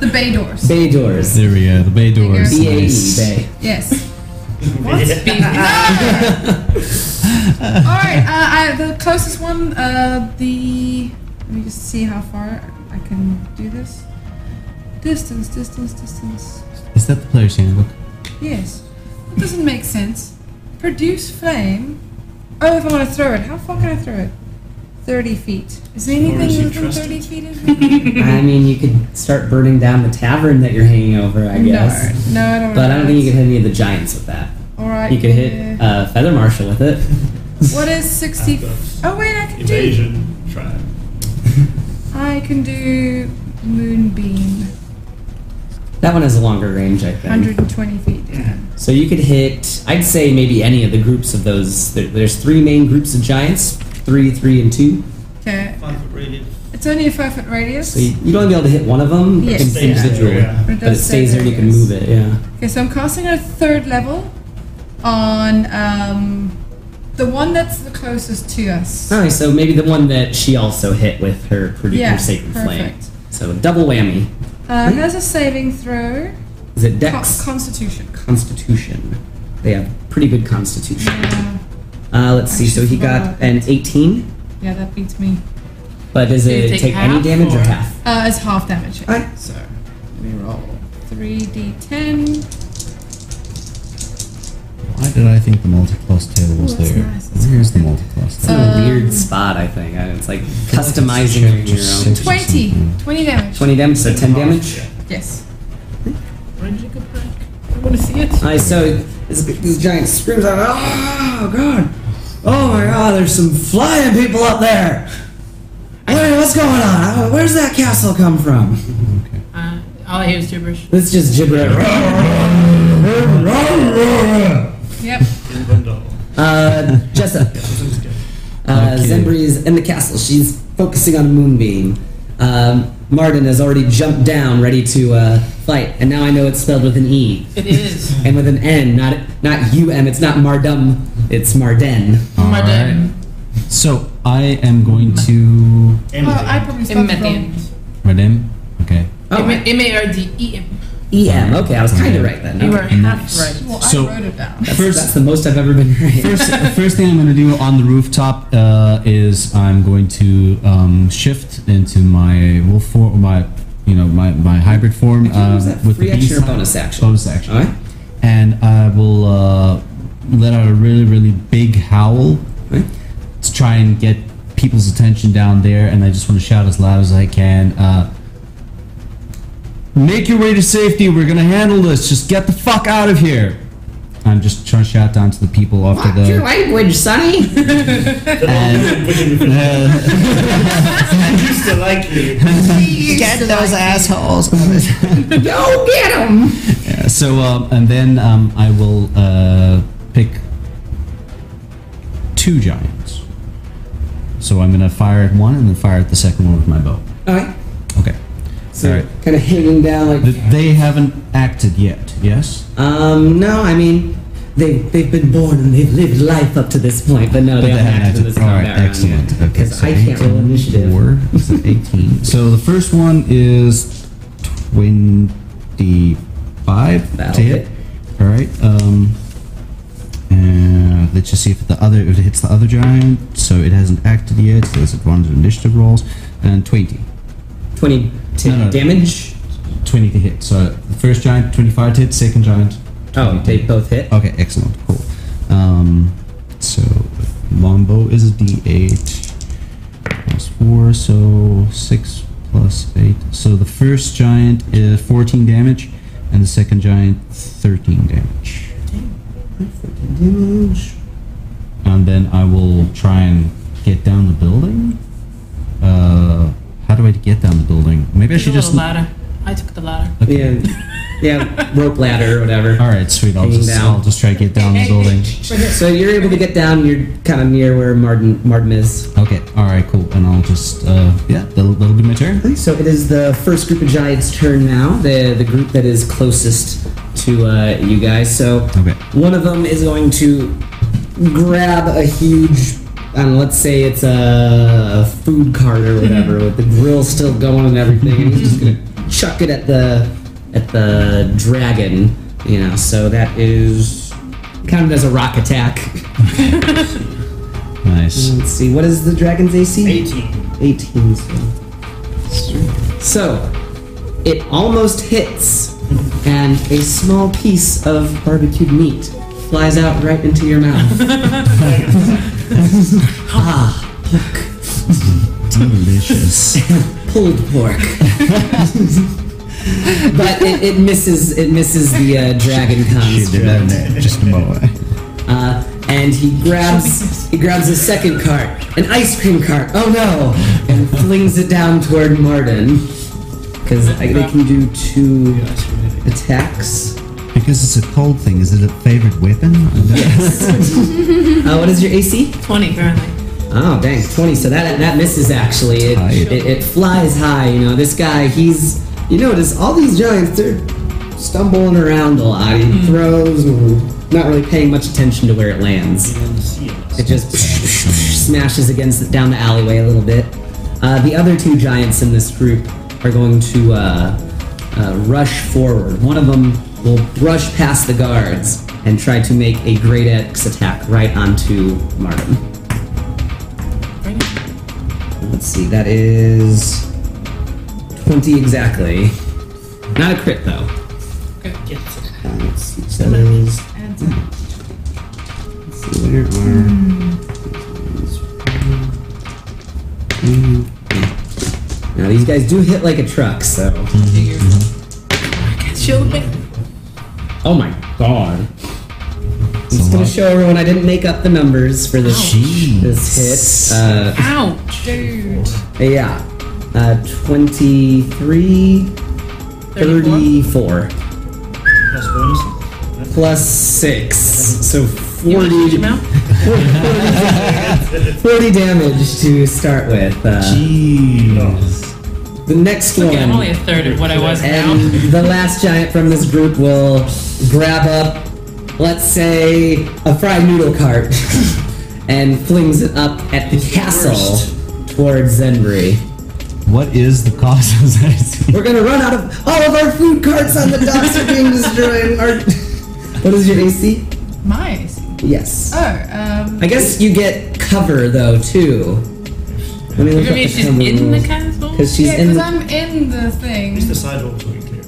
[SPEAKER 4] the bay doors.
[SPEAKER 1] Bay doors.
[SPEAKER 3] There we go. The bay doors.
[SPEAKER 4] There
[SPEAKER 1] B A E
[SPEAKER 3] Nice.
[SPEAKER 1] Bay.
[SPEAKER 4] Yes.
[SPEAKER 5] [laughs]
[SPEAKER 1] [laughs]
[SPEAKER 5] Yeah.
[SPEAKER 1] Ah.
[SPEAKER 4] Alright, uh, I, the closest one, uh, the. Let me just see how far I can do this. Distance, distance, distance.
[SPEAKER 3] Is that the player's handbook?
[SPEAKER 4] Yes. It doesn't make sense. Produce flame. Oh, if I want to throw it, how far can I throw it? 30 feet. Is there
[SPEAKER 5] Or
[SPEAKER 4] anything
[SPEAKER 5] is he
[SPEAKER 4] within
[SPEAKER 5] trusted?
[SPEAKER 4] 30 feet
[SPEAKER 1] [laughs]
[SPEAKER 4] of me?
[SPEAKER 1] I mean, you could start burning down the tavern that you're hanging over, I guess.
[SPEAKER 4] No, no, I don't
[SPEAKER 1] But I don't think you could hit any of the giants with that.
[SPEAKER 4] All right.
[SPEAKER 1] You could hit uh, Feather Marshal with it.
[SPEAKER 4] What is 60?
[SPEAKER 5] I've got
[SPEAKER 4] Oh, wait, I can do.
[SPEAKER 5] Evasion, try.
[SPEAKER 4] I can do Moonbeam.
[SPEAKER 1] That one has a longer range, I think.
[SPEAKER 4] 120 feet. Yeah.
[SPEAKER 1] So you could hit, I'd say maybe any of the groups of those. There, there's three main groups of giants three, three, and two.
[SPEAKER 4] Okay.
[SPEAKER 5] Five foot radius.
[SPEAKER 4] It's only a 5 foot radius.
[SPEAKER 1] So you, you'd only be able to hit one of them
[SPEAKER 4] Yes.
[SPEAKER 1] it's
[SPEAKER 5] Stays there,
[SPEAKER 1] individually.
[SPEAKER 5] yeah.
[SPEAKER 4] It
[SPEAKER 1] But it
[SPEAKER 4] does say
[SPEAKER 1] stays there and you can
[SPEAKER 4] radius.
[SPEAKER 1] move it, yeah.
[SPEAKER 4] Okay, so I'm casting at a third level on um, the one that's the closest to us.
[SPEAKER 1] Alright, so maybe the one that she also hit with her, produ-
[SPEAKER 4] Yeah,
[SPEAKER 1] her Sacred Flame.
[SPEAKER 4] perfect.
[SPEAKER 1] So double whammy.
[SPEAKER 4] Uh, it has a saving throw.
[SPEAKER 1] Is it
[SPEAKER 4] Co-
[SPEAKER 1] Dex?
[SPEAKER 4] Constitution.
[SPEAKER 1] constitution. They have pretty good constitution.
[SPEAKER 4] Yeah,
[SPEAKER 1] Uh, let's see. So he got an 18,
[SPEAKER 4] yeah, that beats me.
[SPEAKER 1] but does
[SPEAKER 2] Do you
[SPEAKER 1] it take,
[SPEAKER 2] take
[SPEAKER 1] any
[SPEAKER 2] half
[SPEAKER 1] damage or
[SPEAKER 2] or-
[SPEAKER 1] half?
[SPEAKER 4] Uh, it's half damage.
[SPEAKER 1] Alright.
[SPEAKER 4] So let me roll. 3d10.
[SPEAKER 3] Why did I think the multi-class tail was
[SPEAKER 1] Oh,
[SPEAKER 4] Ooh, that's
[SPEAKER 3] there?
[SPEAKER 4] nice, that's
[SPEAKER 3] Where's the multi-class
[SPEAKER 1] It's
[SPEAKER 3] tail?
[SPEAKER 1] in a weird
[SPEAKER 4] Um,
[SPEAKER 1] spot, I think. I- It's like
[SPEAKER 3] it's
[SPEAKER 1] customizing
[SPEAKER 3] chapter
[SPEAKER 1] your own.
[SPEAKER 3] six.
[SPEAKER 4] 20.
[SPEAKER 3] Something.
[SPEAKER 4] 20 damage.
[SPEAKER 1] 20 damage, so 10 damage.
[SPEAKER 5] Yeah.
[SPEAKER 4] Yes.
[SPEAKER 2] Ranger, good back. I want to see it.
[SPEAKER 1] Alright, so this, this giant screams out, Oh, God! Oh, my God, there's some flying people up there! Larry, what's going on? Where's that castle come from?
[SPEAKER 2] Uh, all I hear is gibberish.
[SPEAKER 1] Let's just gibberish.
[SPEAKER 4] Yep.
[SPEAKER 5] In Bundle.
[SPEAKER 1] Uh, Jessup. Uh,
[SPEAKER 3] Okay.
[SPEAKER 1] Zembri is in the castle. She's focusing on a moonbeam. Um, Martin has already jumped down, ready to uh, fight, and now I know it's spelled with an E
[SPEAKER 2] It is.
[SPEAKER 1] [laughs] and with an N, not not U M. It's not Mardum. It's Marden.
[SPEAKER 2] My dad.
[SPEAKER 3] Alright. So I am going to.
[SPEAKER 4] Oh, I probably spelled it
[SPEAKER 2] Emmethian.
[SPEAKER 4] wrong.
[SPEAKER 3] Redim? Okay.
[SPEAKER 1] Oh,
[SPEAKER 2] M-A-R-D-E-M.
[SPEAKER 1] E M. Okay, I was kind of right then.
[SPEAKER 2] You were
[SPEAKER 1] Okay.
[SPEAKER 2] half right.
[SPEAKER 4] Well,
[SPEAKER 3] So-
[SPEAKER 4] I wrote
[SPEAKER 1] [laughs]
[SPEAKER 4] it down.
[SPEAKER 1] That's,
[SPEAKER 3] First-
[SPEAKER 1] that's the most I've ever been
[SPEAKER 3] [laughs]
[SPEAKER 1] right.
[SPEAKER 3] First, first thing I'm going to do on the rooftop uh, is I'm going to um, shift into my wolf form, my you know my, my hybrid form
[SPEAKER 1] Actually,
[SPEAKER 3] uh,
[SPEAKER 1] was that
[SPEAKER 3] with the
[SPEAKER 1] free action
[SPEAKER 3] beast-
[SPEAKER 1] or bonus action?
[SPEAKER 3] Bonus action.
[SPEAKER 1] All right.
[SPEAKER 3] And I will uh, let out a really really big howl
[SPEAKER 1] Okay.
[SPEAKER 3] to try and get people's attention down there, and I just want to shout as loud as I can. Uh, Make your way to safety. We're gonna handle this. Just get the fuck out of here. I'm just trying to shout down to the people after the.
[SPEAKER 1] language, Sonny.
[SPEAKER 5] I [laughs] used to like you.
[SPEAKER 3] Get those assholes.
[SPEAKER 1] Go get him.
[SPEAKER 3] so, um, and then um, I will uh, pick two giants. So I'm gonna fire at one and then fire at the second one with my bow.
[SPEAKER 1] All right.
[SPEAKER 3] Okay.
[SPEAKER 1] So
[SPEAKER 3] All right.
[SPEAKER 1] kind of hanging down like.
[SPEAKER 3] Th- They haven't acted yet. Yes.
[SPEAKER 1] Um, no, I mean, they, they've been born and they've lived life up to this point, but no,
[SPEAKER 3] But
[SPEAKER 1] they
[SPEAKER 3] they
[SPEAKER 1] haven't acted in
[SPEAKER 3] haven't
[SPEAKER 1] this
[SPEAKER 3] acted. All right.
[SPEAKER 1] combat round
[SPEAKER 3] Excellent.
[SPEAKER 1] yet,
[SPEAKER 3] Okay.
[SPEAKER 1] 'cause I can't roll
[SPEAKER 3] 18
[SPEAKER 1] initiative.
[SPEAKER 3] more. Is it 18. so the first one is twenty-five
[SPEAKER 1] That'll
[SPEAKER 3] to hit.
[SPEAKER 1] hit.
[SPEAKER 3] All right. Um, and let's just see if the other if it hits the other giant. So it hasn't acted yet. So it's advantage of initiative rolls and twenty.
[SPEAKER 1] 20 to
[SPEAKER 3] No, no.
[SPEAKER 1] damage.
[SPEAKER 3] 20 to hit. So the first giant, 25 to hit, second giant.
[SPEAKER 1] Oh, they both hit.
[SPEAKER 3] Okay, excellent, cool. Um, so longbow is a d8 plus 4, so 6 plus 8. So the first giant is 14 damage, and the second giant 13 damage.
[SPEAKER 1] Damage.
[SPEAKER 3] And then I will try and get down the building. Uh, how do I get down the building? Maybe I
[SPEAKER 2] There's a
[SPEAKER 3] should
[SPEAKER 2] little
[SPEAKER 3] just.
[SPEAKER 2] ladder. I took the ladder.
[SPEAKER 1] Yeah.
[SPEAKER 3] Okay.
[SPEAKER 1] Yeah, rope ladder or whatever.
[SPEAKER 3] All right, sweet. I'll
[SPEAKER 1] Hanging
[SPEAKER 3] just,
[SPEAKER 1] down.
[SPEAKER 3] I'll just try to get down the building.
[SPEAKER 1] So you're able to get down, you're kind of near where Martin, Martin is.
[SPEAKER 3] Okay, alright, cool. And I'll just, uh, yeah, that'll, that'll be my turn.
[SPEAKER 1] So it is the first group of giants' turn now, the, the group that is closest to uh, you guys. So
[SPEAKER 3] Okay.
[SPEAKER 1] One of them is going to grab a huge, and let's say it's a, a food cart or whatever, with the grill still going and everything, and he's just gonna chuck it at the at the dragon. You know, so that is counted as a rock attack.
[SPEAKER 3] Nice.
[SPEAKER 1] Let's see, what is the dragon's AC?
[SPEAKER 5] 18.
[SPEAKER 1] 18. So, so it almost hits, and a small piece of barbecued meat flies out right into your mouth. ah, yuck.
[SPEAKER 3] Delicious.
[SPEAKER 1] pulled pork. but it, it misses it misses the uh, dragon construct,
[SPEAKER 3] Just a [laughs] moment.
[SPEAKER 1] uh, and he grabs he grabs a second cart, an ice cream cart. Oh no! And flings it down toward Martin because they can do two attacks.
[SPEAKER 3] Because it's a cold thing, is it a favorite weapon? I
[SPEAKER 1] [laughs]
[SPEAKER 3] don't-
[SPEAKER 1] Uh, what is your AC?
[SPEAKER 2] 20, apparently.
[SPEAKER 1] Oh dang, twenty. So that that misses actually. It,
[SPEAKER 3] High.
[SPEAKER 1] it it flies high. You know, this guy. He's you notice all these giants. They're stumbling around a lot. He throws, and not really paying much attention to where it lands.
[SPEAKER 5] And see us.
[SPEAKER 1] It just smashes against the, down the alleyway a little bit. Uh, the other two giants in this group are going to uh, uh, rush forward. One of them will brush past the guards and try to make a great X attack right onto Martin.
[SPEAKER 2] Bring it.
[SPEAKER 1] Let's see, that is 20 exactly. Not a crit though.
[SPEAKER 2] Good. Yes.
[SPEAKER 1] Uh, let's see, so that is.
[SPEAKER 4] Adds up.
[SPEAKER 1] Let's see, where are. Now these guys do hit like a truck, so. Mm-hmm.
[SPEAKER 2] Shield me.
[SPEAKER 1] Oh my god. I'm just gonna show everyone I didn't make up the numbers for this,
[SPEAKER 3] Jeez.
[SPEAKER 1] this hit. Uh,
[SPEAKER 2] Ouch.
[SPEAKER 4] Dude.
[SPEAKER 1] yeah. Uh, 23, 34.
[SPEAKER 5] Plus bonuses. That's
[SPEAKER 1] plus six, so
[SPEAKER 2] You want to
[SPEAKER 1] 40,
[SPEAKER 2] your mouth?
[SPEAKER 1] 40 damage to start with. Uh,
[SPEAKER 3] Jeez.
[SPEAKER 1] the next
[SPEAKER 2] Okay, I'm only a
[SPEAKER 1] one,
[SPEAKER 2] third of what I was now.
[SPEAKER 1] and the last giant from this group will grab up, let's say, a fried noodle cart, [laughs] and flings it up at the castle towards Zenbury.
[SPEAKER 3] What is the cost of that? [laughs]
[SPEAKER 1] We're gonna run out of all of our food carts on the docks are being destroyed. Our, [laughs] what is your AC?
[SPEAKER 4] My AC.
[SPEAKER 1] Yes.
[SPEAKER 4] Oh, um.
[SPEAKER 1] I guess you get cover though too. Let me look
[SPEAKER 2] You're gonna
[SPEAKER 1] up
[SPEAKER 2] mean
[SPEAKER 1] the
[SPEAKER 2] she's
[SPEAKER 1] cover
[SPEAKER 2] in the
[SPEAKER 1] rules.
[SPEAKER 2] castle?
[SPEAKER 1] Because she's
[SPEAKER 4] Yeah,
[SPEAKER 1] in
[SPEAKER 4] because
[SPEAKER 1] the.
[SPEAKER 4] I'm in the thing.
[SPEAKER 5] Is the sidewalk to be clear?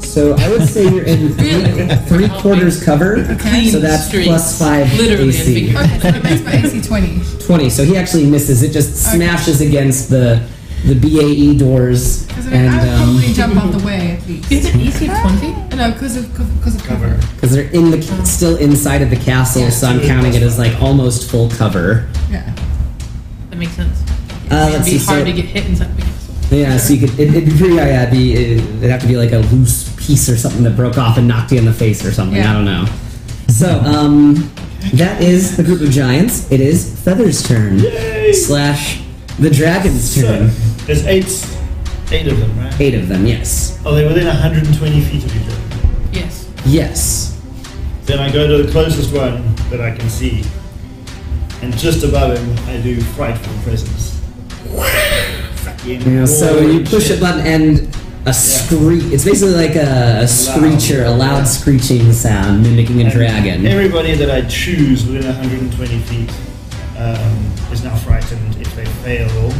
[SPEAKER 1] So I would say you're in
[SPEAKER 2] [laughs] Really?
[SPEAKER 1] three quarters cover.
[SPEAKER 2] Clean
[SPEAKER 1] So that's
[SPEAKER 2] streaks,
[SPEAKER 1] plus five
[SPEAKER 2] literally and
[SPEAKER 1] AC.
[SPEAKER 2] figuratively.
[SPEAKER 4] Okay, so that makes my AC 20.
[SPEAKER 1] 20. So he actually misses. It just
[SPEAKER 4] Okay.
[SPEAKER 1] smashes against the the BAE doors.
[SPEAKER 4] Because I, mean, I
[SPEAKER 1] And
[SPEAKER 4] would probably
[SPEAKER 1] um
[SPEAKER 4] jump out the way at least.
[SPEAKER 2] Is it E easy 20?
[SPEAKER 4] No, because of, cause of cover.
[SPEAKER 1] because they're in the ca- still inside of the castle, so I'm counting it as like almost full cover.
[SPEAKER 4] Yeah.
[SPEAKER 2] That makes sense.
[SPEAKER 1] Uh,
[SPEAKER 2] It'd
[SPEAKER 1] let's
[SPEAKER 2] be
[SPEAKER 1] see. So
[SPEAKER 2] hard to get hit inside the castle.
[SPEAKER 1] Yeah, so you could. It, it'd be pretty. Yeah, yeah, it'd, be, it'd have to be like a loose piece or something that broke off and knocked you in the face or something. I
[SPEAKER 4] Yeah.
[SPEAKER 1] don't know. So, um, that is the group of giants. It is Feather's turn
[SPEAKER 5] Yay!
[SPEAKER 1] slash the dragon's
[SPEAKER 5] So,
[SPEAKER 1] turn.
[SPEAKER 5] there's eight, eight of them, right?
[SPEAKER 1] Eight of them. Yes.
[SPEAKER 5] Are they within 120 feet of each other?
[SPEAKER 2] Yes.
[SPEAKER 1] Yes.
[SPEAKER 5] Then I go to the closest one that I can see, and just above him, I do frightful presence. Fucking
[SPEAKER 1] Yeah, so
[SPEAKER 5] holy
[SPEAKER 1] you push
[SPEAKER 5] shit.
[SPEAKER 1] a button and a screech. It's basically like a, a screecher, a loud screeching sound mimicking a
[SPEAKER 5] And
[SPEAKER 1] dragon.
[SPEAKER 5] Everybody that I choose within 120 feet um, is now frightened if they fail.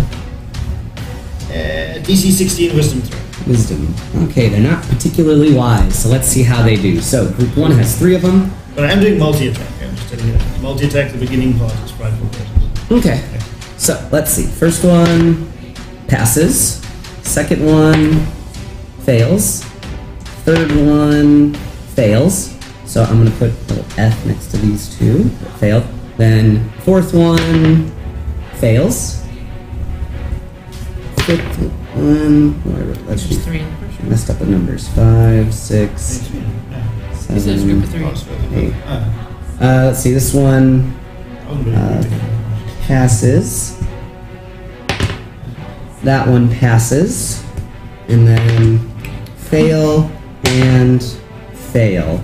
[SPEAKER 5] Uh, DC 16 wisdom throw.
[SPEAKER 1] Wisdom. Okay, they're not particularly wise, so let's see how they do. So group one has three of them.
[SPEAKER 5] But I am doing multi attack. I'm just telling you that. Multi attack, the beginning part is frightful presence.
[SPEAKER 1] Okay. So let's see. First one passes. Second one fails. Third one fails. So I'm gonna put a little F next to these two. that Failed. Then fourth one fails. Fifth one. Whatever. Let's
[SPEAKER 2] There's
[SPEAKER 1] just
[SPEAKER 2] three in the first one.
[SPEAKER 1] messed up the numbers. Five, six,
[SPEAKER 5] Yeah.
[SPEAKER 2] This is group
[SPEAKER 1] seven,
[SPEAKER 2] of three.
[SPEAKER 1] eight.
[SPEAKER 5] Ah,
[SPEAKER 1] Uh, let's see. This one
[SPEAKER 5] I wouldn't be-
[SPEAKER 1] passes. That one passes. And then fail and fail.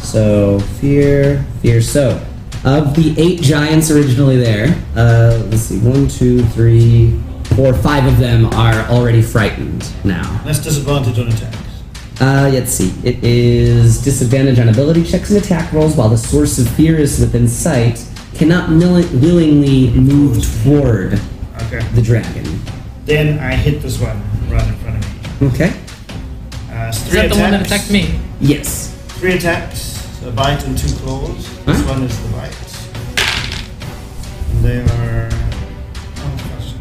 [SPEAKER 1] So fear, fear. So of the eight giants originally there, uh, let's see, one, two, three, four, five of them are already frightened now.
[SPEAKER 5] That's disadvantage on attacks.
[SPEAKER 1] Uh, let's see. It is disadvantage on ability checks and attack rolls while the source of fear is within sight. Cannot mil- willingly move toward
[SPEAKER 5] Okay.
[SPEAKER 1] the dragon.
[SPEAKER 5] Then I hit this one right in front of me.
[SPEAKER 1] Okay.
[SPEAKER 5] Uh, it's
[SPEAKER 2] Is
[SPEAKER 5] three
[SPEAKER 2] that the one that
[SPEAKER 5] attacks.
[SPEAKER 2] attacked me?
[SPEAKER 1] Yes.
[SPEAKER 5] Three attacks, a bite and two claws. This
[SPEAKER 1] Huh?
[SPEAKER 5] one is the bite. And they are. Oh, gosh.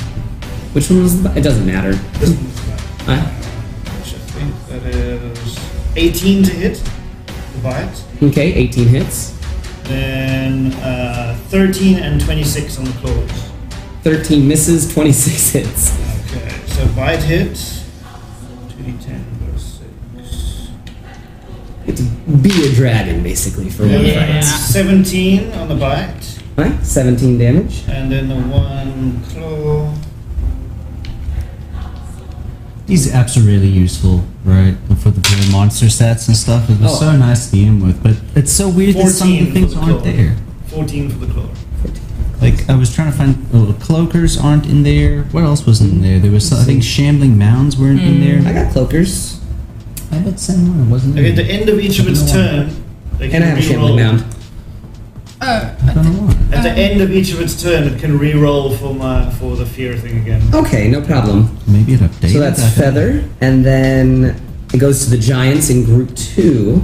[SPEAKER 1] Which one was? The, it doesn't matter.
[SPEAKER 5] This one's not.
[SPEAKER 1] Uh,
[SPEAKER 5] Which I think that is 18 to hit. The bite.
[SPEAKER 1] okay, 18 hits.
[SPEAKER 5] Then uh, 13 and 26 on the claws.
[SPEAKER 1] 13 misses, 26 [laughs] hits.
[SPEAKER 5] Okay, so bite hits. 2d10 plus 6.
[SPEAKER 1] Get to be a dragon, basically, for one
[SPEAKER 5] Yeah,
[SPEAKER 1] fight.
[SPEAKER 5] that's 17 on the bite.
[SPEAKER 1] Alright, 17 damage.
[SPEAKER 5] And then the one claw.
[SPEAKER 3] These apps are really useful, right? For the, for the monster sets and stuff. It was
[SPEAKER 1] Oh.
[SPEAKER 3] so nice to begin with, but it's so weird that some of the
[SPEAKER 5] 14
[SPEAKER 3] things
[SPEAKER 5] for the
[SPEAKER 3] aren't
[SPEAKER 5] claw.
[SPEAKER 3] there.
[SPEAKER 5] 14 for the claw.
[SPEAKER 3] Like I was trying to find oh, cloakers aren't in there. What else wasn't in there? There was some- I think shambling mounds weren't in
[SPEAKER 1] I
[SPEAKER 3] there.
[SPEAKER 1] got cloakers,
[SPEAKER 3] I bet someone wasn't.
[SPEAKER 5] Like
[SPEAKER 3] in
[SPEAKER 5] at the
[SPEAKER 3] there.
[SPEAKER 5] end of each of its
[SPEAKER 3] No.
[SPEAKER 5] turn, they can
[SPEAKER 1] and I have a shambling
[SPEAKER 5] re-roll.
[SPEAKER 1] mound.
[SPEAKER 4] Oh,
[SPEAKER 3] I don't know why.
[SPEAKER 5] At the end of each of its turn, it can re-roll for my for the fear thing again.
[SPEAKER 1] Okay, no problem.
[SPEAKER 3] Maybe it updated.
[SPEAKER 1] So that's
[SPEAKER 3] that.
[SPEAKER 1] feather, and then it goes to the giants in group two.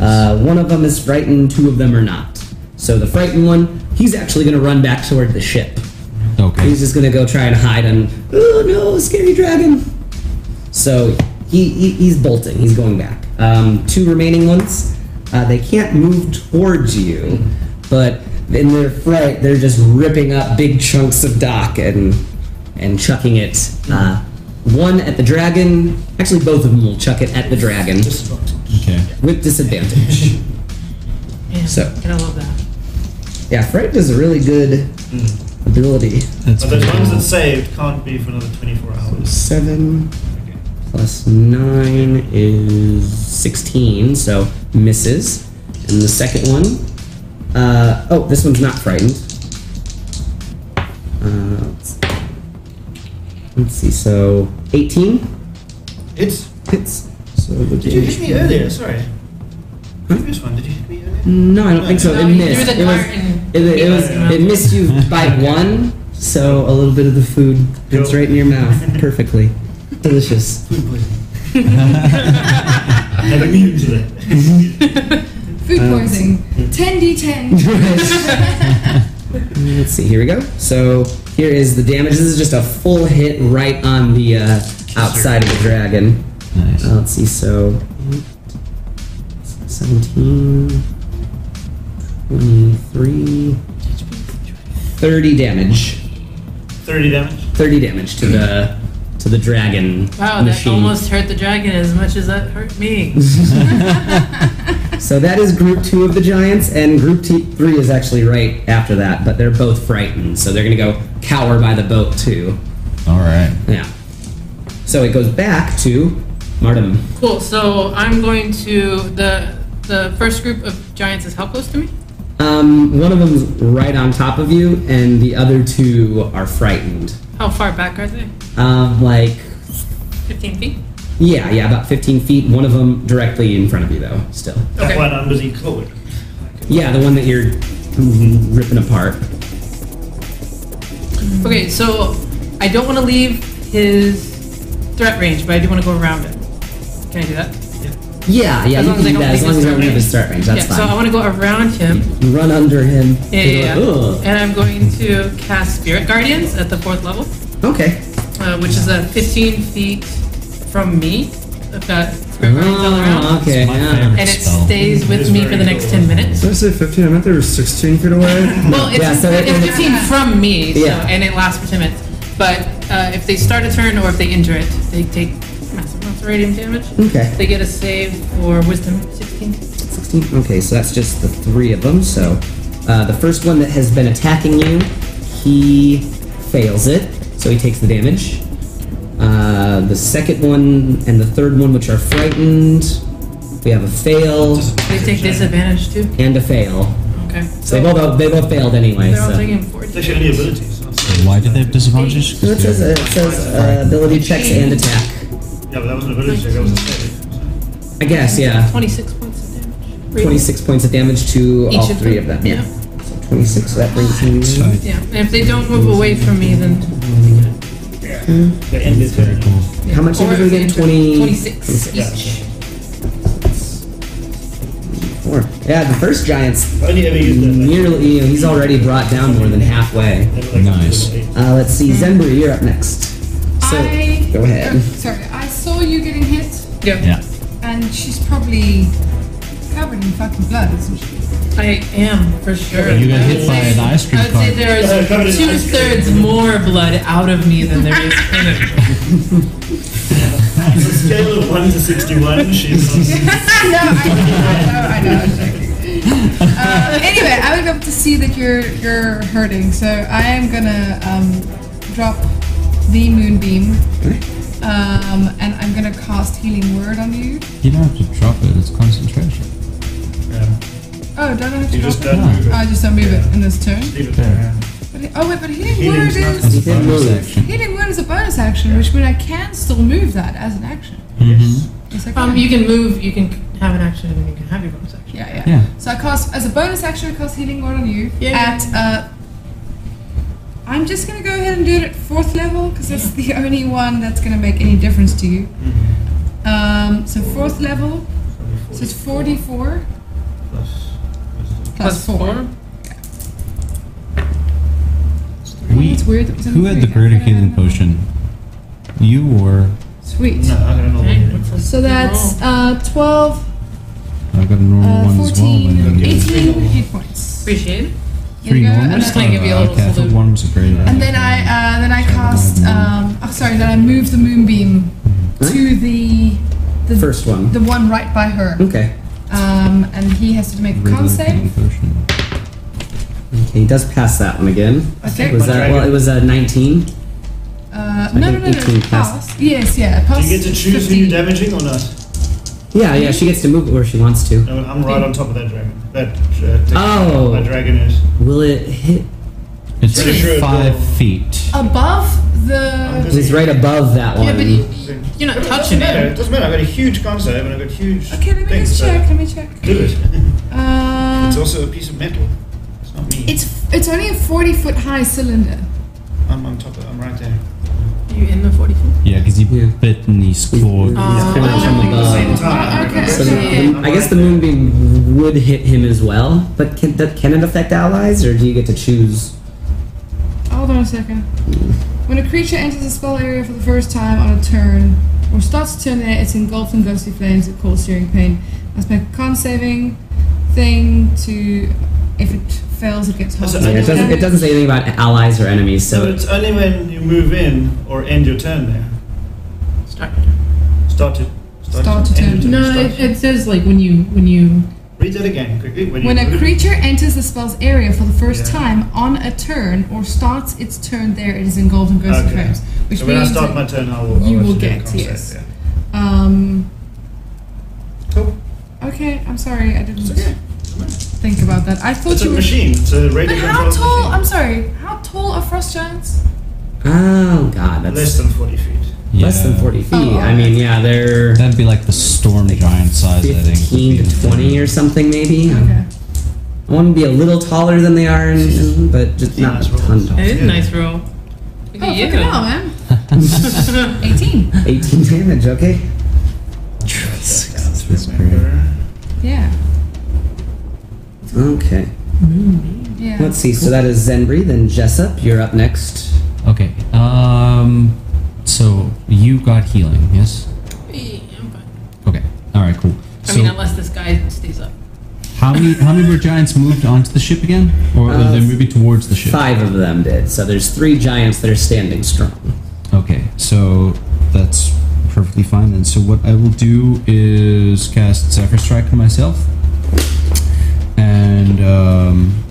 [SPEAKER 1] Uh, one of them is frightened, two of them are not. So the frightened one, he's actually going to run back toward the ship.
[SPEAKER 3] Okay.
[SPEAKER 1] He's just gonna go try and hide and oh no, scary dragon. So he, he he's bolting. He's going back. Um, two remaining ones. Uh, they can't move towards you, but in their fright, they're just ripping up big chunks of dock and and chucking it. Uh, one at the dragon. Actually, both of them will chuck it at the dragon
[SPEAKER 3] Okay.
[SPEAKER 1] with disadvantage.
[SPEAKER 2] Yeah,
[SPEAKER 1] So-
[SPEAKER 2] and I love that.
[SPEAKER 1] yeah, fright is a really good ability.
[SPEAKER 3] That's
[SPEAKER 5] Hmm. But those
[SPEAKER 3] pretty
[SPEAKER 5] ones
[SPEAKER 3] cool.
[SPEAKER 5] that saved can't be for another 24 hours.
[SPEAKER 1] Seven
[SPEAKER 5] Okay.
[SPEAKER 1] plus nine is 16, so misses. And the second one, uh, oh, this one's not frightened. Uh, let's, let's see, so 18
[SPEAKER 5] It's.
[SPEAKER 1] hits. So the
[SPEAKER 5] Did you hit
[SPEAKER 1] damage-
[SPEAKER 5] me earlier? Sorry. Previous one. Did you hit me earlier?
[SPEAKER 1] No, I don't think so.
[SPEAKER 2] No,
[SPEAKER 1] it
[SPEAKER 2] you
[SPEAKER 1] missed.
[SPEAKER 2] threw the
[SPEAKER 1] it, was,
[SPEAKER 2] dart and-
[SPEAKER 1] it, it was.
[SPEAKER 5] Yeah.
[SPEAKER 1] It missed you by one. So a little bit of the food gets
[SPEAKER 5] Cool.
[SPEAKER 1] right in your mouth perfectly. Delicious.
[SPEAKER 5] [laughs] I'm immune to that.
[SPEAKER 4] food poisoning. 10d10.
[SPEAKER 1] Let's see. Here we go. So here is the damage. This is just a full hit right on the uh, outside of the dragon.
[SPEAKER 3] Nice.
[SPEAKER 1] Uh, let's see. So 17, 23, 30 damage.
[SPEAKER 5] 30 damage.
[SPEAKER 1] 30 damage to the to the dragon
[SPEAKER 2] Wow, that
[SPEAKER 1] machine.
[SPEAKER 2] almost hurt the dragon as much as that hurt me.
[SPEAKER 1] [laughs] So that is group two of the giants, and group t- three is actually right after that, but they're both frightened, so they're gonna go cower by the boat too.
[SPEAKER 3] All right.
[SPEAKER 1] Yeah. So it goes back to Martin.
[SPEAKER 2] Cool. So I'm going to the the first group of giants is how close to me?
[SPEAKER 1] Um, one of them's right on top of you, and the other two are frightened.
[SPEAKER 2] How far back are they?
[SPEAKER 1] Um, like,
[SPEAKER 2] 15 feet.
[SPEAKER 1] yeah, yeah, about 15 feet. One of them directly in front of you, though, still.
[SPEAKER 5] That
[SPEAKER 2] Okay.
[SPEAKER 5] one under the cloak.
[SPEAKER 1] Yeah, the one that you're ripping apart.
[SPEAKER 2] Okay. So I don't want to leave his threat range, but I do want to go around it. Can I do that?
[SPEAKER 1] Yeah, yeah,
[SPEAKER 2] As
[SPEAKER 1] you
[SPEAKER 2] long as
[SPEAKER 1] can
[SPEAKER 2] I
[SPEAKER 1] do
[SPEAKER 2] don't
[SPEAKER 1] that, as long
[SPEAKER 2] leave
[SPEAKER 1] as
[SPEAKER 2] his
[SPEAKER 1] you
[SPEAKER 2] threat
[SPEAKER 1] don't leave
[SPEAKER 2] range.
[SPEAKER 1] his threat range. That's
[SPEAKER 2] yeah.
[SPEAKER 1] fine.
[SPEAKER 2] So I want to go around him.
[SPEAKER 1] You run under him.
[SPEAKER 2] Yeah,
[SPEAKER 1] You're
[SPEAKER 2] yeah,
[SPEAKER 1] like,
[SPEAKER 2] yeah. And I'm going to cast Spirit Guardians at the fourth level,
[SPEAKER 1] "Ugh." Okay.
[SPEAKER 2] uh, which is a 15 feet from me. I've got Spirit Guardians all
[SPEAKER 1] Oh,
[SPEAKER 2] around.
[SPEAKER 1] okay.
[SPEAKER 3] my
[SPEAKER 1] yeah.
[SPEAKER 3] favorite.
[SPEAKER 2] And it
[SPEAKER 3] Spell.
[SPEAKER 2] stays
[SPEAKER 5] It's
[SPEAKER 2] with me
[SPEAKER 5] very
[SPEAKER 2] for the next
[SPEAKER 5] cool.
[SPEAKER 2] 10 minutes.
[SPEAKER 8] Did I say 15? I meant they were 16 feet away.
[SPEAKER 2] Well, it's,
[SPEAKER 1] Yeah, so it-
[SPEAKER 2] it's 15 from me, so,
[SPEAKER 1] Yeah.
[SPEAKER 2] and it lasts for 10 minutes. But uh, if they start a turn or if they injure it, they take massive amounts of radiant damage.
[SPEAKER 1] Okay.
[SPEAKER 2] They get a save for wisdom 16.
[SPEAKER 1] 16. Okay, so that's just the three of them. So uh, the first one that has been attacking you, he fails it, so he takes the damage. Uh, the second one and the third one, which are frightened, we have a fail
[SPEAKER 2] They take disadvantage too.
[SPEAKER 1] and a fail.
[SPEAKER 2] Okay.
[SPEAKER 1] So they both they both failed anyway.
[SPEAKER 2] They're all
[SPEAKER 1] So.
[SPEAKER 2] taking 4
[SPEAKER 5] They should have the abilities. not saves.
[SPEAKER 3] Why do they have disadvantages? 'Cause
[SPEAKER 1] So It
[SPEAKER 3] they're-
[SPEAKER 1] says, it says uh, ability checks and attack.
[SPEAKER 5] Yeah, but that wasn't an ability check, that was a save.
[SPEAKER 1] I guess, yeah.
[SPEAKER 2] 26 points of damage.
[SPEAKER 1] 26 points of damage to
[SPEAKER 2] Each
[SPEAKER 1] all
[SPEAKER 2] of
[SPEAKER 1] three
[SPEAKER 2] them.
[SPEAKER 1] of them. Yeah. So 26, so that brings him.
[SPEAKER 3] Sorry.
[SPEAKER 2] Yeah. And if they don't move away from me, then.
[SPEAKER 5] The end is
[SPEAKER 3] Very cool.
[SPEAKER 2] yeah.
[SPEAKER 1] How much
[SPEAKER 2] Or
[SPEAKER 1] did
[SPEAKER 2] if
[SPEAKER 1] we
[SPEAKER 2] they
[SPEAKER 1] get?
[SPEAKER 2] injure-
[SPEAKER 1] 20
[SPEAKER 2] 26
[SPEAKER 5] Yeah.
[SPEAKER 2] each.
[SPEAKER 1] Four. Yeah, the first giant's
[SPEAKER 5] If only ever used that. like,
[SPEAKER 1] nearly you know, he's already brought down more than halfway
[SPEAKER 5] they were like
[SPEAKER 3] Nice.
[SPEAKER 5] little eight.
[SPEAKER 1] uh, let's see Zember, you're up next
[SPEAKER 4] I.
[SPEAKER 7] Go ahead.
[SPEAKER 4] oh, sorry, I saw you getting hit,
[SPEAKER 3] Yeah.
[SPEAKER 4] and she's probably covered in fucking blood, isn't she?
[SPEAKER 2] I am, for sure.
[SPEAKER 3] You got hit by an ice cream
[SPEAKER 2] I would say
[SPEAKER 3] cart.
[SPEAKER 2] there
[SPEAKER 5] Yeah, covered in
[SPEAKER 2] is
[SPEAKER 5] ice
[SPEAKER 2] two
[SPEAKER 5] cream.
[SPEAKER 2] thirds more blood out of me than there is in it.
[SPEAKER 5] On a scale of 1 to 61, she's
[SPEAKER 4] [laughs] no, I know, I know, I know, I was joking. Uh, anyway, I would love to see that you're you're hurting, so I am gonna um, drop the moonbeam, um, and I'm gonna cast healing word on you.
[SPEAKER 3] You don't have to drop it. It's concentration.
[SPEAKER 5] Yeah.
[SPEAKER 4] Oh, don't I have to
[SPEAKER 5] You
[SPEAKER 4] drop
[SPEAKER 5] just
[SPEAKER 4] it?
[SPEAKER 5] don't move
[SPEAKER 4] Oh,
[SPEAKER 1] Ah.
[SPEAKER 4] I
[SPEAKER 5] it.
[SPEAKER 4] just don't move it in this turn.
[SPEAKER 5] Leave it there.
[SPEAKER 4] But it- oh wait, but healing
[SPEAKER 5] Healing's
[SPEAKER 4] word
[SPEAKER 5] not
[SPEAKER 4] is
[SPEAKER 3] It's a bonus action.
[SPEAKER 4] healing word is a bonus action, which means I can still move that as an action.
[SPEAKER 5] Yes.
[SPEAKER 4] Yes, I
[SPEAKER 2] Um,
[SPEAKER 4] can.
[SPEAKER 2] you can move, you can have an action, and you can have your bonus action.
[SPEAKER 4] yeah, yeah.
[SPEAKER 3] Yeah.
[SPEAKER 4] So I cast as a bonus action, I cast healing word on you.
[SPEAKER 2] Yay.
[SPEAKER 4] At uh, I'm just gonna go ahead and do it at fourth level because that's the [laughs] only one that's gonna make any difference to you. Um, so fourth level, so it's 44
[SPEAKER 5] Plus.
[SPEAKER 4] plus, plus four.
[SPEAKER 3] We.
[SPEAKER 4] It's weird. That was only
[SPEAKER 3] Who had
[SPEAKER 4] three.
[SPEAKER 3] the
[SPEAKER 4] I
[SPEAKER 3] greater
[SPEAKER 4] thought I had
[SPEAKER 3] healing
[SPEAKER 4] another one.
[SPEAKER 3] potion? You or
[SPEAKER 4] Sweet.
[SPEAKER 5] No, I don't know what
[SPEAKER 2] Okay,
[SPEAKER 5] it
[SPEAKER 2] what's
[SPEAKER 5] is.
[SPEAKER 2] the-
[SPEAKER 4] So that's
[SPEAKER 2] roll?
[SPEAKER 4] uh, 12,
[SPEAKER 3] I got a normal
[SPEAKER 4] uh,
[SPEAKER 3] one as well.
[SPEAKER 4] 14,
[SPEAKER 3] and then the other-
[SPEAKER 4] 18 hit points.
[SPEAKER 2] Appreciate it.
[SPEAKER 4] There
[SPEAKER 3] Three
[SPEAKER 4] you go,
[SPEAKER 3] normals.
[SPEAKER 4] and
[SPEAKER 2] just
[SPEAKER 4] then-
[SPEAKER 2] gonna give you a
[SPEAKER 3] Uh,
[SPEAKER 2] little
[SPEAKER 3] okay, I thought
[SPEAKER 2] salute.
[SPEAKER 3] one was a greater.
[SPEAKER 4] And then I uh, then I cast. Um, oh, sorry. Then I moved the moonbeam to the the
[SPEAKER 1] First one.
[SPEAKER 4] the one right by her.
[SPEAKER 1] Okay.
[SPEAKER 4] Um, and he has to make a con
[SPEAKER 3] Regular
[SPEAKER 4] save.
[SPEAKER 3] healing potion.
[SPEAKER 1] Okay, he does pass that one again.
[SPEAKER 5] I think
[SPEAKER 1] Was
[SPEAKER 5] my
[SPEAKER 1] that
[SPEAKER 5] dragon-
[SPEAKER 1] well? It was a 19.
[SPEAKER 4] Uh,
[SPEAKER 1] I
[SPEAKER 4] no, no,
[SPEAKER 1] think
[SPEAKER 4] no, no.
[SPEAKER 1] 18 pass.
[SPEAKER 4] Pass. Yes, yeah. Pass.
[SPEAKER 5] Do you get to choose who
[SPEAKER 4] 15.
[SPEAKER 5] you're damaging or not?
[SPEAKER 1] Yeah, yeah. She gets to move it where she wants to.
[SPEAKER 5] No, I'm right on top of that dragon. That uh, thing.
[SPEAKER 1] Oh.
[SPEAKER 5] my dragon is.
[SPEAKER 1] Will it hit?
[SPEAKER 3] It's
[SPEAKER 5] Pretty sure it
[SPEAKER 3] five
[SPEAKER 5] will.
[SPEAKER 3] feet.
[SPEAKER 4] above
[SPEAKER 5] I'm
[SPEAKER 4] the.
[SPEAKER 5] just-
[SPEAKER 1] It's right above that one.
[SPEAKER 2] Yeah, but you, you're
[SPEAKER 5] It
[SPEAKER 2] not
[SPEAKER 5] doesn't
[SPEAKER 2] touching
[SPEAKER 5] matter. It
[SPEAKER 2] it.
[SPEAKER 5] doesn't matter. I've got a huge console and I've got huge.
[SPEAKER 4] Okay, let me
[SPEAKER 5] things,
[SPEAKER 4] just
[SPEAKER 5] so
[SPEAKER 4] check. Uh. Let me check.
[SPEAKER 5] Do it. It's
[SPEAKER 4] Uh,
[SPEAKER 5] also a piece of metal. It's not me.
[SPEAKER 4] it's it's only a forty foot high cylinder.
[SPEAKER 5] I'm on top of. I'm right there.
[SPEAKER 2] You in the 44?
[SPEAKER 3] Yeah, because he
[SPEAKER 1] Yeah.
[SPEAKER 3] bit in his
[SPEAKER 1] Oh,
[SPEAKER 3] claw.
[SPEAKER 1] It's pretty much
[SPEAKER 2] Oh.
[SPEAKER 1] on
[SPEAKER 5] Something at
[SPEAKER 1] the
[SPEAKER 5] the
[SPEAKER 1] bottom.
[SPEAKER 5] same time.
[SPEAKER 4] Okay,
[SPEAKER 1] So
[SPEAKER 4] okay.
[SPEAKER 1] the- the- I guess the moonbeam would hit him as well, but can that can it affect allies, or do you get to choose?
[SPEAKER 4] Hold on a second. When a creature enters the spell area for the first time on a turn, or starts a turn there, it's engulfed in ghostly flames that cause searing pain. Must make a con saving thing to. If it fails, it gets hot.
[SPEAKER 5] So
[SPEAKER 1] Yeah, it doesn't. It doesn't say anything about allies or enemies,
[SPEAKER 5] So
[SPEAKER 1] so
[SPEAKER 5] it's only when you move in or end your turn there.
[SPEAKER 2] Start.
[SPEAKER 5] Start it.
[SPEAKER 4] Start to
[SPEAKER 5] end
[SPEAKER 4] turn.
[SPEAKER 5] your
[SPEAKER 2] No,
[SPEAKER 5] Start.
[SPEAKER 2] it, it says like when you when you
[SPEAKER 5] Read that again quickly. When,
[SPEAKER 4] When
[SPEAKER 5] you
[SPEAKER 4] a
[SPEAKER 5] move-
[SPEAKER 4] creature enters the spell's area for the first
[SPEAKER 5] Yeah.
[SPEAKER 4] time on a turn, or starts its turn there, it is engulfed in ghostly
[SPEAKER 5] Okay.
[SPEAKER 4] flames. Which
[SPEAKER 5] So when I
[SPEAKER 4] means
[SPEAKER 5] start
[SPEAKER 4] that-
[SPEAKER 5] my turn, I will.
[SPEAKER 4] you
[SPEAKER 5] I'll
[SPEAKER 4] will
[SPEAKER 5] actually do a
[SPEAKER 4] get,
[SPEAKER 5] concept,
[SPEAKER 4] yes.
[SPEAKER 5] yeah.
[SPEAKER 4] Um.
[SPEAKER 5] Cool.
[SPEAKER 4] Okay, I'm sorry, I
[SPEAKER 5] It's
[SPEAKER 4] didn't
[SPEAKER 5] okay.
[SPEAKER 4] think about that. I thought
[SPEAKER 5] It's a
[SPEAKER 4] you were.
[SPEAKER 5] machine. It's a
[SPEAKER 4] But
[SPEAKER 5] radio
[SPEAKER 4] how
[SPEAKER 5] controlled
[SPEAKER 4] tall?
[SPEAKER 5] machine.
[SPEAKER 4] I'm sorry. How tall are frost giants?
[SPEAKER 1] oh god, that's
[SPEAKER 5] Less
[SPEAKER 1] less,
[SPEAKER 5] than 40 feet.
[SPEAKER 3] Yeah.
[SPEAKER 1] than forty feet.
[SPEAKER 4] Oh,
[SPEAKER 1] I mean, yeah, they're
[SPEAKER 3] That'd be like the storm giant size, I think.
[SPEAKER 1] fifteen to twenty or something, maybe.
[SPEAKER 4] Okay.
[SPEAKER 1] I want to be a little taller than they are, in, in- but just
[SPEAKER 5] Yeah,
[SPEAKER 1] not
[SPEAKER 5] that's
[SPEAKER 1] a ton
[SPEAKER 5] right.
[SPEAKER 2] It
[SPEAKER 1] taller.
[SPEAKER 2] is a nice roll. Look
[SPEAKER 4] Oh,
[SPEAKER 2] at you.
[SPEAKER 4] fucking hell, man. [laughs] 18.
[SPEAKER 1] Eighteen damage. Okay.
[SPEAKER 3] That's great.
[SPEAKER 4] Yeah.
[SPEAKER 1] Okay.
[SPEAKER 4] Yeah.
[SPEAKER 1] Let's see. So that is Zenbri, then Jessup. You're up next.
[SPEAKER 3] Okay. Um. So you got healing, yes?
[SPEAKER 2] Yeah, I'm fine.
[SPEAKER 3] Okay. All right. Cool.
[SPEAKER 2] I
[SPEAKER 3] So
[SPEAKER 2] mean, unless this guy stays up.
[SPEAKER 3] how many how many were giants moved onto the ship again, or
[SPEAKER 1] Uh,
[SPEAKER 3] they're moving towards the ship?
[SPEAKER 1] Five of them did. So there's three giants that are standing strong.
[SPEAKER 3] Okay, so that's perfectly fine then. So what I will do is cast Zephyr Strike on myself, and um,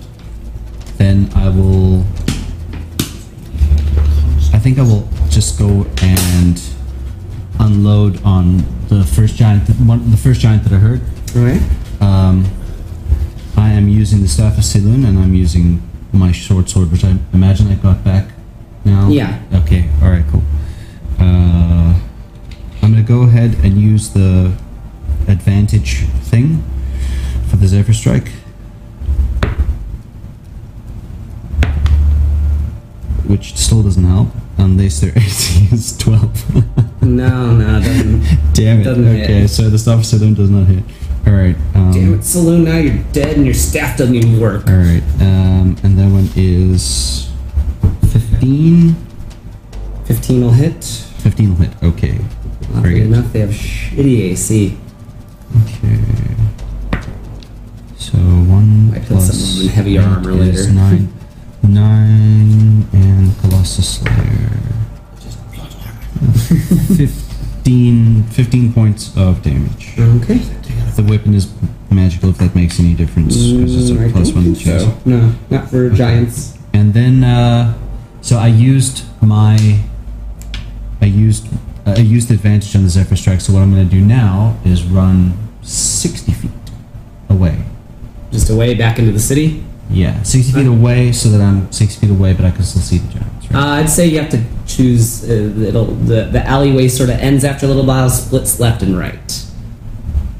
[SPEAKER 3] then I will. I think I will just go and unload on the first giant, that, one, the first giant that I heard.
[SPEAKER 1] All right.
[SPEAKER 3] Um, I am using the staff of Silun, and I'm using my short sword, which I imagine I got back now.
[SPEAKER 1] Yeah.
[SPEAKER 3] Okay. All right. Cool. Uh, I'm gonna go ahead and use the advantage thing for the Zephyr Strike, which still doesn't help unless [laughs] their AC is twelve.
[SPEAKER 1] No, no, it doesn't.
[SPEAKER 3] Damn it.
[SPEAKER 1] Doesn't hit.
[SPEAKER 3] okay. So the staff of Silun does not hit. All right. Um,
[SPEAKER 1] Damn it, Saloon, now you're dead and your staff doesn't even work.
[SPEAKER 3] All right, um, and that one is fifteen.
[SPEAKER 1] 15 will hit.
[SPEAKER 3] 15 will hit. Okay. Very
[SPEAKER 1] Luckily
[SPEAKER 3] good.
[SPEAKER 1] enough, they have shitty AC.
[SPEAKER 3] Okay. So one
[SPEAKER 1] Might hit
[SPEAKER 3] plus
[SPEAKER 1] someone in heavy armor
[SPEAKER 3] eight is
[SPEAKER 1] later.
[SPEAKER 3] nine, nine, and Colossus Slayer. [laughs] Fifteen, 15 points of damage.
[SPEAKER 1] Okay.
[SPEAKER 3] The weapon is magical, if that makes any difference, 'cause it's
[SPEAKER 1] Mm,
[SPEAKER 3] a
[SPEAKER 1] I
[SPEAKER 3] plus
[SPEAKER 1] don't
[SPEAKER 3] one
[SPEAKER 1] think
[SPEAKER 3] chance.
[SPEAKER 1] so. No, not for giants.
[SPEAKER 3] And then, uh, so I used my, I used, I used advantage on the Zephyr Strike. So what I'm going to do now is run 60 feet away.
[SPEAKER 1] Just away back into the city.
[SPEAKER 3] Yeah, 60 feet away, so that I'm 60 feet away, but I can still see the giants. Right?
[SPEAKER 1] Uh, I'd say you have to choose. Uh, it'll, the the alleyway sort of ends after a little while, splits left and right.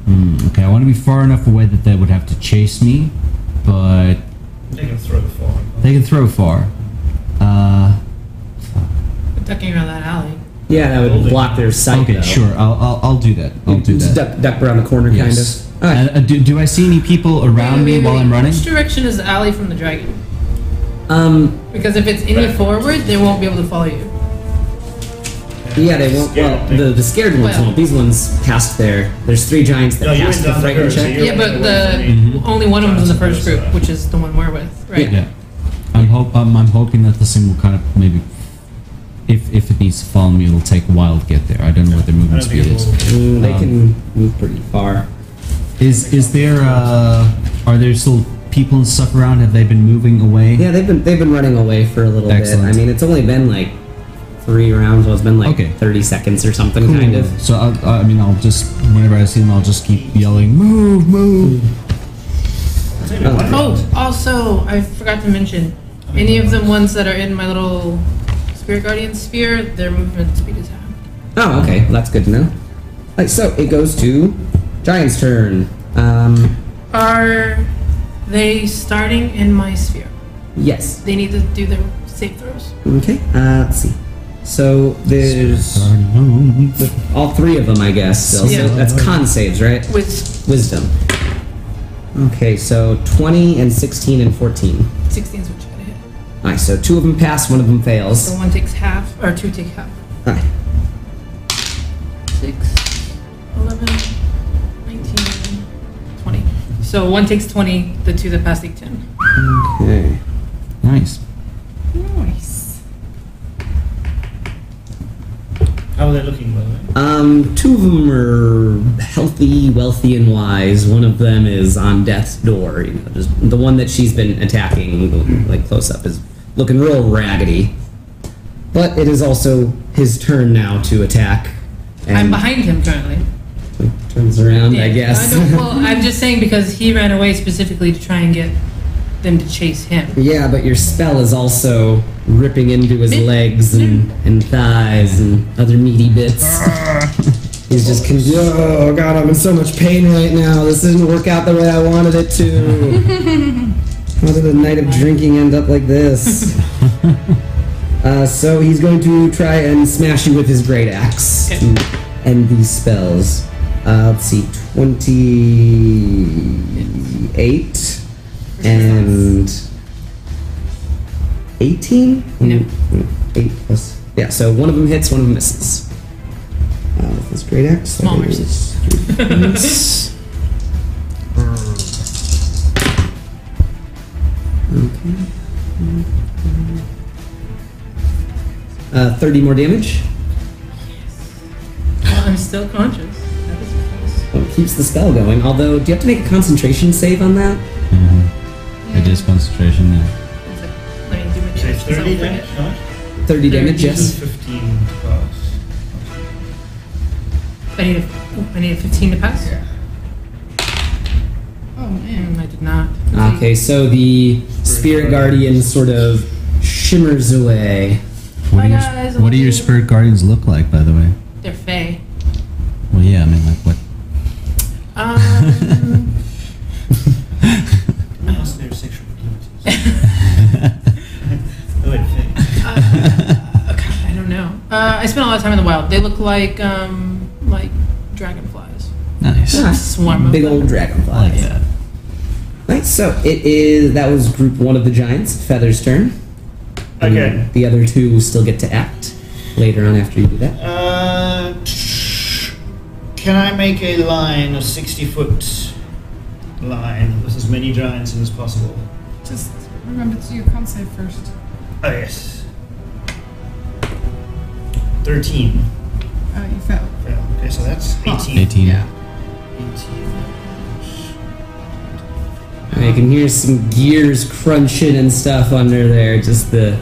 [SPEAKER 3] Hmm, okay, I want to be far enough away that they would have to chase me, but
[SPEAKER 5] They can throw the forward.
[SPEAKER 3] they can throw far. Uh,
[SPEAKER 2] But ducking around that alley.
[SPEAKER 1] Yeah, that would
[SPEAKER 5] Building.
[SPEAKER 1] block their sight.
[SPEAKER 3] okay,
[SPEAKER 1] though.
[SPEAKER 3] sure, I'll, I'll, I'll do that. I'll do
[SPEAKER 1] Just
[SPEAKER 3] that.
[SPEAKER 1] duck, duck around the corner,
[SPEAKER 3] Yes.
[SPEAKER 1] kind of. All right.
[SPEAKER 3] Uh, uh, do, do I see any people around
[SPEAKER 2] Wait,
[SPEAKER 3] me
[SPEAKER 2] wait,
[SPEAKER 3] while
[SPEAKER 2] wait.
[SPEAKER 3] I'm running?
[SPEAKER 2] Which direction is the alley from the dragon?
[SPEAKER 1] Um,
[SPEAKER 2] Because if it's any forward, they won't be able to follow you.
[SPEAKER 1] yeah, they won't. Well, the, the scared ones
[SPEAKER 2] Well.
[SPEAKER 1] won't. These ones passed their. There's three giants that
[SPEAKER 5] No, you
[SPEAKER 1] passed the
[SPEAKER 5] went down the
[SPEAKER 1] frightened
[SPEAKER 5] curve, so
[SPEAKER 1] check.
[SPEAKER 5] you're
[SPEAKER 2] yeah,
[SPEAKER 5] running
[SPEAKER 2] but
[SPEAKER 5] away
[SPEAKER 2] the
[SPEAKER 5] from the-
[SPEAKER 2] only one of them was in the first
[SPEAKER 5] Johnson
[SPEAKER 2] group,
[SPEAKER 5] goes, uh,
[SPEAKER 2] which is the one we're with, right?
[SPEAKER 3] Yeah. I'm, hope, I'm, I'm hoping that this thing will kind of maybe. If, if it needs to follow me, it'll take a while to get there. I don't know what their
[SPEAKER 5] I
[SPEAKER 3] movement
[SPEAKER 5] don't think
[SPEAKER 3] speed
[SPEAKER 5] it
[SPEAKER 3] is.
[SPEAKER 5] will-
[SPEAKER 1] Mm, they
[SPEAKER 3] Um,
[SPEAKER 1] can move pretty far.
[SPEAKER 3] Is is there uh are there still people and stuff around? Have they been moving away?
[SPEAKER 1] Yeah, they've been they've been running away for a little
[SPEAKER 3] Excellent.
[SPEAKER 1] bit. I mean, it's only been like three rounds. Well, it's been like
[SPEAKER 3] Okay.
[SPEAKER 1] thirty seconds or something, kind of.
[SPEAKER 3] So I, I mean, I'll just whenever I see them, I'll just keep yelling, move, move.
[SPEAKER 2] Oh, also, I forgot to mention, any of the ones that are in my little spirit guardian sphere, their movement speed is half.
[SPEAKER 1] Oh, okay. Well, that's good to know. Like, so it goes to Giant's turn. Um,
[SPEAKER 2] Are they starting in my sphere?
[SPEAKER 1] yes.
[SPEAKER 2] They need to do their save throws.
[SPEAKER 1] Okay. Uh, let's see. So there's
[SPEAKER 3] Sorry, move.
[SPEAKER 1] all three of them, I guess. Still.
[SPEAKER 2] Yeah.
[SPEAKER 1] So that's con saves, right?
[SPEAKER 2] With
[SPEAKER 1] Wisdom. Okay, so 20 and 16 and 14.
[SPEAKER 2] 16 switch gotta hit.
[SPEAKER 1] Alright, so two of them pass, one of them
[SPEAKER 2] So
[SPEAKER 1] fails.
[SPEAKER 2] one takes half, or two take half.
[SPEAKER 1] Alright.
[SPEAKER 2] 6, 11, 19, 20. So one takes 20, the two that pass take 10.
[SPEAKER 1] Okay.
[SPEAKER 3] Nice.
[SPEAKER 4] Nice.
[SPEAKER 5] How are they looking, by the way?
[SPEAKER 1] Um, two of them are healthy, wealthy, and wise. One of them is on death's door. You know, just the one that she's been attacking, like close up, is looking real raggedy. But it is also his turn now to attack. And
[SPEAKER 2] I'm behind him currently.
[SPEAKER 1] Turns around, I
[SPEAKER 2] Yeah.
[SPEAKER 1] guess.
[SPEAKER 2] I don't, well, I'm just saying because he ran away specifically to try and get them to chase him.
[SPEAKER 1] yeah, but your spell is also ripping into his
[SPEAKER 2] Me-
[SPEAKER 1] legs and, and thighs and other meaty bits. He's just con- oh god, I'm in so much pain right now. This didn't work out the way I wanted it to. How did a night of drinking end up like this? Uh, so he's going to try and smash you with his great axe
[SPEAKER 2] Okay.
[SPEAKER 1] and end these spells. Uh, let's see, 28 and 18?
[SPEAKER 2] No.
[SPEAKER 1] 8 Mm-hmm. plus. Yeah, so one of them hits, one of them misses. Uh, with his great axe. that
[SPEAKER 2] Small
[SPEAKER 1] is three points. [laughs] okay. Uh, 30 more damage.
[SPEAKER 2] Well, I'm still conscious. That is close.
[SPEAKER 1] Well, it keeps the spell going. Although, do you have to make a concentration save on that?
[SPEAKER 3] Yeah. It is concentration. Yeah.
[SPEAKER 2] It's like, Let me do my
[SPEAKER 5] Say
[SPEAKER 2] damage,
[SPEAKER 5] 30
[SPEAKER 2] so I won't
[SPEAKER 5] damage, right?
[SPEAKER 2] forget.
[SPEAKER 1] 30, damage, yes.
[SPEAKER 5] 15 to pass.
[SPEAKER 2] I need, a, oh, I need a 15 to pass. Yeah.
[SPEAKER 4] Oh man.
[SPEAKER 2] And I did not.
[SPEAKER 1] Okay, so the spirit guardian sort of shimmers away.
[SPEAKER 3] What, do
[SPEAKER 2] Bye,
[SPEAKER 3] your,
[SPEAKER 2] guys, I
[SPEAKER 3] what
[SPEAKER 2] love
[SPEAKER 3] do your
[SPEAKER 2] you.
[SPEAKER 3] spirit guardians look like, by the way?
[SPEAKER 2] They're fey.
[SPEAKER 3] Well, yeah, I mean, like what?
[SPEAKER 1] [laughs]
[SPEAKER 2] Um,
[SPEAKER 5] Unless they're sexual [laughs]
[SPEAKER 4] [laughs]
[SPEAKER 5] activities. oh, wait, thanks.
[SPEAKER 2] uh, okay, I don't know. Uh, I spent a lot of time in the wild. They look like um, like dragonflies.
[SPEAKER 3] Nice.
[SPEAKER 1] Ah,
[SPEAKER 2] Swarm of
[SPEAKER 1] Big
[SPEAKER 2] them.
[SPEAKER 1] old dragonfly.
[SPEAKER 2] Oh,
[SPEAKER 3] I like that.
[SPEAKER 1] Right, so it is that was group one of the giants, Feather's turn.
[SPEAKER 5] Okay.
[SPEAKER 1] The other two still get to act. later on after you do that.
[SPEAKER 5] Uh, can I make a line of 60 foot line with as many giants in as possible?
[SPEAKER 4] Just remember to you can't say first.
[SPEAKER 5] Oh, yes. 13.
[SPEAKER 4] Oh, you failed.
[SPEAKER 5] Yeah, Okay, so that's 18.
[SPEAKER 3] 18.
[SPEAKER 4] Yeah.
[SPEAKER 5] 18.
[SPEAKER 1] I can hear some gears crunching and stuff under there. Just the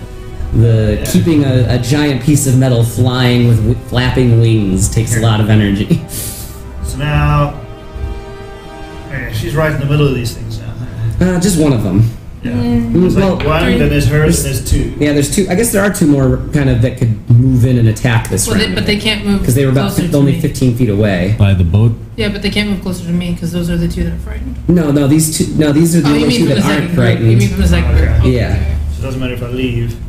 [SPEAKER 1] the
[SPEAKER 5] Yeah.
[SPEAKER 1] keeping a, a giant piece of metal flying with w- flapping wings takes a lot of energy. [laughs]
[SPEAKER 5] So now. Yeah, she's right in the middle of these things now.
[SPEAKER 1] Uh, just one of them.
[SPEAKER 5] Yeah.
[SPEAKER 1] Mm,
[SPEAKER 5] There's like
[SPEAKER 1] well,
[SPEAKER 5] one,
[SPEAKER 2] three-
[SPEAKER 5] then there's hers, and there's two.
[SPEAKER 1] Yeah, there's two. I guess there are two more kind of that could move in and attack this
[SPEAKER 2] Well,
[SPEAKER 1] round.
[SPEAKER 2] they, but they can't move
[SPEAKER 1] because they were about
[SPEAKER 2] closer
[SPEAKER 1] fif-
[SPEAKER 2] to
[SPEAKER 1] only
[SPEAKER 2] me.
[SPEAKER 1] 15 feet away.
[SPEAKER 3] By the boat.
[SPEAKER 2] Yeah, but they can't move closer to me because those are the two that are frightened.
[SPEAKER 1] No, no, these two. No, these are the
[SPEAKER 2] Oh, you
[SPEAKER 1] only
[SPEAKER 2] mean
[SPEAKER 1] two
[SPEAKER 2] from the
[SPEAKER 1] that aren't
[SPEAKER 2] second group? You mean
[SPEAKER 1] frightened.
[SPEAKER 2] from the second group?
[SPEAKER 5] Okay.
[SPEAKER 2] Okay.
[SPEAKER 1] Yeah.
[SPEAKER 5] So it doesn't matter if I leave.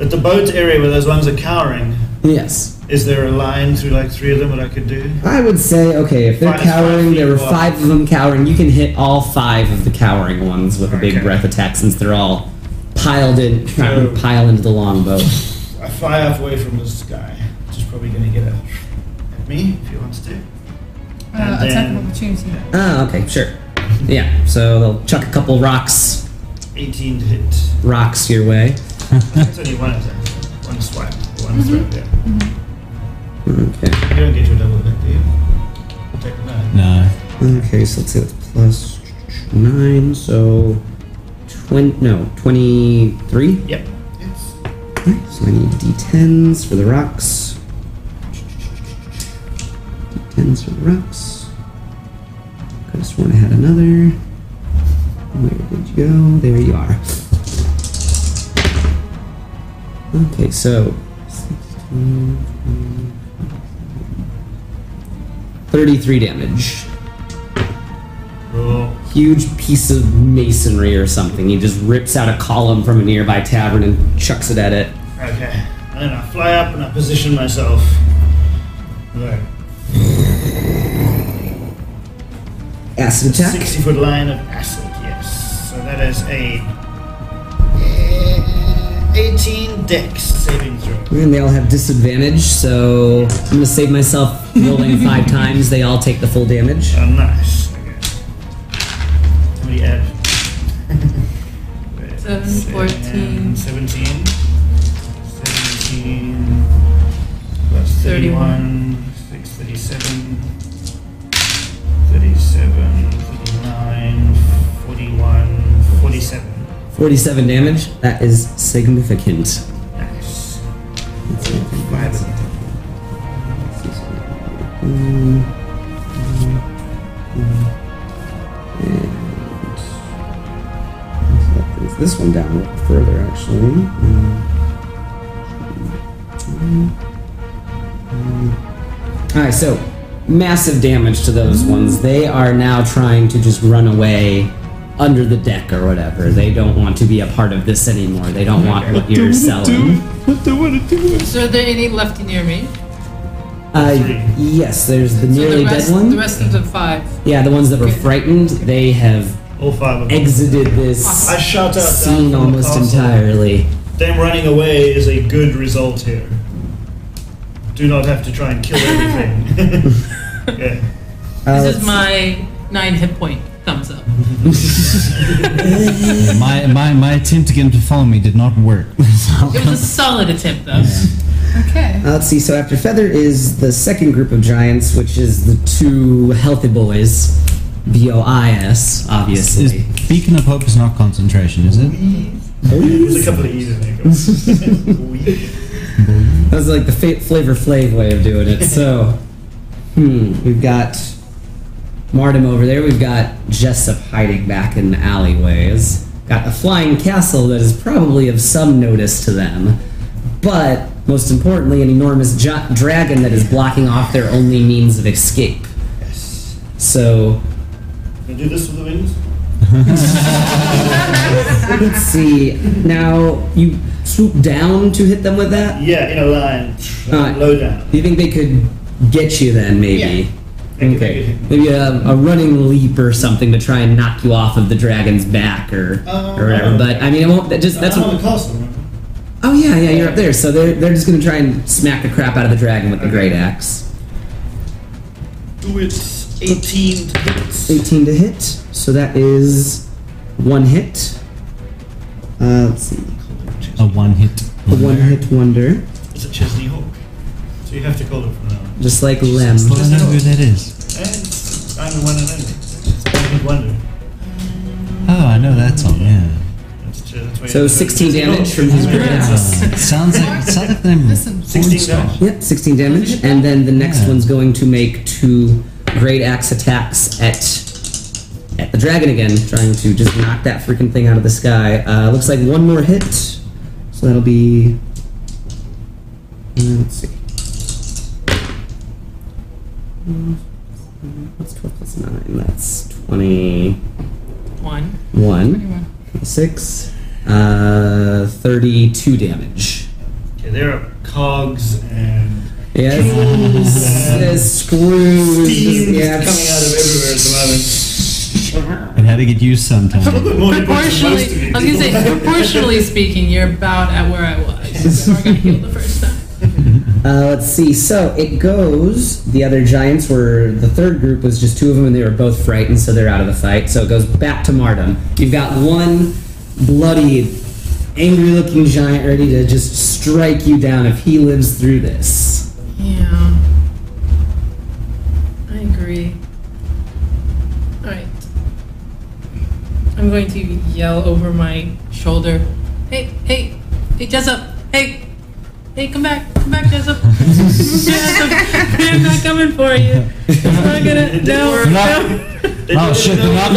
[SPEAKER 5] At the boat area where those ones are cowering,
[SPEAKER 1] Yes,
[SPEAKER 5] is there a line through like three of them that I could do?
[SPEAKER 1] I would say okay. If they're
[SPEAKER 5] Five-
[SPEAKER 1] cowering,
[SPEAKER 5] five
[SPEAKER 1] there were
[SPEAKER 5] people.
[SPEAKER 1] five of them cowering. You can hit all five of the cowering ones with a big
[SPEAKER 5] Okay.
[SPEAKER 1] breath attack since they're all piled in, trying to
[SPEAKER 5] So-
[SPEAKER 1] pile into the
[SPEAKER 2] [laughs]
[SPEAKER 1] longbow.
[SPEAKER 5] I fly half away from this guy, which is probably going to get a, at me if he wants to.
[SPEAKER 4] Uh,
[SPEAKER 5] And
[SPEAKER 4] attack
[SPEAKER 5] then-
[SPEAKER 4] of opportunity.
[SPEAKER 1] Ah, okay, sure. Yeah, so they'll chuck a couple rocks,
[SPEAKER 5] 18 to hit.
[SPEAKER 1] rocks your way.
[SPEAKER 5] That's only one attack. One swipe. One throw there.
[SPEAKER 1] Okay.
[SPEAKER 5] You don't get your double attack, do you? Attack nine.
[SPEAKER 3] Nah.
[SPEAKER 1] Okay, so let's see, that's plus nine, so twen no, twenty-three.
[SPEAKER 5] Yep. It's
[SPEAKER 1] Alright, So I need d10s for the rocks. D10s for the rocks. Could have sworn I had another. Where did you go? There you are. Okay, so 16, 33 damage.
[SPEAKER 5] roll.
[SPEAKER 1] huge piece of masonry or something. He just rips out a column from a nearby tavern and chucks it at it.
[SPEAKER 5] Okay. And then I fly up and I position myself. Right.
[SPEAKER 1] Acid attack.
[SPEAKER 5] 60 foot line of acid, yes. So that is a. 18 dex saving throw.
[SPEAKER 1] And they all have disadvantage, so I'm gonna save myself [laughs] rolling five times. They all take the full damage.
[SPEAKER 5] Oh, nice. Okay. How many add? Wait,
[SPEAKER 2] Seven,
[SPEAKER 5] seven,
[SPEAKER 2] 14.
[SPEAKER 5] 17. 17. Plus
[SPEAKER 2] 31.
[SPEAKER 5] 31. 6, 37. 37. 39. 41. 47.
[SPEAKER 1] 47 damage. That is significant.
[SPEAKER 5] Nice.
[SPEAKER 1] That brings this one down a little further, actually. Mm. Alright, Mm. so massive damage to those ones. They are now trying to just run away under the deck or whatever. They don't want to be a part of this anymore. They don't want what you're selling.
[SPEAKER 2] So are there any lefty near me?
[SPEAKER 1] Uh, yes, there's the
[SPEAKER 2] So
[SPEAKER 1] nearly
[SPEAKER 2] the rest,
[SPEAKER 1] dead one.
[SPEAKER 2] The rest of the five.
[SPEAKER 1] yeah, the ones that were
[SPEAKER 2] Okay.
[SPEAKER 1] frightened, they have
[SPEAKER 5] All five of them.
[SPEAKER 1] exited this
[SPEAKER 5] I shout out down from
[SPEAKER 1] scene
[SPEAKER 5] the
[SPEAKER 1] almost
[SPEAKER 5] castle.
[SPEAKER 1] entirely.
[SPEAKER 5] Them running away is a good result here. Do not have to try and kill everything. [laughs] yeah.
[SPEAKER 1] Uh,
[SPEAKER 2] This
[SPEAKER 1] let's-
[SPEAKER 2] is my nine hit point. Thumbs up.
[SPEAKER 3] my, my, my attempt to get him to follow me did not work. [laughs] So-
[SPEAKER 2] It was a solid attempt, though.
[SPEAKER 5] [laughs]
[SPEAKER 4] Okay.
[SPEAKER 1] Uh, let's see. So after Feather is the second group of giants, which is the two healthy boys, B O I S,
[SPEAKER 3] is
[SPEAKER 1] obviously.
[SPEAKER 3] Beacon of Hope is not concentration, is it?
[SPEAKER 5] There's a couple of E's in
[SPEAKER 1] [laughs]
[SPEAKER 5] there. We-
[SPEAKER 1] That was like the fa- flavor flav way of doing it. So, hmm, we've got Martim over there. We've got Jessup hiding back in the alleyways. Got a flying castle that is probably of some notice to them, but most importantly, an enormous gi- dragon that is blocking off their only means of escape.
[SPEAKER 5] yes.
[SPEAKER 1] So
[SPEAKER 5] Can I do this with the wings?
[SPEAKER 1] Let's see. Now you swoop down to hit them with that.
[SPEAKER 5] Yeah, in a line.
[SPEAKER 1] Alright.
[SPEAKER 5] Low down.
[SPEAKER 1] Do you think they could get you then? Maybe.
[SPEAKER 5] Yeah.
[SPEAKER 1] Okay. Maybe a, a running leap or something to try and knock you off of the dragon's back or
[SPEAKER 5] Uh,
[SPEAKER 1] or whatever. But I mean, it won't. That just that's
[SPEAKER 5] I'm on
[SPEAKER 1] what,
[SPEAKER 5] the castle. remember?
[SPEAKER 1] Oh yeah, yeah, you're up there. So they're they're just gonna try and smack the crap out of the dragon with the great axe.
[SPEAKER 9] Do it. 18 to hit.
[SPEAKER 1] 18 to hit. So that is one hit. Uh, let's see.
[SPEAKER 3] A one hit.
[SPEAKER 1] A one hit wonder.
[SPEAKER 5] It's a Chesney Hawk.
[SPEAKER 9] So you have to call it from now on.
[SPEAKER 1] Just like Lem.
[SPEAKER 3] I don't know who that is.
[SPEAKER 5] And I'm the one and only. It's a good wonder.
[SPEAKER 3] Oh, I know that song. Yeah.
[SPEAKER 5] That's Ches- that's why you
[SPEAKER 1] So
[SPEAKER 5] have to-
[SPEAKER 1] 16 damage from his great
[SPEAKER 3] Uh,
[SPEAKER 1] axe.
[SPEAKER 3] sounds like sounds like them.
[SPEAKER 4] Listen,
[SPEAKER 5] 16 damage.
[SPEAKER 1] Yep, 16 damage. And then the next one's going to make two great axe attacks at at the dragon again, trying to just knock that freaking thing out of the sky. Uh, looks like one more hit. So that'll be. uh, Let's see. Mm, What's 12 plus 9? That's 21.
[SPEAKER 2] One.
[SPEAKER 1] 6. Uh, 32 damage.
[SPEAKER 5] Okay, there are cogs and
[SPEAKER 1] Yes. yes. Screws.
[SPEAKER 5] steam
[SPEAKER 1] yeah.
[SPEAKER 5] coming out of everywhere at the moment.
[SPEAKER 3] And how to get used sometime.
[SPEAKER 2] [laughs]
[SPEAKER 5] Good morning,
[SPEAKER 2] Proportionally,
[SPEAKER 5] most of
[SPEAKER 2] I was
[SPEAKER 5] it.
[SPEAKER 2] gonna say, proportionally speaking, you're about at where I
[SPEAKER 1] [laughs]
[SPEAKER 2] was. before I got healed the first time.
[SPEAKER 1] Uh, let's see. So it goes. The other giants were the third group was just two of them, and they were both frightened, so they're out of the fight. So it goes back to Mardum. You've got one bloody, angry-looking giant ready to just strike you down if he lives through this.
[SPEAKER 2] Yeah. I agree. Alright. I'm going to yell over my shoulder. Hey, hey, hey, Jessup! Hey! Hey, come back! Come back, Jessup! Jessup! I'm not coming for you! I'm not gonna. No, no!
[SPEAKER 3] oh shit! They're not,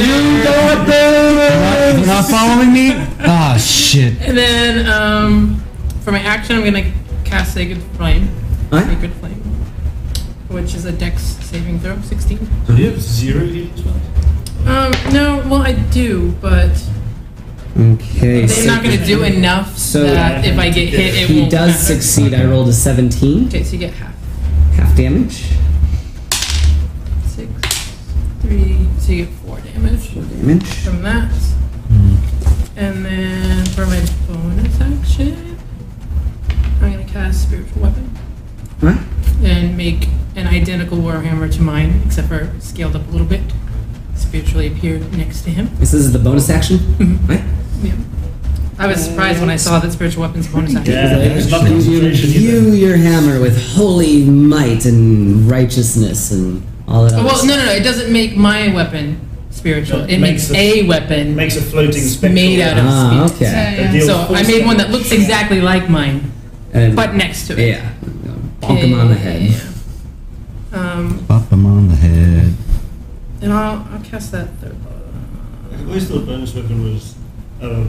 [SPEAKER 3] they're not- they're not following me. Ah shit!
[SPEAKER 2] And then, um, for my action, I'm gonna cast Sacred Flame.
[SPEAKER 1] Huh?
[SPEAKER 2] Sacred Flame. Which is a dex saving throw, 16.
[SPEAKER 5] Do you have zero healing spells?
[SPEAKER 2] Um, no, well, I do, but
[SPEAKER 1] Okay. so
[SPEAKER 2] they're not gonna do enough
[SPEAKER 1] So-
[SPEAKER 2] that if I get hit, it
[SPEAKER 1] he
[SPEAKER 2] won't
[SPEAKER 1] does
[SPEAKER 2] matter.
[SPEAKER 1] succeed. I rolled a 17,
[SPEAKER 2] Okay, so you get half.
[SPEAKER 1] half damage.
[SPEAKER 2] Six, three, so you get four damage
[SPEAKER 1] Four damage.
[SPEAKER 2] from that.
[SPEAKER 1] Hmm.
[SPEAKER 2] And then for my bonus action, I'm gonna cast Spiritual Weapon.
[SPEAKER 1] What?
[SPEAKER 2] and make an identical warhammer to mine, except for scaled up a little bit. Spiritually appear next to him.
[SPEAKER 1] This is the bonus action. Right?
[SPEAKER 2] Yeah. I was surprised when I saw that spiritual
[SPEAKER 1] [laughs]
[SPEAKER 2] weapons bonus action.
[SPEAKER 5] Yeah, there's not concentration
[SPEAKER 1] You
[SPEAKER 5] either.
[SPEAKER 1] your hammer with holy might and righteousness and all that.
[SPEAKER 2] Oh,
[SPEAKER 1] other
[SPEAKER 2] well,
[SPEAKER 1] stuff.
[SPEAKER 2] no, no, no. It doesn't make my weapon spiritual.
[SPEAKER 5] No,
[SPEAKER 2] it makes,
[SPEAKER 5] makes
[SPEAKER 2] a, weapon
[SPEAKER 5] It makes a floating spectral.
[SPEAKER 2] made out of
[SPEAKER 1] Ah,
[SPEAKER 2] speed.
[SPEAKER 1] okay.
[SPEAKER 4] Yeah, yeah.
[SPEAKER 5] Deal
[SPEAKER 2] So
[SPEAKER 5] full
[SPEAKER 2] I made one that looks
[SPEAKER 5] damage.
[SPEAKER 2] exactly like mine,
[SPEAKER 1] And-
[SPEAKER 2] but next to it.
[SPEAKER 1] yeah, bonk him on the head.
[SPEAKER 2] Yeah. Um,
[SPEAKER 3] Bop them on the head.
[SPEAKER 2] and I'll, I'll cast that third.
[SPEAKER 5] I always thought bonus weapon was, uh,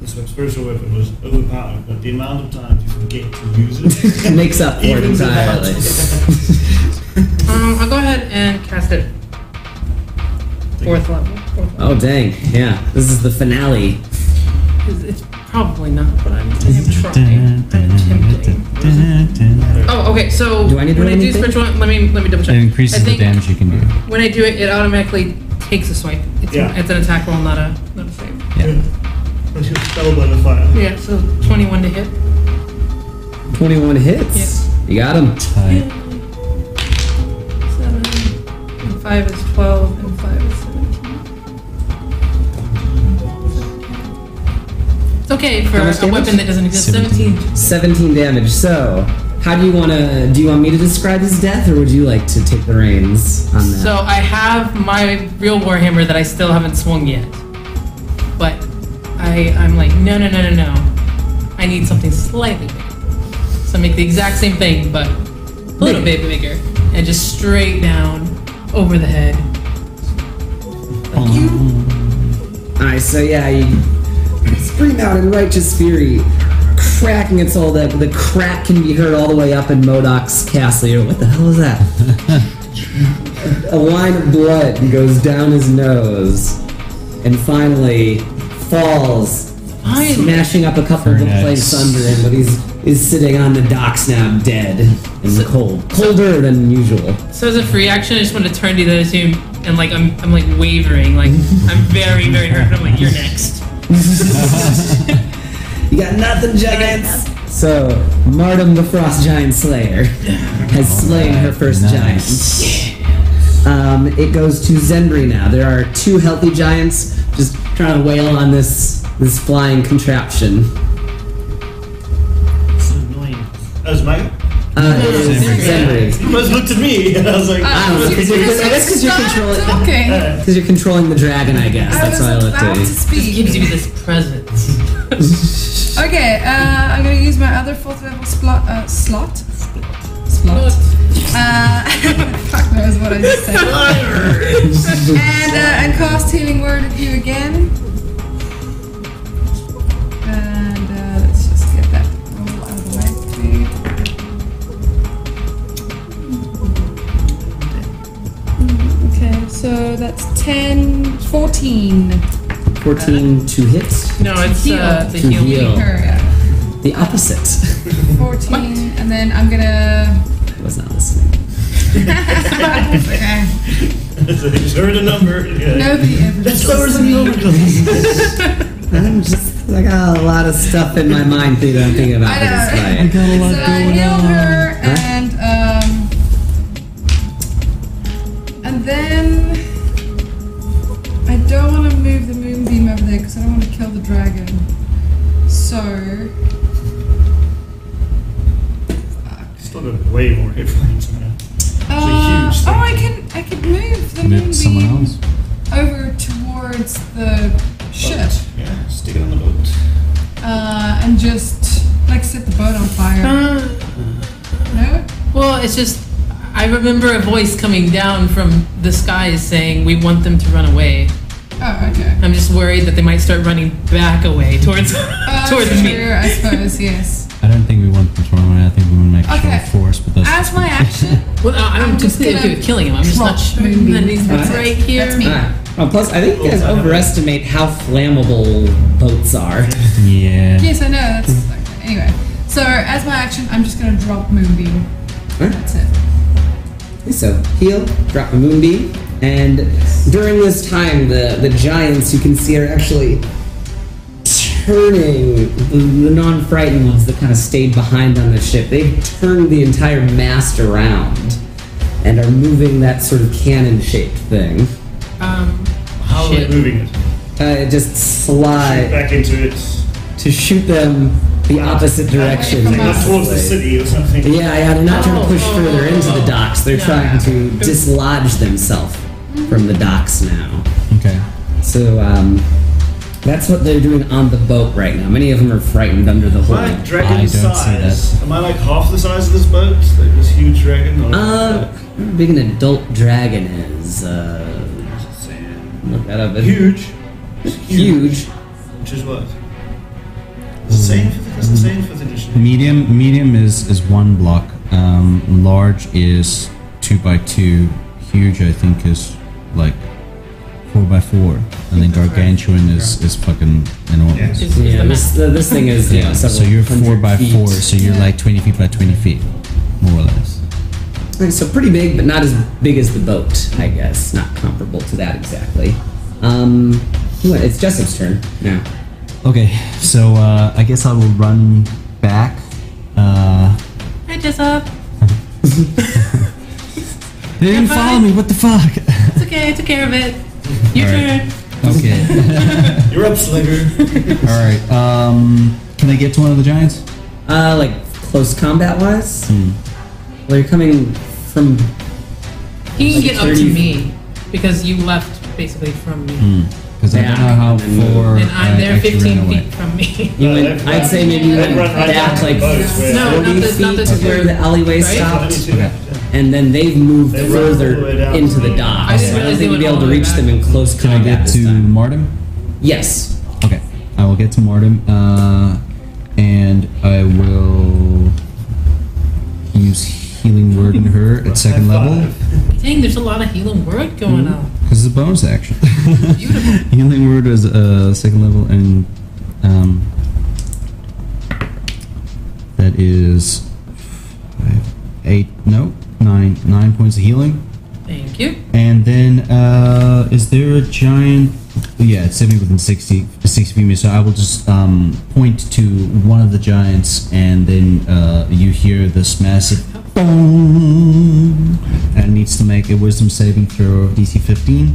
[SPEAKER 5] this one, spiritual weapon was overpowered, but the amount of times you forget to use
[SPEAKER 1] [laughs]
[SPEAKER 5] it.
[SPEAKER 1] Makes up for it
[SPEAKER 5] evens it out.
[SPEAKER 1] entirely.
[SPEAKER 5] [laughs]
[SPEAKER 2] Um, I'll go ahead and cast it fourth level. Fourth level.
[SPEAKER 1] Oh dang! Yeah, this is the finale.
[SPEAKER 2] It's, it's probably not, but I'm, I'm trying. I'm attempting. Oh, okay. So
[SPEAKER 1] Do I need to
[SPEAKER 2] when
[SPEAKER 1] roll
[SPEAKER 2] I do
[SPEAKER 1] anything?
[SPEAKER 2] spiritual, let me let me double
[SPEAKER 3] It
[SPEAKER 2] check. I
[SPEAKER 3] increases the
[SPEAKER 2] think
[SPEAKER 3] damage you can do.
[SPEAKER 2] When I do it, it automatically takes a swipe. It's,
[SPEAKER 5] Yeah.
[SPEAKER 2] it's an attack roll, not a not a save.
[SPEAKER 3] Yeah.
[SPEAKER 5] That's your spell by the fire.
[SPEAKER 2] Yeah. So 21 to hit.
[SPEAKER 1] Twenty-one hits. You got him.
[SPEAKER 3] Tight.
[SPEAKER 2] Seven. And five is 12, and five is 17. It's okay for
[SPEAKER 1] How much
[SPEAKER 2] a weapon
[SPEAKER 1] damage?
[SPEAKER 2] that doesn't exist.
[SPEAKER 3] 17.
[SPEAKER 2] 17.
[SPEAKER 1] Seventeen damage. So, how do you want to? Do you want me to describe his death, or would you like to take the reins on that?
[SPEAKER 2] So I have my real warhammer that I still haven't swung yet, but I I'm like no no no no no, I need something slightly bigger. So I make the exact same thing but a little bit bigger and just straight down over the head.
[SPEAKER 1] Alright, so yeah, you scream out in righteous fury, cracking its all that the crack can be heard all the way up in Modoc's castle. You're, what the hell is
[SPEAKER 3] [laughs]
[SPEAKER 1] that? A line of blood goes down his nose and finally falls,
[SPEAKER 2] Finally,
[SPEAKER 1] smashing up a couple of the
[SPEAKER 3] Very
[SPEAKER 1] plates
[SPEAKER 3] nice.
[SPEAKER 1] under him, but he's is sitting on the docks now dead and cold. Colder than usual.
[SPEAKER 2] so as a free action, I just want to turn to the other team and like I'm I'm like wavering, like I'm very very hurt. but I'm like you're next.
[SPEAKER 1] You got nothing, giants. So, Martum the Frost Giant Slayer has slain her first giant. Um, it goes to Zendri now. There are two healthy giants just trying to wail on this this flying contraption.
[SPEAKER 9] It's annoying. That was my.
[SPEAKER 1] Uh, it is Zendri.
[SPEAKER 9] You guys looked
[SPEAKER 5] [laughs]
[SPEAKER 9] at me, and I was like,
[SPEAKER 5] Ah,
[SPEAKER 1] I don't know.
[SPEAKER 4] Uh, You
[SPEAKER 1] Cause you're, I guess because you're
[SPEAKER 4] start
[SPEAKER 1] controlling
[SPEAKER 4] talking.
[SPEAKER 1] because you're controlling the dragon. I guess
[SPEAKER 4] I
[SPEAKER 1] that's
[SPEAKER 4] was
[SPEAKER 1] why I looked
[SPEAKER 4] about
[SPEAKER 1] at
[SPEAKER 4] to
[SPEAKER 1] you.
[SPEAKER 2] Just
[SPEAKER 4] speak.
[SPEAKER 2] gives you this presence.
[SPEAKER 4] Okay, uh, I'm gonna use my other fourth level splo- uh, slot. Slot. Uh, [laughs] fuck knows what I just said. and uh, and cast healing word at you again. And uh, let's just get that roll out of the way. Okay, so that's 10, 14.
[SPEAKER 1] Fourteen to hit.
[SPEAKER 2] No, it's uh, it's a
[SPEAKER 1] To
[SPEAKER 2] heal.
[SPEAKER 1] heal.
[SPEAKER 4] Her,
[SPEAKER 1] The opposite [laughs]
[SPEAKER 4] 14, and then I'm gonna.
[SPEAKER 1] I was not listening.
[SPEAKER 4] okay.
[SPEAKER 9] "Just heard
[SPEAKER 5] [laughs]
[SPEAKER 9] a number." Yeah.
[SPEAKER 4] Nobody ever.
[SPEAKER 9] That's lower than the
[SPEAKER 1] I'm just I got a lot of stuff in my mind that I'm thinking about
[SPEAKER 4] I
[SPEAKER 1] for
[SPEAKER 4] know.
[SPEAKER 1] this fight.
[SPEAKER 4] So I healed her and um, and then I don't want to move the moonbeam over there because I don't want to kill the dragon. So
[SPEAKER 5] Still got way more hit points, man.
[SPEAKER 4] uh,
[SPEAKER 5] huge
[SPEAKER 4] oh,
[SPEAKER 5] thing.
[SPEAKER 4] I can I could move the
[SPEAKER 3] Move someone
[SPEAKER 4] moonbeam
[SPEAKER 3] else.
[SPEAKER 4] over towards the ship
[SPEAKER 9] Yeah, stick it on the boat.
[SPEAKER 4] uh, and just like set the boat on fire.
[SPEAKER 2] Uh,
[SPEAKER 4] No.
[SPEAKER 2] Well, it's just I remember a voice coming down from the skies saying, "We want them to run away."
[SPEAKER 4] Oh, okay.
[SPEAKER 2] I'm just worried that they might start running back away
[SPEAKER 4] [laughs]
[SPEAKER 2] towards [laughs]
[SPEAKER 4] Uh,
[SPEAKER 2] towards me.
[SPEAKER 4] sure, I suppose yes.
[SPEAKER 3] I don't think we want to throw I think we want to make sure
[SPEAKER 4] Okay.
[SPEAKER 3] of force, but that's
[SPEAKER 4] As my action,
[SPEAKER 2] Well, no, I'm,
[SPEAKER 4] I'm
[SPEAKER 2] just
[SPEAKER 4] just
[SPEAKER 2] thinking
[SPEAKER 4] gonna
[SPEAKER 2] of killing him. I'm just not
[SPEAKER 4] trot
[SPEAKER 2] sure.
[SPEAKER 4] moving.
[SPEAKER 2] Then he's
[SPEAKER 4] That's
[SPEAKER 2] right
[SPEAKER 4] it.
[SPEAKER 5] [coughs]
[SPEAKER 2] here.
[SPEAKER 4] That's me.
[SPEAKER 1] Ah. Oh, plus, I think you guys overestimate how flammable boats
[SPEAKER 5] [laughs]
[SPEAKER 1] are.
[SPEAKER 3] yeah.
[SPEAKER 4] yes, I know. That's okay. anyway. So as my action, I'm just gonna drop Moonbeam.
[SPEAKER 1] Alright.
[SPEAKER 4] That's it.
[SPEAKER 1] So heal, drop a moonbeam, and during this time, the the giants you can see are actually turning the, the non-frightened ones that kind of stayed behind on the ship. They've turned the entire mast around and are moving that sort of cannon-shaped thing.
[SPEAKER 2] Um,
[SPEAKER 5] How are
[SPEAKER 2] shit.
[SPEAKER 5] they moving it?
[SPEAKER 1] Uh, it just
[SPEAKER 5] Shoot
[SPEAKER 1] slide
[SPEAKER 5] back into its
[SPEAKER 1] to shoot them the opposite direction.
[SPEAKER 4] from
[SPEAKER 5] Not towards the
[SPEAKER 1] basically.
[SPEAKER 5] city or something.
[SPEAKER 1] Yeah, yeah, they're not trying to push
[SPEAKER 2] Oh, oh,
[SPEAKER 1] further
[SPEAKER 2] oh,
[SPEAKER 1] into the
[SPEAKER 2] oh.
[SPEAKER 1] docks. They're
[SPEAKER 2] Yeah.
[SPEAKER 1] trying to dislodge themselves from the docks now.
[SPEAKER 3] Okay.
[SPEAKER 1] So um, that's what they're doing on the boat right now. Many of them are frightened under the
[SPEAKER 5] Am I
[SPEAKER 1] holding.
[SPEAKER 5] like dragon
[SPEAKER 3] I don't see
[SPEAKER 5] size? Am I like half the size of this boat? Like this huge dragon? Or
[SPEAKER 1] Uh, how big an adult dragon is. Uh, look that up. It's
[SPEAKER 5] huge.
[SPEAKER 1] Huge.
[SPEAKER 5] Which is what? Is it saying for the, is it saying for the edition?
[SPEAKER 3] Medium medium is is one block. Um, large is two by two. Huge, I think, is like four by four. And then gargantuan is is fucking enormous.
[SPEAKER 2] it's, it's
[SPEAKER 1] Yeah, this,
[SPEAKER 2] the mess.
[SPEAKER 1] the, this thing is you know,
[SPEAKER 3] Yeah. So
[SPEAKER 1] several
[SPEAKER 3] you're four
[SPEAKER 1] hundred
[SPEAKER 3] by
[SPEAKER 1] feet.
[SPEAKER 3] four. So you're like twenty feet by twenty feet, more or less.
[SPEAKER 1] Okay, So pretty big, but not as big as the boat, I guess. Not comparable to that exactly. Um, who- it's Jessup's turn now.
[SPEAKER 3] Okay. So uh, I guess I will run back. Uh,
[SPEAKER 2] I just up.
[SPEAKER 3] they didn't
[SPEAKER 2] Goodbye.
[SPEAKER 3] follow me. What the fuck?
[SPEAKER 2] It's okay. I took care of it. Your
[SPEAKER 3] All right.
[SPEAKER 2] turn.
[SPEAKER 3] Okay. Hmm.
[SPEAKER 9] You're up, Slayer.
[SPEAKER 3] All right. Um, can I get to one of the giants?
[SPEAKER 1] Uh, like close combat wise.
[SPEAKER 3] Hmm.
[SPEAKER 1] Well, you're coming from
[SPEAKER 2] He can
[SPEAKER 1] Like
[SPEAKER 2] get up to
[SPEAKER 1] 30.
[SPEAKER 2] me because you left basically from me,
[SPEAKER 3] Because I
[SPEAKER 1] Yeah.
[SPEAKER 3] don't know how
[SPEAKER 1] And then-
[SPEAKER 3] far.
[SPEAKER 2] and I'm
[SPEAKER 3] Hmm. I actually
[SPEAKER 2] there
[SPEAKER 3] ran
[SPEAKER 2] 15
[SPEAKER 3] away.
[SPEAKER 2] feet from me. [laughs]
[SPEAKER 1] You
[SPEAKER 5] No,
[SPEAKER 1] went,
[SPEAKER 5] they've
[SPEAKER 1] I'd
[SPEAKER 5] run-
[SPEAKER 1] say maybe you
[SPEAKER 5] they've
[SPEAKER 1] went
[SPEAKER 5] run right
[SPEAKER 1] back
[SPEAKER 5] down
[SPEAKER 1] like
[SPEAKER 5] the boats, yeah.
[SPEAKER 2] No,
[SPEAKER 1] 40
[SPEAKER 2] not this-
[SPEAKER 1] feet
[SPEAKER 2] not this
[SPEAKER 1] to where
[SPEAKER 2] group,
[SPEAKER 1] the alleyway
[SPEAKER 2] right?
[SPEAKER 1] stopped,
[SPEAKER 5] Okay.
[SPEAKER 1] and then they've moved
[SPEAKER 5] They run all the
[SPEAKER 1] further
[SPEAKER 5] way down.
[SPEAKER 1] into the dock.
[SPEAKER 2] I
[SPEAKER 1] I,
[SPEAKER 2] didn't
[SPEAKER 1] don't
[SPEAKER 2] realize
[SPEAKER 1] think
[SPEAKER 2] they
[SPEAKER 1] you'd be able
[SPEAKER 2] went
[SPEAKER 1] to
[SPEAKER 2] all the way
[SPEAKER 1] reach
[SPEAKER 2] back.
[SPEAKER 1] them in close
[SPEAKER 3] Can I
[SPEAKER 1] combat
[SPEAKER 3] get
[SPEAKER 1] this
[SPEAKER 3] to
[SPEAKER 1] time.
[SPEAKER 3] Martin?
[SPEAKER 1] Yes.
[SPEAKER 3] Okay, I will get to Martin, uh, and I will use healing word in her at second level
[SPEAKER 2] Dang, there's a lot of healing word going
[SPEAKER 3] Hmm.
[SPEAKER 2] on.
[SPEAKER 3] because it's a bonus action. [laughs] healing word is uh, second level, and um, that is five, eight, no, nine, nine points of healing.
[SPEAKER 2] Thank you.
[SPEAKER 3] And then, uh, is there a giant? Yeah, it's sitting within 60, 60 feet of me, so I will just um, point to one of the giants, and then uh, you hear this massive boom, and it needs to make a wisdom saving throw of DC 15.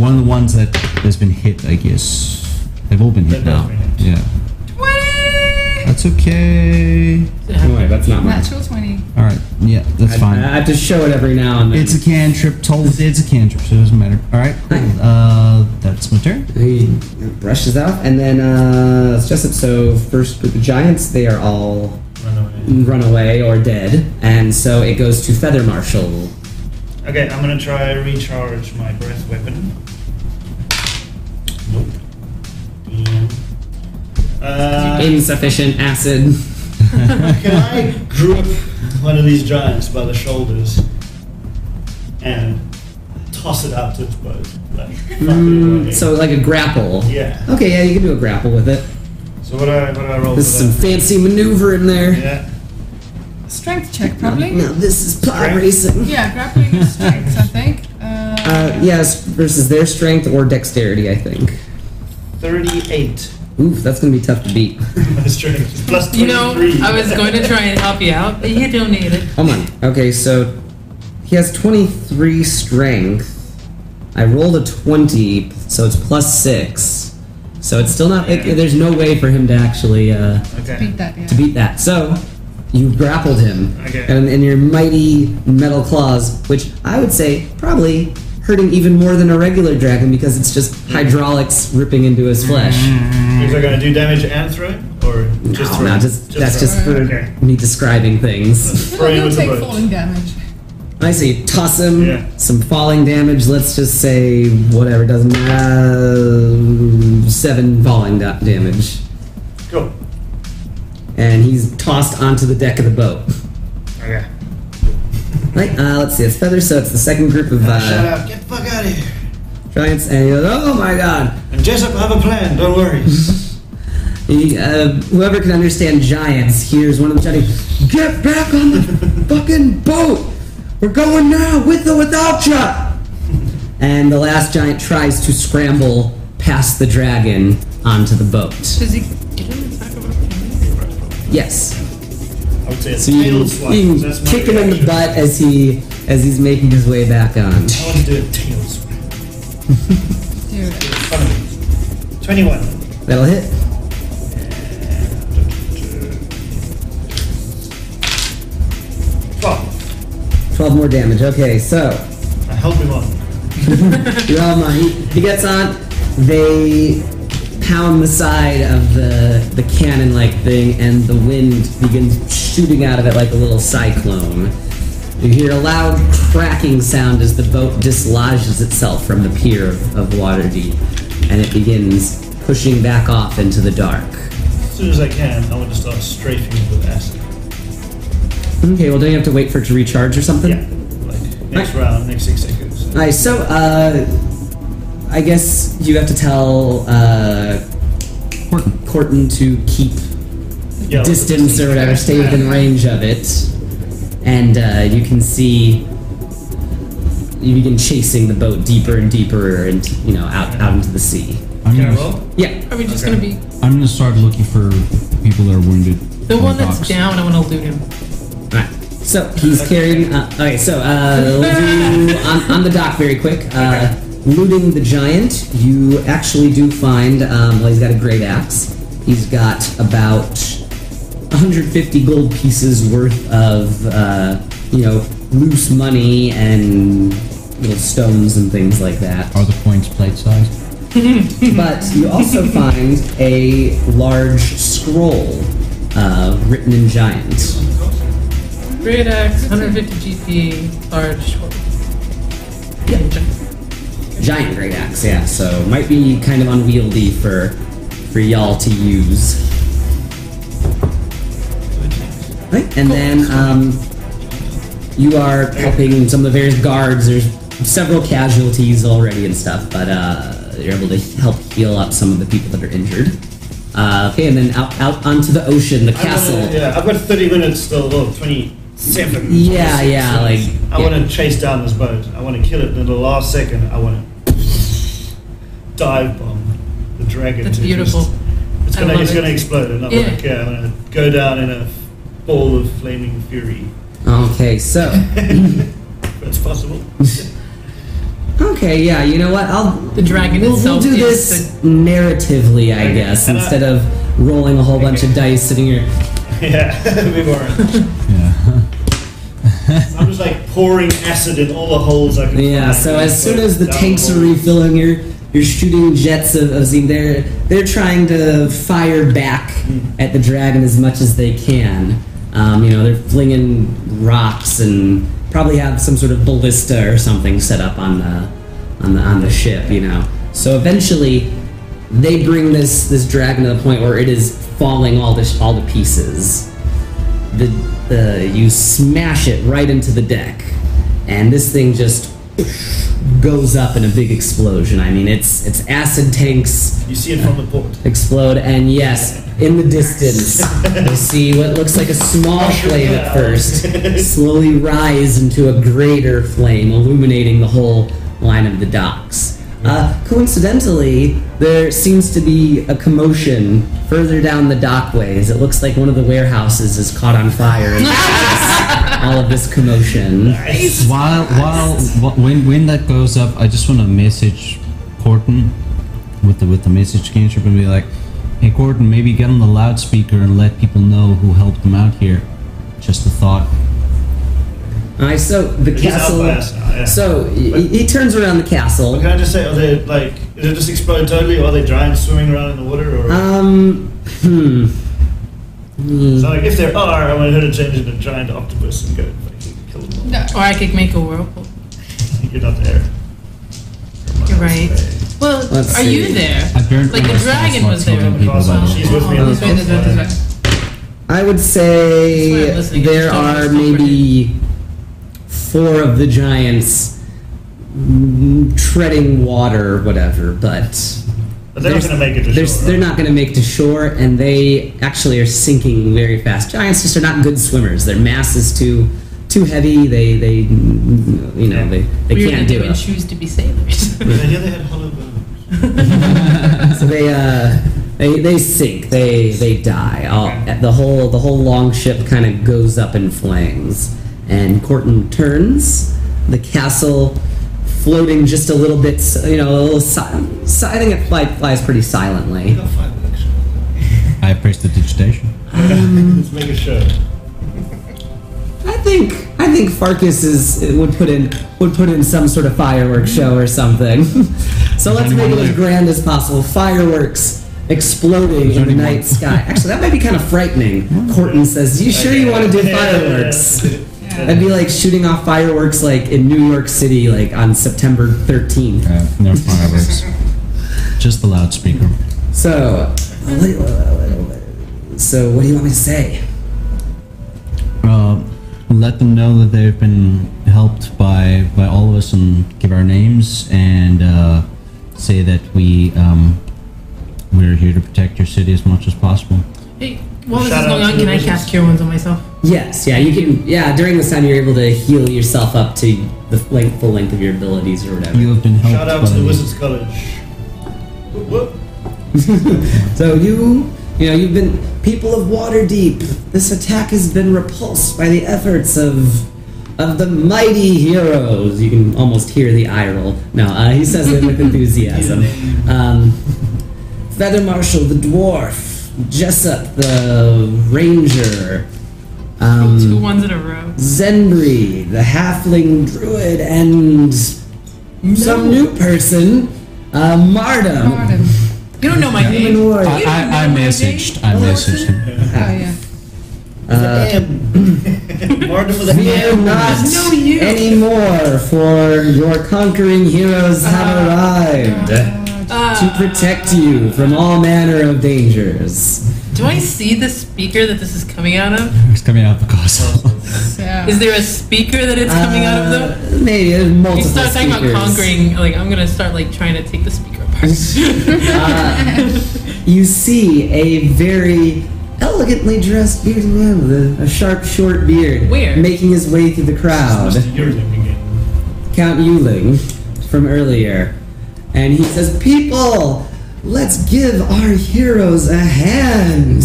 [SPEAKER 3] One of the ones that has been hit, I guess. They've all been hit
[SPEAKER 5] They've all
[SPEAKER 3] now.
[SPEAKER 5] been hit.
[SPEAKER 3] Yeah.
[SPEAKER 4] 20!
[SPEAKER 3] That's okay.
[SPEAKER 1] Oh, wait, that's not mine.
[SPEAKER 4] Natural 20.
[SPEAKER 3] Alright, yeah, that's
[SPEAKER 1] I,
[SPEAKER 3] fine.
[SPEAKER 1] I have to show it every now and then.
[SPEAKER 3] It's a cantrip. Told it's a cantrip, so it doesn't matter. All right, cool. Uh, that's my turn.
[SPEAKER 1] He brushes out, and then uh, it's Jessup. So first group of giants, they are all
[SPEAKER 5] Run away.
[SPEAKER 1] run away or dead, and so it goes to Feather Marshal.
[SPEAKER 5] Okay, I'm gonna try recharge my breath weapon. Nope. Damn. Uh,
[SPEAKER 1] Insufficient acid.
[SPEAKER 5] can I group one of these giants by the shoulders and toss it out to its boat? Like, fuck it away.
[SPEAKER 1] Mm, so like a grapple.
[SPEAKER 5] yeah.
[SPEAKER 1] Okay, yeah, you can do a grapple with it.
[SPEAKER 5] So what do I what do I roll
[SPEAKER 1] There's
[SPEAKER 5] for
[SPEAKER 1] some
[SPEAKER 5] that?
[SPEAKER 1] fancy maneuver in there.
[SPEAKER 5] yeah.
[SPEAKER 4] Strength check, probably.
[SPEAKER 1] No, this is pod
[SPEAKER 5] Strength?
[SPEAKER 1] racing.
[SPEAKER 4] Yeah, grappling is strength, I think. Uh,
[SPEAKER 1] Uh, yes, versus their strength or dexterity, I think.
[SPEAKER 5] Thirty-eight. [laughs]
[SPEAKER 1] Oof, that's gonna be tough to beat.
[SPEAKER 5] My strength is plus
[SPEAKER 2] You know,
[SPEAKER 5] twenty-three.
[SPEAKER 2] I was going to try and help you out, but you don't need it.
[SPEAKER 1] Come on. Okay, so he has 23 strength. I rolled a 20, so it's plus 6. So it's still not. it- there's no way for him to actually uh,
[SPEAKER 5] Okay.
[SPEAKER 4] beat that, yeah.
[SPEAKER 1] to beat that. So you grappled him.
[SPEAKER 5] Okay.
[SPEAKER 1] And in your mighty metal claws, which I would say probably hurting even more than a regular dragon because it's just
[SPEAKER 5] Hmm.
[SPEAKER 1] hydraulics ripping into his flesh.
[SPEAKER 5] Is I gonna do damage and throw it, or just
[SPEAKER 1] no,
[SPEAKER 5] throw?
[SPEAKER 1] no,
[SPEAKER 5] it?
[SPEAKER 1] just, that's
[SPEAKER 5] throw
[SPEAKER 1] just for
[SPEAKER 5] it? Okay.
[SPEAKER 1] me describing things.
[SPEAKER 5] Throw it
[SPEAKER 4] He'll
[SPEAKER 5] with the
[SPEAKER 4] take
[SPEAKER 5] boat.
[SPEAKER 4] falling damage.
[SPEAKER 1] I see. Toss him.
[SPEAKER 5] Yeah.
[SPEAKER 1] Some falling damage. Let's just say whatever doesn't matter. Seven falling da- damage,
[SPEAKER 5] Cool.
[SPEAKER 1] and he's tossed onto the deck of the boat.
[SPEAKER 5] Okay.
[SPEAKER 1] Right. Uh, let's see. It's feather, so it's the second group of
[SPEAKER 9] Shut
[SPEAKER 1] uh,
[SPEAKER 9] up. Get the fuck out of here.
[SPEAKER 1] giants, and he goes, "Oh my god!"
[SPEAKER 9] And Jessup, I have a plan. Don't worry.
[SPEAKER 1] He, uh, whoever can understand giants hears one of them shouting, "Get back on the fucking boat! We're going now, with or without ya!" And the last giant tries to scramble past the dragon onto the boat.
[SPEAKER 2] Does he get him in the back of our plane?
[SPEAKER 1] Yes,
[SPEAKER 5] I would say it's
[SPEAKER 1] so you,
[SPEAKER 5] tail swipe.
[SPEAKER 1] you
[SPEAKER 5] That's my
[SPEAKER 1] kick him in the
[SPEAKER 5] reaction.
[SPEAKER 1] butt as he as he's making his way back on.
[SPEAKER 5] I want to do a
[SPEAKER 1] [laughs]
[SPEAKER 5] tail swipe.
[SPEAKER 4] Do it.
[SPEAKER 5] Fun of it. Twenty-one.
[SPEAKER 1] That'll hit.
[SPEAKER 5] Fuck.
[SPEAKER 1] Twelve more damage. Okay, so
[SPEAKER 5] I help him on.
[SPEAKER 1] Well, no, he, he gets on. They pound the side of the the cannon like thing, and the wind begins shooting out of it like a little cyclone. You hear a loud cracking sound as the boat dislodges itself from the pier of, of Waterdeep, and it begins pushing back off into the dark.
[SPEAKER 5] As soon as I can, I want to start strafing it with acid.
[SPEAKER 1] Okay, well, don't you have to wait for it to recharge or something?
[SPEAKER 5] Yeah. Like, next round, next six seconds.
[SPEAKER 1] All right, so uh, I guess you have to tell uh, Corton. to keep
[SPEAKER 5] Yeah, I'll-
[SPEAKER 1] distance or whatever, stay within range of it, and uh, you can see you begin chasing the boat deeper and deeper, and you know out out into the sea.
[SPEAKER 3] I'm
[SPEAKER 5] Can I
[SPEAKER 3] gonna,
[SPEAKER 5] roll?
[SPEAKER 1] Yeah,
[SPEAKER 2] Are we just
[SPEAKER 5] Okay.
[SPEAKER 2] going to be
[SPEAKER 3] I'm gonna start looking for people that are wounded.
[SPEAKER 2] the
[SPEAKER 3] on
[SPEAKER 2] one that's
[SPEAKER 3] docks.
[SPEAKER 2] down? I want to loot him.
[SPEAKER 1] all right. So he's carrying. Uh, okay, so uh, we'll do on, on the dock very quick. Uh, looting the giant, you actually do find. Um, well, he's got a great axe. He's got about 150 gold pieces worth of uh, you know loose money and little stones and things like that.
[SPEAKER 3] Are the coins plate sized?
[SPEAKER 1] But you also find a large scroll uh, written in giant.
[SPEAKER 2] Great axe, 150 GP, large.
[SPEAKER 1] Giant great axe, yeah. So might be kind of unwieldy for for y'all to use. Right, and then um, you are helping some of the various guards. There's several casualties already and stuff, but uh, you're able to help heal up some of the people that are injured. Uh, okay, and then out out onto the ocean, the
[SPEAKER 5] I'm gonna-
[SPEAKER 1] castle.
[SPEAKER 5] yeah, I've got 30 minutes still, well, 20
[SPEAKER 9] seven.
[SPEAKER 1] Yeah,
[SPEAKER 9] Six,
[SPEAKER 1] yeah,
[SPEAKER 9] seven.
[SPEAKER 1] like-
[SPEAKER 9] I
[SPEAKER 1] yeah.
[SPEAKER 9] want to chase down this boat. I want to kill it. And at the last second, I want to dive bomb the dragon.
[SPEAKER 2] That's
[SPEAKER 9] to
[SPEAKER 2] beautiful.
[SPEAKER 9] Just, it's
[SPEAKER 2] I
[SPEAKER 9] gonna,
[SPEAKER 2] love
[SPEAKER 9] it's
[SPEAKER 2] it.
[SPEAKER 9] gonna explode. And I'm
[SPEAKER 2] Yeah.
[SPEAKER 9] like, yeah, I'm gonna go down in a ball of flaming fury.
[SPEAKER 1] Okay, so
[SPEAKER 9] If
[SPEAKER 1] [laughs]
[SPEAKER 9] That's possible.
[SPEAKER 1] okay, yeah. You know what? I'll
[SPEAKER 2] The dragon
[SPEAKER 1] We'll, we'll
[SPEAKER 2] itself
[SPEAKER 1] do
[SPEAKER 2] is
[SPEAKER 1] this narratively, I guess,
[SPEAKER 9] and I-
[SPEAKER 1] instead of rolling a whole bunch of dice sitting here.
[SPEAKER 9] yeah, [laughs] we were.
[SPEAKER 3] Yeah.
[SPEAKER 9] I'm just like pouring acid in all the holes I can.
[SPEAKER 1] Yeah.
[SPEAKER 9] find.
[SPEAKER 1] So as soon
[SPEAKER 9] Like,
[SPEAKER 1] as the
[SPEAKER 9] down
[SPEAKER 1] tanks are
[SPEAKER 9] hole.
[SPEAKER 1] refilling, you're you're shooting jets of, of steam. They're they're trying to fire back at the dragon as much as they can. Um, you know, they're flinging rocks and probably have some sort of ballista or something set up on the on the on the ship. You know. So eventually, they bring this this dragon to the point where it is falling all this all to pieces the, the you smash it right into the deck, and this thing just goes up in a big explosion. I mean, it's it's acid tanks
[SPEAKER 9] you see it from the port.
[SPEAKER 1] explode, and yes, in the
[SPEAKER 9] [laughs]
[SPEAKER 1] distance you see what looks like a small flame at first slowly rise into a greater flame, illuminating the whole line of the docks. Uh, coincidentally, there seems to be a commotion further down the dockways. It looks like one of the warehouses is caught on fire.
[SPEAKER 9] [laughs]
[SPEAKER 1] And all of this commotion.
[SPEAKER 3] While while wh- when when that goes up, I just want to message Corton with the with the message cantrip and be like, "Hey Corton, maybe get on the loudspeaker and let people know who helped them out here." Just a thought.
[SPEAKER 1] All right, so the
[SPEAKER 9] He's
[SPEAKER 1] castle.
[SPEAKER 9] outclassed now, yeah.
[SPEAKER 1] So he, he turns around the castle.
[SPEAKER 9] Can I just say, are they like, did it just explode totally, or are they giants swimming around in the water, or?
[SPEAKER 1] Um, hmm.
[SPEAKER 9] so like, if there are, I want her to change into a giant octopus and go fucking kill them
[SPEAKER 4] No.
[SPEAKER 2] Or I could make a whirlpool.
[SPEAKER 9] all. You're not there.
[SPEAKER 2] You're right. Well,
[SPEAKER 1] Let's
[SPEAKER 2] are you
[SPEAKER 1] see.
[SPEAKER 2] there?
[SPEAKER 3] I burned
[SPEAKER 2] Like
[SPEAKER 3] my
[SPEAKER 2] the
[SPEAKER 3] response
[SPEAKER 2] dragon
[SPEAKER 3] while
[SPEAKER 2] was there.
[SPEAKER 3] telling people
[SPEAKER 9] Awesome.
[SPEAKER 3] about it.
[SPEAKER 9] She's with me. on
[SPEAKER 4] This
[SPEAKER 9] this
[SPEAKER 4] way, this way,
[SPEAKER 9] one.
[SPEAKER 4] this way.
[SPEAKER 1] I would
[SPEAKER 2] That's why
[SPEAKER 1] say
[SPEAKER 2] I'm listening.
[SPEAKER 1] there
[SPEAKER 2] Just don't
[SPEAKER 1] are
[SPEAKER 2] listen for
[SPEAKER 1] maybe four of the giants mm, treading water, or whatever. But
[SPEAKER 9] But they're not going to make it to
[SPEAKER 1] they're,
[SPEAKER 9] shore.
[SPEAKER 1] they're
[SPEAKER 9] right?
[SPEAKER 1] not going to make to shore, and they actually are sinking very fast. Giants just are not good swimmers. Their mass is too too heavy. They they you know they, they
[SPEAKER 2] we were
[SPEAKER 1] can't
[SPEAKER 2] gonna
[SPEAKER 1] do
[SPEAKER 2] and
[SPEAKER 1] it.
[SPEAKER 2] choose to be
[SPEAKER 9] [laughs]
[SPEAKER 2] sailors.
[SPEAKER 9] I hear they had hollow
[SPEAKER 1] [laughs]
[SPEAKER 9] bones.
[SPEAKER 1] So they uh, they they sink. They they die. All, the whole the whole long ship kind of goes up in flames. And Corton turns the castle, floating just a little bit. s- You know, a little. Si- si- I think it fly, flies pretty silently.
[SPEAKER 9] Got fireworks.
[SPEAKER 3] I pressed the digitation.
[SPEAKER 9] Let's make a show.
[SPEAKER 1] I think I think Farkas is would put in would put in some sort of fireworks show or something. [laughs] so let's make it as grand as possible. Fireworks exploding in the night sky. Actually, that might be kind of frightening. Corton says, "You sure you want to do fireworks?" I'd be like shooting off fireworks like in New York City, like on September 13th.
[SPEAKER 3] Uh, no fireworks. Just the loudspeaker.
[SPEAKER 1] So, so what do you want me to say?
[SPEAKER 3] Uh, let them know that they've been helped by by all of us and give our names and uh, say that we um, we're here to protect your city as much as possible.
[SPEAKER 2] hey, while this
[SPEAKER 9] Shout
[SPEAKER 2] is
[SPEAKER 9] out
[SPEAKER 2] going
[SPEAKER 9] to
[SPEAKER 2] on,
[SPEAKER 9] the
[SPEAKER 2] can I
[SPEAKER 9] wizards.
[SPEAKER 2] cast cure wounds on myself?
[SPEAKER 1] Yes, yeah, you can. Yeah, during this time, you're able to heal yourself up to the length, full length of your abilities or whatever.
[SPEAKER 3] You have been helped.
[SPEAKER 9] Shout out
[SPEAKER 3] by
[SPEAKER 9] to the Wizards College. Whoop, whoop.
[SPEAKER 1] So you, you know, you've been people of Waterdeep. This attack has been repulsed by the efforts of of the mighty heroes. You can almost hear the eye roll. No, uh, he says it [laughs] with enthusiasm. Um, Feather Marshal, the dwarf, Jessup, the ranger. Um,
[SPEAKER 2] Two ones in a row.
[SPEAKER 1] Zenbri, the halfling druid, and some new person, uh, Marta.
[SPEAKER 4] Pardon.
[SPEAKER 2] You don't know my name.
[SPEAKER 1] Human warrior.
[SPEAKER 3] I, I, I messaged. I messaged him.
[SPEAKER 4] Oh, yeah.
[SPEAKER 9] Martin with a
[SPEAKER 1] Fear
[SPEAKER 9] hand.
[SPEAKER 1] Uh, not
[SPEAKER 2] No, you.
[SPEAKER 1] anymore, for your conquering heroes have arrived to
[SPEAKER 2] Uh,
[SPEAKER 1] protect you from all manner of dangers.
[SPEAKER 2] do I see the speaker that this is coming out of?
[SPEAKER 3] He's coming out of the
[SPEAKER 1] [laughs]
[SPEAKER 3] castle.
[SPEAKER 4] So,
[SPEAKER 2] Is there a speaker that it's coming out of
[SPEAKER 1] Uh,
[SPEAKER 2] though?
[SPEAKER 1] Maybe there's
[SPEAKER 2] You
[SPEAKER 1] multiple
[SPEAKER 2] start talking about
[SPEAKER 1] speakers.
[SPEAKER 2] conquering, like I'm gonna start like trying to
[SPEAKER 1] Uh,
[SPEAKER 2] take the speaker apart.
[SPEAKER 1] you see a very elegantly dressed bearded man with a, a sharp, short beard,
[SPEAKER 2] Where?
[SPEAKER 1] making his way through the crowd.
[SPEAKER 5] Mr. Yearling again.
[SPEAKER 1] Count Yuling from earlier, and he says, "People, let's give our heroes a hand."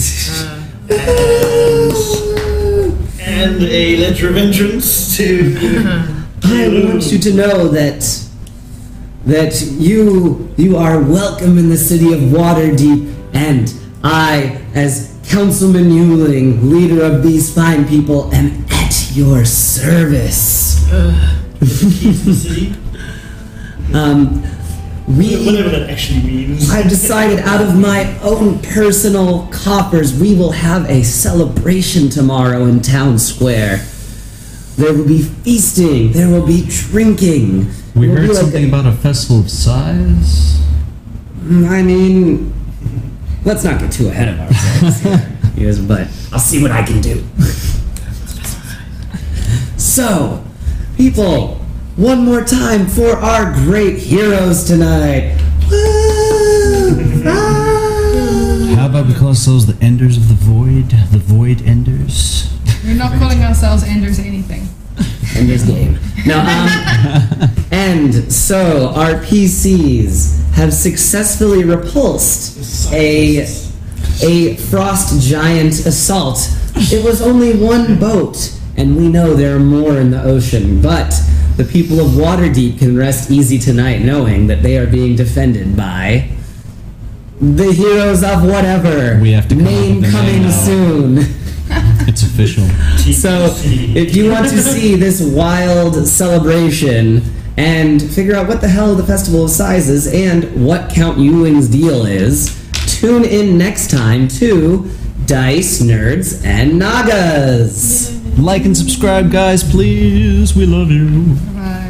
[SPEAKER 1] [laughs]
[SPEAKER 9] And a letter of entrance to. [laughs]
[SPEAKER 1] I want you to know that that you you are welcome in the city of Waterdeep, and I, as Councilman Yuling, leader of these fine people, am at your service.
[SPEAKER 9] the city.
[SPEAKER 1] Um, we.
[SPEAKER 5] Whatever that actually means.
[SPEAKER 1] I've decided out of my own personal coffers we will have a celebration tomorrow in town square. There will be feasting, there will be drinking.
[SPEAKER 3] We
[SPEAKER 1] It will be
[SPEAKER 3] heard
[SPEAKER 1] like
[SPEAKER 3] something
[SPEAKER 1] a-
[SPEAKER 3] about a festival of size.
[SPEAKER 1] Mm, I mean, let's not get too ahead of ourselves. here, yes, but I'll see what I can do. so, people, one more time for our great heroes tonight. Woo! [laughs] Ah!
[SPEAKER 3] How about we call ourselves the Enders of the Void? The Void Enders?
[SPEAKER 4] We're not calling ourselves Enders anything.
[SPEAKER 1] End this game. No, um,
[SPEAKER 3] [laughs]
[SPEAKER 1] and so our PCs have successfully repulsed a a frost giant assault. It was only one boat, and we know there are more in the ocean, but the people of Waterdeep can rest easy tonight knowing that they are being defended by the heroes of whatever.
[SPEAKER 3] We have to come up
[SPEAKER 1] name
[SPEAKER 3] with a name
[SPEAKER 1] coming
[SPEAKER 3] now.
[SPEAKER 1] soon.
[SPEAKER 3] It's official.
[SPEAKER 1] So, if you want to see this wild celebration and figure out what the hell the Festival of Size is and what Count Ewing's deal is, tune in next time to Dice Nerds and Nagas.
[SPEAKER 3] like and subscribe, guys, please. We love you.
[SPEAKER 4] Bye.